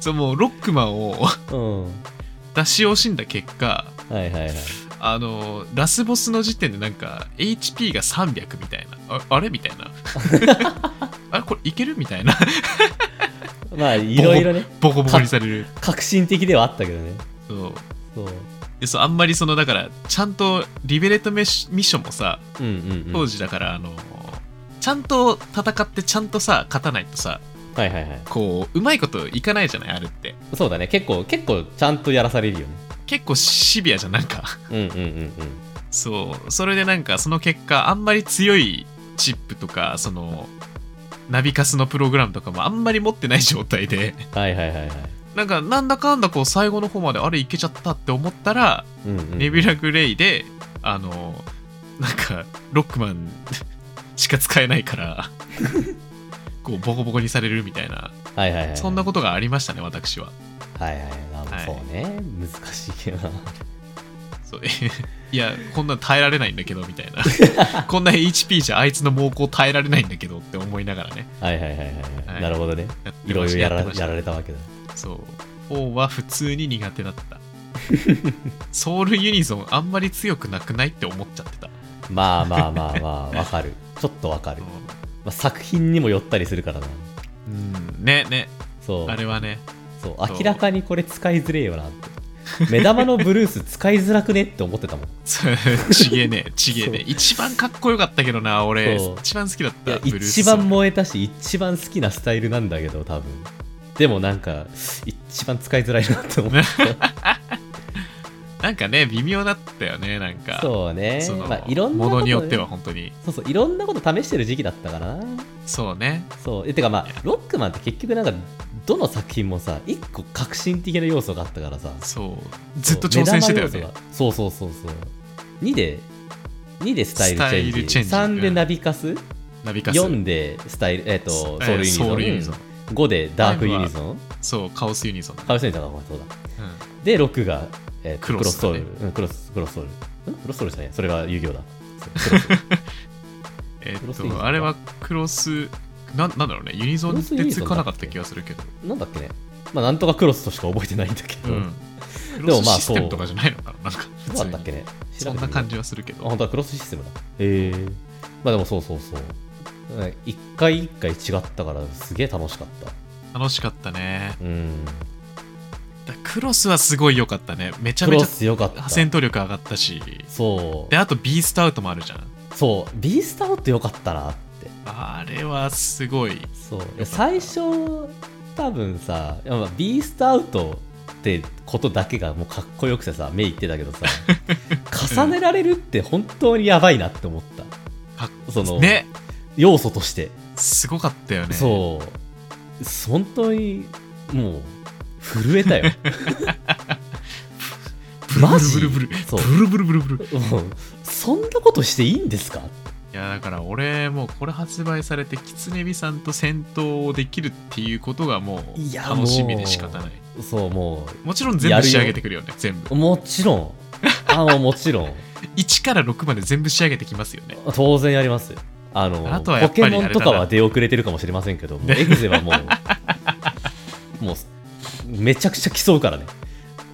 Speaker 1: そうもうロックマンを
Speaker 2: うん
Speaker 1: 出し惜しんだ結果、
Speaker 2: はいはいはい
Speaker 1: あのラスボスの時点でなんか HP が300みたいなああれみた いなあれこれいけるみたいな
Speaker 2: まあいろいろね
Speaker 1: ボコボコにされる
Speaker 2: 革新的ではあったけどね
Speaker 1: そう
Speaker 2: そう
Speaker 1: でそうあんまりそのだからちゃんとリベレートメッシミッションもさ
Speaker 2: うんうん、う
Speaker 1: 当
Speaker 2: ん、
Speaker 1: 時だからあのちゃんと戦ってちゃんとさ勝たないとさ
Speaker 2: はいはいはい
Speaker 1: こううまいこといかないじゃないあれって
Speaker 2: そうだね結構結構ちゃんとやらされるよね
Speaker 1: 結構シビアじゃんなんか
Speaker 2: うんうんうん
Speaker 1: そうそれでなんかその結果あんまり強いチップとかそのナビカスのプログラムとかもあんまり持ってない状態で
Speaker 2: うんはいはいはいはい
Speaker 1: なんかなんだかんだこう最後の方まであれいけちゃったって思ったら、
Speaker 2: うんうん
Speaker 1: ネビュラ・グレイであのなんかロックマン しか使えないから こうボコボコにされるみたいな
Speaker 2: はいはいはい
Speaker 1: そんなことがありましたね私は
Speaker 2: はいはいあ
Speaker 1: はい
Speaker 2: そうね、難しい けどな
Speaker 1: そう いやこんなん耐えられないんだけどみたい なこんな HP じゃあいつの猛攻耐えられないんだけどって思いながらね
Speaker 2: はいはいはいはい、
Speaker 1: は
Speaker 2: はいい、なるほどね
Speaker 1: やって
Speaker 2: いろ
Speaker 1: ま
Speaker 2: い
Speaker 1: した
Speaker 2: ろやら
Speaker 1: ってました
Speaker 2: やられたわけだ
Speaker 1: そう4は普通に苦手だった ソウルユニゾンあんまり強くなくないって思っちゃってた
Speaker 2: まあまあまあまあわ かるちょっとわかる、まあ、作品にもよったりするからな
Speaker 1: うんねね
Speaker 2: そう
Speaker 1: あれはね
Speaker 2: そう
Speaker 1: そう
Speaker 2: 明らかにこれ使いづれえよなって目玉のブルース使いづらくねって思ってたもん
Speaker 1: そうちげえ ねちげえね
Speaker 2: そう
Speaker 1: 一番かっこよかったけどな俺
Speaker 2: そう
Speaker 1: 一番好きだっ
Speaker 2: いや
Speaker 1: たブルース
Speaker 2: 一番燃えたし一番好きなスタイルなんだけど多分でもなんか一番使いづらいなって思って
Speaker 1: なんかね微妙だったよねなんか
Speaker 2: そうね
Speaker 1: その
Speaker 2: まあいろんな
Speaker 1: も
Speaker 2: こと
Speaker 1: のによっては本当に
Speaker 2: そうそういろんなこと試してる時期だったからな
Speaker 1: そうね
Speaker 2: そうえてかまあロックマンって結局なんかどの作品もさ一個革新的な要素があったからさ
Speaker 1: そうずっと挑戦してたよ
Speaker 2: 目玉
Speaker 1: ね
Speaker 2: 要素がそうそうそうそう2で2でスタイルチェン
Speaker 1: スタイ
Speaker 2: ジ
Speaker 1: ルチェンジ
Speaker 2: 3でナビカス、
Speaker 1: ナビカス
Speaker 2: 4でスタイル、えっとソウルユニゾン,、
Speaker 1: ソウルユニゾン
Speaker 2: 5でダークユニゾン
Speaker 1: そうカオスユニゾンだね
Speaker 2: カウセンターがそうだ
Speaker 1: うん
Speaker 2: で6が、えー
Speaker 1: ク
Speaker 2: とク
Speaker 1: ロ
Speaker 2: ロ
Speaker 1: ス
Speaker 2: ス
Speaker 1: だ
Speaker 2: ソウ
Speaker 1: ね
Speaker 2: ル、うんクロスクロスソウルんクロスソウルじゃないそれが遊戯王だ
Speaker 1: えっ
Speaker 2: クロスユニゾ
Speaker 1: と、
Speaker 2: ンか
Speaker 1: あれはクロス、ななんだろうね、ユニゾンってつかなかった気がするけど、
Speaker 2: なんだっけねまあなんとかクロスとしか覚えてないんだけ
Speaker 1: う
Speaker 2: ど、
Speaker 1: ん。ク
Speaker 2: でも
Speaker 1: ロス
Speaker 2: まあ
Speaker 1: システムとかじゃないのかな、なんか、普
Speaker 2: ど
Speaker 1: 通
Speaker 2: うだったっ
Speaker 1: に
Speaker 2: けね
Speaker 1: そんな
Speaker 2: じ
Speaker 1: 感じはするけ
Speaker 2: あ
Speaker 1: ど、
Speaker 2: 本当はクロスシステムだへえまあでもそうそうそううん一回一回違ったからすげえ楽しかった
Speaker 1: 楽しかったね。
Speaker 2: うん
Speaker 1: だクロスはすごい良かったね。めちゃ
Speaker 2: ク
Speaker 1: め
Speaker 2: ロ
Speaker 1: ち
Speaker 2: スよかっ
Speaker 1: ゃ
Speaker 2: た
Speaker 1: 戦闘力上がったし、
Speaker 2: そう
Speaker 1: で、あとビーストアウトもあるじゃん。
Speaker 2: そうビースターってよかったなって
Speaker 1: あれはすごい。
Speaker 2: そう
Speaker 1: た
Speaker 2: 最初多分さいやまあビーストアウトってことだけがもうかっこよくてさ目いってたけ どさ重ねられるって本当にやばいなって思っ
Speaker 1: か
Speaker 2: た
Speaker 1: っ
Speaker 2: その
Speaker 1: ね、
Speaker 2: 要素として
Speaker 1: すごかったよね。
Speaker 2: そう本当にもう震え たよ
Speaker 1: ブル
Speaker 2: マジ
Speaker 1: ブルブルブル。
Speaker 2: そう
Speaker 1: ブルブルブルブル。い
Speaker 2: もうそんなことしていいんですか
Speaker 1: や、だから俺、もうこれ発売されて、キツネビさんと戦闘をできるっていうことがも
Speaker 2: いうや
Speaker 1: 楽しみで仕方ない。
Speaker 2: そうも
Speaker 1: もちろん全部仕上げてくるよね、全部
Speaker 2: う。もちろんあもうもちろん
Speaker 1: 1から6まで全部仕上げてきますよね。
Speaker 2: 当然やりますよあの
Speaker 1: あとはやっ
Speaker 2: ポ
Speaker 1: ぱりあれ
Speaker 2: ケ
Speaker 1: だな
Speaker 2: モンとかは出遅れてるかもしれませんけどもうエグゼはもう もうめちゃくちゃ競うからね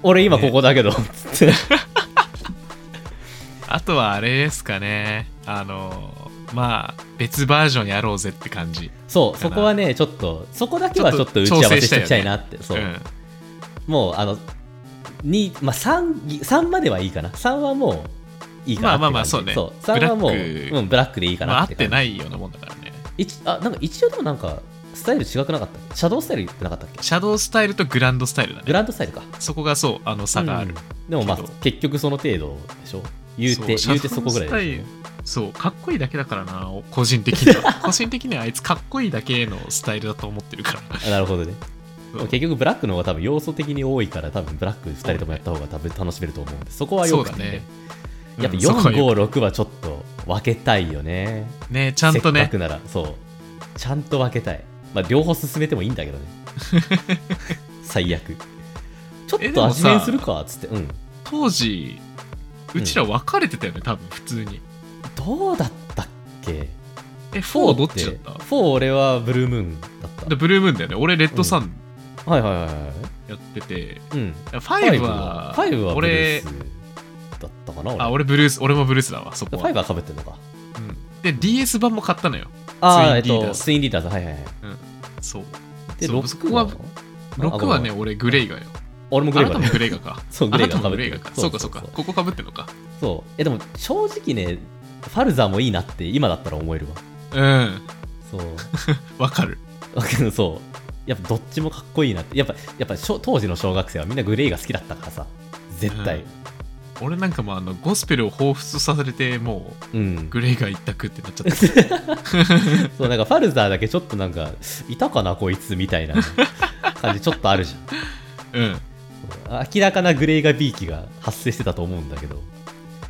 Speaker 2: 俺今ここだけど、つって
Speaker 1: あとはあれですかね、あの、まあ、別バージョンやろうぜって感じ。
Speaker 2: そう
Speaker 1: かな
Speaker 2: そこはねちょっとそこだけはちょっと打ち合わせしていきたいなって、そう、
Speaker 1: ん。
Speaker 2: もうあのにまあ、3, 3まではいいかな3はもういいか
Speaker 1: まあ
Speaker 2: なって感じ
Speaker 1: まあまあそうね
Speaker 2: そう3はもう
Speaker 1: ブラック
Speaker 2: うん、ブラックでいいか
Speaker 1: まあ、
Speaker 2: な
Speaker 1: 合
Speaker 2: っ
Speaker 1: ってて
Speaker 2: 感じ、
Speaker 1: ないようなもんだからね。
Speaker 2: 一あなんか一応でもなんかスタイル違くなかったっけシャドウスタイルってなかったっけ
Speaker 1: シャドウスタイルとグランドスタイルだ
Speaker 2: グ
Speaker 1: ね。
Speaker 2: ランドスタイルか
Speaker 1: そこがそう、あの差がある。
Speaker 2: うんでもまあ
Speaker 1: けど
Speaker 2: 結局その程度でしょ言う
Speaker 1: そう
Speaker 2: て
Speaker 1: シャ
Speaker 2: 言
Speaker 1: ド
Speaker 2: うてそこぐらい
Speaker 1: ウス
Speaker 2: でし
Speaker 1: タイルそう、かっこいいだけだからな、個人的に は。個人的にはあいつかっこいいだけのスタイルだと思ってるから。
Speaker 2: ょあなるほどね
Speaker 1: そう
Speaker 2: でも結局ブラックの方が多分要素的に多いから多分ブラック2人ともやった方が多分楽しめると思うんでそこはよくて、
Speaker 1: そうだねうん
Speaker 2: やっぱ
Speaker 1: そこはよく
Speaker 2: 456はちょっと分けたいよね
Speaker 1: ね、ちゃんと
Speaker 2: せっ
Speaker 1: ね
Speaker 2: か、くな らそうちゃんと分けたい、まあ、両方進めてもいいんだけど ね最悪ちょ
Speaker 1: え
Speaker 2: っ
Speaker 1: で
Speaker 2: と
Speaker 1: も
Speaker 2: 味
Speaker 1: さ
Speaker 2: 変するかっつってうん
Speaker 1: 当時うちら分かれてたよね、多分普通に
Speaker 2: どうだったっけ
Speaker 1: え4どっちだった
Speaker 2: 4俺はブルームーンだった
Speaker 1: でブルームーンだよね俺レッドサン
Speaker 2: はいはいはいはい
Speaker 1: やってて、
Speaker 2: うん
Speaker 1: 5は
Speaker 2: ファイブはブル
Speaker 1: 俺
Speaker 2: ースだったかな俺
Speaker 1: あ俺ブルース俺もブルースだわそこ
Speaker 2: ファイ
Speaker 1: は、
Speaker 2: ブは被ってんのか
Speaker 1: うんで DS 版も買ったのよ
Speaker 2: ああえ
Speaker 1: スイ
Speaker 2: っ
Speaker 1: ンリーダーズ
Speaker 2: とスインリーダーズはいはいはい
Speaker 1: そう
Speaker 2: で
Speaker 1: そうそ
Speaker 2: 6
Speaker 1: こは
Speaker 2: はあ
Speaker 1: 6はね
Speaker 2: ごめん
Speaker 1: 俺グレイガよ
Speaker 2: 俺も
Speaker 1: あ
Speaker 2: グレ
Speaker 1: なた
Speaker 2: ーバ
Speaker 1: も
Speaker 2: ー
Speaker 1: グレ
Speaker 2: ね
Speaker 1: イガか
Speaker 2: そう
Speaker 1: あ
Speaker 2: グレ
Speaker 1: な
Speaker 2: ー
Speaker 1: た
Speaker 2: バ
Speaker 1: も
Speaker 2: ー被
Speaker 1: グレ
Speaker 2: っ
Speaker 1: イ
Speaker 2: て
Speaker 1: ガ
Speaker 2: る
Speaker 1: かそうかそうかここかぶってんのか
Speaker 2: そうえでも正直ねファルザーもいいなって今だったら思えるわ
Speaker 1: うん
Speaker 2: そう
Speaker 1: わかる
Speaker 2: だけどそう やっぱどっちもかっこいいなってやっぱやっぱしょ当時の小学生はみんなグレイが好きだったからさ絶対
Speaker 1: 俺なんかもうあのゴスペルを彷彿とさせても
Speaker 2: うん、
Speaker 1: うグレイガ一択ってなっちゃった
Speaker 2: そうなんかファルザーだけちょっとなんかいたかなこいつみたいな感じちょっとあるじゃん
Speaker 1: うん
Speaker 2: 明らかなグレーが B 期が発生してたと思うんだけど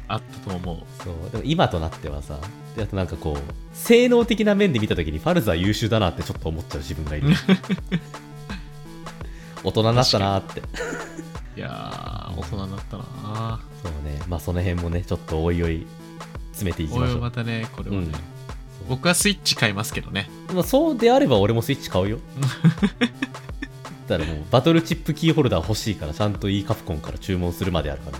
Speaker 1: あったと思う
Speaker 2: そうでも今となってはさであとなんかこう性能的な面で見た時にファルザー優秀だなってちょっと思っちゃう自 分がいる大人になったなーって
Speaker 1: いやー大人になったなあ
Speaker 2: そうねまあその辺もねちょっとおいおい詰めていき
Speaker 1: お
Speaker 2: ま
Speaker 1: い
Speaker 2: しょ
Speaker 1: おいうまたねこれはね、
Speaker 2: うんそう
Speaker 1: 僕はスイッチ買いますけどね
Speaker 2: まあ、そうであれば俺もスイッチ買 うよだからもうバトルチップキーホルダー欲しいからちゃんといいカプコンから注文するまであるから、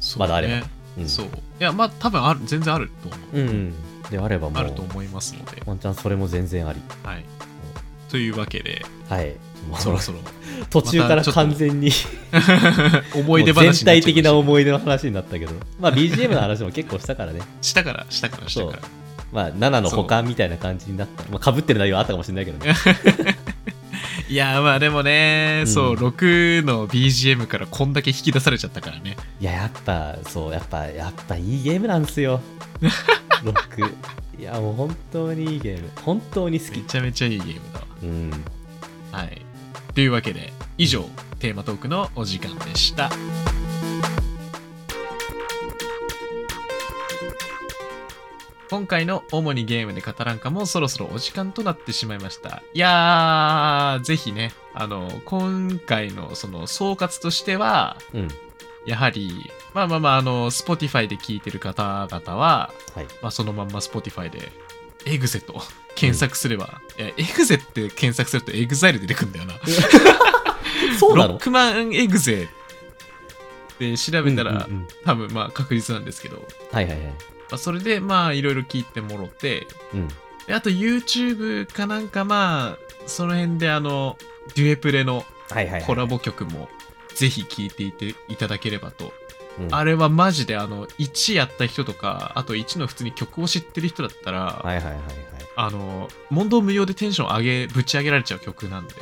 Speaker 1: そう
Speaker 2: まだあれば
Speaker 1: ね
Speaker 2: うん、
Speaker 1: そう
Speaker 2: う、
Speaker 1: いやまあ多分ある全然あると思う、
Speaker 2: うん、であればもう
Speaker 1: あると思いますので、
Speaker 2: ワンチャンそれも全然あり
Speaker 1: はい、というわけで
Speaker 2: はいもう
Speaker 1: そろそろ
Speaker 2: 途中から完全に
Speaker 1: 思い出
Speaker 2: も
Speaker 1: 話
Speaker 2: う全
Speaker 1: になっ
Speaker 2: 体
Speaker 1: ちゃい
Speaker 2: 的
Speaker 1: ま
Speaker 2: な
Speaker 1: し
Speaker 2: 思い出の話になったけどまあ BGM の話も結構したか らね
Speaker 1: たしたからしたからしたから
Speaker 2: まあ7の補完みたいな感じになったまあかぶってる内容はあったかもしれないけ どね
Speaker 1: いやーまあでもね、
Speaker 2: うん
Speaker 1: そう6の BGM からこんだけ引き出されちゃったからね
Speaker 2: いややっぱそうやっぱやっぱいいゲームなんで すよロックいやもう本当にいいゲーム本当に好
Speaker 1: め
Speaker 2: き
Speaker 1: ちゃめちゃいいゲームだわ
Speaker 2: うん
Speaker 1: はいというわけで以上テーマトークのお時間でした今回の主にゲームで語らんかもそろそろお時間となってしまいましたいやーぜひねあの今回のその総括としては
Speaker 2: うん
Speaker 1: やはりまあまあまああの Spotify で聞いてる方々は
Speaker 2: はい
Speaker 1: まあ、そのまんま Spotify でエグゼと 検索すれば、いやエグゼって検索するとエグザイル出てくんだよな。
Speaker 2: そうな
Speaker 1: ロッ
Speaker 2: の
Speaker 1: クマンエグゼで調べたら、
Speaker 2: うんうんうん
Speaker 1: 多分まあ確実なんですけど、ま
Speaker 2: はいはいはい
Speaker 1: あ、それでまあいろいろ聞いてもろて、
Speaker 2: うん
Speaker 1: であと YouTube かなんかまあその辺であのデュエプレの
Speaker 2: はいはいはい
Speaker 1: コラボ曲もぜひ聴いていていただければと
Speaker 2: うん
Speaker 1: あれはマジであの1やった人とかあと1の普通に曲を知ってる人だったら、
Speaker 2: はいはいはいはい
Speaker 1: あの問答無用でテンション上げぶち上げられちゃう曲なんで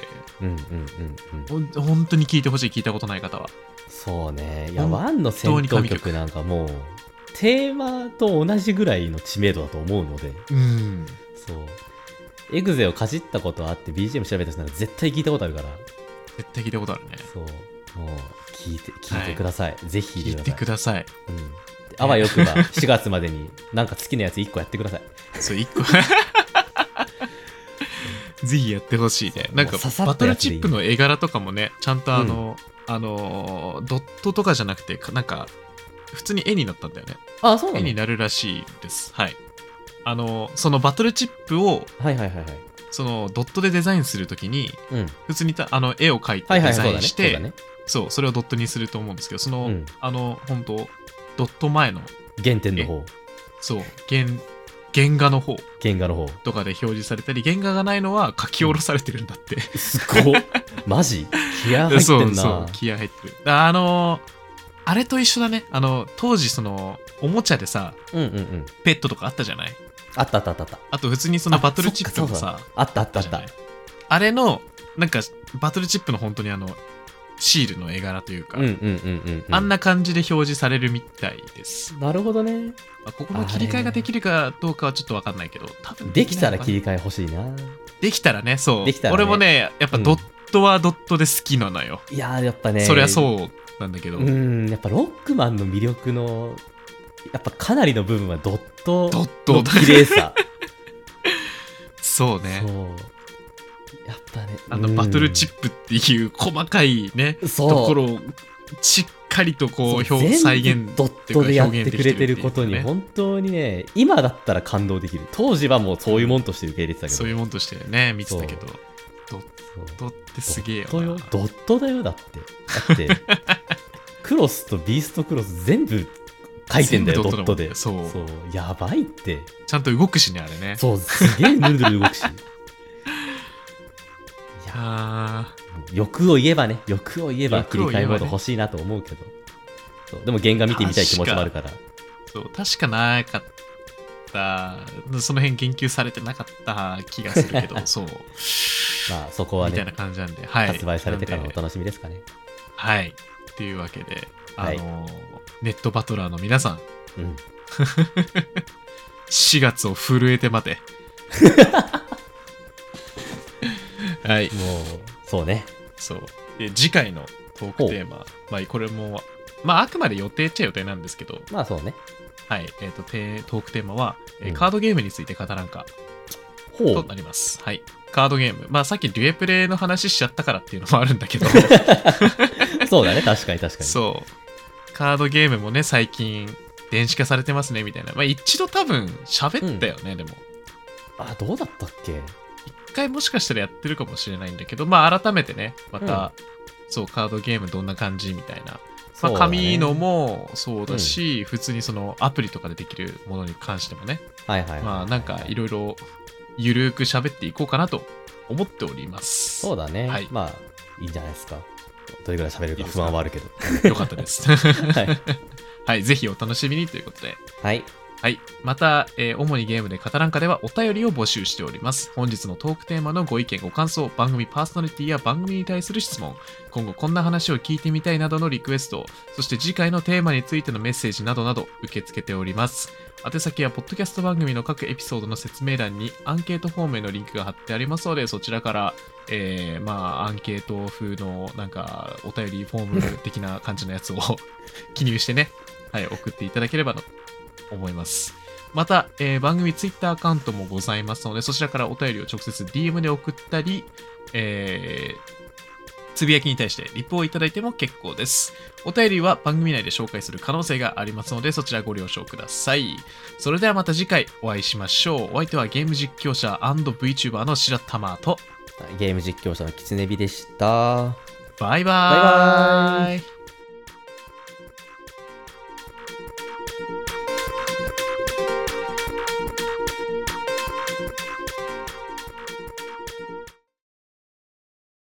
Speaker 2: うんうんうんうん
Speaker 1: ほん本当に聴いてほしい聴いたことない方は
Speaker 2: そうねいや
Speaker 1: 本
Speaker 2: ワンの戦
Speaker 1: 当に神
Speaker 2: 闘
Speaker 1: 曲
Speaker 2: 曲なんかもうテーマと同じぐらいの知名度だと思うので
Speaker 1: うん
Speaker 2: そうエグゼをかじったことあって BGM 調べた人なら絶対聞いたことあるから
Speaker 1: 絶対聴いたことあるね
Speaker 2: そうもう聞いて聞いてください、ぜひ
Speaker 1: 聴
Speaker 2: 聞
Speaker 1: い
Speaker 2: いて
Speaker 1: て
Speaker 2: く
Speaker 1: く
Speaker 2: ださ
Speaker 1: ださい
Speaker 2: い、うん、あわよくば4月までになんか好きなやつ1個やってください
Speaker 1: そう一 個ぜひやってほしいね
Speaker 2: そう
Speaker 1: なんか
Speaker 2: もう刺さ
Speaker 1: バ
Speaker 2: っ
Speaker 1: ト
Speaker 2: た
Speaker 1: ル
Speaker 2: やつ
Speaker 1: チ
Speaker 2: でいい
Speaker 1: ップの絵柄とかもねちゃんとあの、あのドットとかじゃなくてかなんか普通に絵になったんだよね
Speaker 2: あそうな
Speaker 1: 絵
Speaker 2: の
Speaker 1: になるらしいですはいあのそのバトルチップを
Speaker 2: はいはいはいはい
Speaker 1: そのドットでデザインするときに
Speaker 2: うん
Speaker 1: 普通にたあの絵を描い
Speaker 2: は
Speaker 1: て
Speaker 2: いは
Speaker 1: デ
Speaker 2: いそ
Speaker 1: ザ
Speaker 2: う
Speaker 1: イン
Speaker 2: だね
Speaker 1: し
Speaker 2: そう
Speaker 1: て、
Speaker 2: だね
Speaker 1: そうそれをドットにすると思うんですけどその、
Speaker 2: うん
Speaker 1: あの本当ドット前の
Speaker 2: 原点の方
Speaker 1: そう原原画の方
Speaker 2: 原画の方
Speaker 1: とかで表示されたり原画がないのは書き下ろされてるんだって、
Speaker 2: すごっマジ気合入っ
Speaker 1: そ
Speaker 2: て
Speaker 1: うん
Speaker 2: な
Speaker 1: そう
Speaker 2: は
Speaker 1: 気合入ってるああのーあれと一緒だねあの当時そのおもちゃでさ
Speaker 2: うんうんうん
Speaker 1: ペットとかあったじゃない
Speaker 2: あったあったあったあった
Speaker 1: あと普通にそのバトルチップも
Speaker 2: あそっ
Speaker 1: さ
Speaker 2: かそうだあったあったあ
Speaker 1: じ
Speaker 2: っ
Speaker 1: ゃな
Speaker 2: た
Speaker 1: いあれのなんかバトルチップの本当にあのシールの絵柄というか、
Speaker 2: うんうんうんうんうん
Speaker 1: あんな感じで表示されるみたいです。
Speaker 2: なるほどね
Speaker 1: まあここの切り替えができるかどうかはちょっとわかんないけど、多分
Speaker 2: できたら切
Speaker 1: り
Speaker 2: り替え欲しいな
Speaker 1: できたらね、そう。
Speaker 2: できたらね
Speaker 1: 俺もね、やっぱ
Speaker 2: うん
Speaker 1: ドットはドットで好きなのよ。
Speaker 2: いやーやっぱね
Speaker 1: そりゃそうなんだけど、
Speaker 2: うんやっぱロックマンの魅力のやっぱかなりの部分はドット
Speaker 1: ドット
Speaker 2: の綺麗さ
Speaker 1: そうね。
Speaker 2: そうやっぱね
Speaker 1: あのバトルチップ
Speaker 2: プ
Speaker 1: っていう細かいね、
Speaker 2: そ
Speaker 1: と
Speaker 2: う
Speaker 1: ころをしっかりとこう
Speaker 2: そう
Speaker 1: 表再
Speaker 2: 全
Speaker 1: 現
Speaker 2: 部ドットでやってくれてること
Speaker 1: って
Speaker 2: に
Speaker 1: いうかね
Speaker 2: 本当にね今だったら感動できる当時はもうそういうもんとして受け入れてたけど
Speaker 1: そういうもんとしてね、見てたけど、ドッ
Speaker 2: そう
Speaker 1: トってすげえよ
Speaker 2: ドットよ
Speaker 1: な。
Speaker 2: ドットだよだっ てだってクロスとビーストクロス全部書いてんだよ
Speaker 1: 全部
Speaker 2: ド
Speaker 1: ドットだも
Speaker 2: ット
Speaker 1: んね
Speaker 2: で
Speaker 1: そう
Speaker 2: やばいって
Speaker 1: ちゃんと動くしね、あれね。
Speaker 2: そうすげえヌルヌル動 くしいや
Speaker 1: あー
Speaker 2: 欲を言えばね欲を言えば
Speaker 1: 欲
Speaker 2: 繰
Speaker 1: を
Speaker 2: り
Speaker 1: 言えばね
Speaker 2: 返モード欲しいなと思うけどそうでも原画見てみたい気持ちもあるから
Speaker 1: そう確かなかったその辺言及されてなかった気がするけ どそう
Speaker 2: まあそこは
Speaker 1: みたい
Speaker 2: ね
Speaker 1: な感じなんで、はい、
Speaker 2: 発売されてからのお
Speaker 1: なんで
Speaker 2: 楽しみですかね
Speaker 1: はいっていうわけであ
Speaker 2: はい
Speaker 1: の、ネットバトラーの皆さん
Speaker 2: うん
Speaker 1: 4月を震えて待 てはい
Speaker 2: もうそうね
Speaker 1: そうえー次回のトークテーマ、まあ、これも、まあ、あくまで予定っちゃ予定なんですけど、
Speaker 2: まあそうね。
Speaker 1: はいえー、とテトークテーマは、えー
Speaker 2: うん
Speaker 1: カードゲームについて語らんか
Speaker 2: ほ
Speaker 1: と
Speaker 2: う
Speaker 1: な。ります。はいカードゲーム、まあ、さっきデュエプレイの話しちゃったからっていうのもあるんだ けど
Speaker 2: そうだね。確かに確かに。
Speaker 1: そうカードゲームもね最近電子化されてますねみたいな、まあ、一度多分喋ったよね、でも
Speaker 2: あ、どうだったっけ
Speaker 1: 一回もしかしたらやってるかもしれないんだけど、まあ、改めてねまた、そうカードゲームどんな感じみたいな、まあ、紙の。もそうだし、普通にそのアプリとかでできるものに関してもね、
Speaker 2: そうだねはいはいはい。
Speaker 1: まあなんかいろいろゆるく喋っていこうかなと思っております。
Speaker 2: そうだね。
Speaker 1: はい
Speaker 2: まあ、いいんじゃないですか。どれぐらい喋れ
Speaker 1: い
Speaker 2: る
Speaker 1: い
Speaker 2: か
Speaker 1: です
Speaker 2: 不
Speaker 1: か
Speaker 2: 安はある けど。
Speaker 1: よかったです。
Speaker 2: はい。
Speaker 1: はい、ぜひお楽しみにということで。
Speaker 2: はい。
Speaker 1: はい。また、えー主にゲームで語らんかではお便りを募集しております。本日のトークテーマのご意見、ご感想、番組パーソナリティや番組に対する質問、今後こんな話を聞いてみたいなどのリクエスト、そして次回のテーマについてのメッセージなどなど受け付けております。宛先は、ポッドキャスト番組の各エピソードの説明欄にアンケートフォームへのリンクが貼ってありますので、そちらから、えーまあ、アンケート風の、なんか、お便りフォーム的な感じのやつを 記入してね、はい、送っていただければと思います。また、えー番組ツイッターアカウントもございますので、そちらからお便りを直接 DM で送ったり、えーつぶやきに対してリプをいただいても結構です。お便りは番組内で紹介する可能性がありますので、そちらご了承ください。それではまた次回お会いしましょう。お相手はゲーム実況者 &VTuber の白玉と、
Speaker 2: ゲーム実況者のキツネビでした。
Speaker 1: バイバーイ
Speaker 2: バイバーイ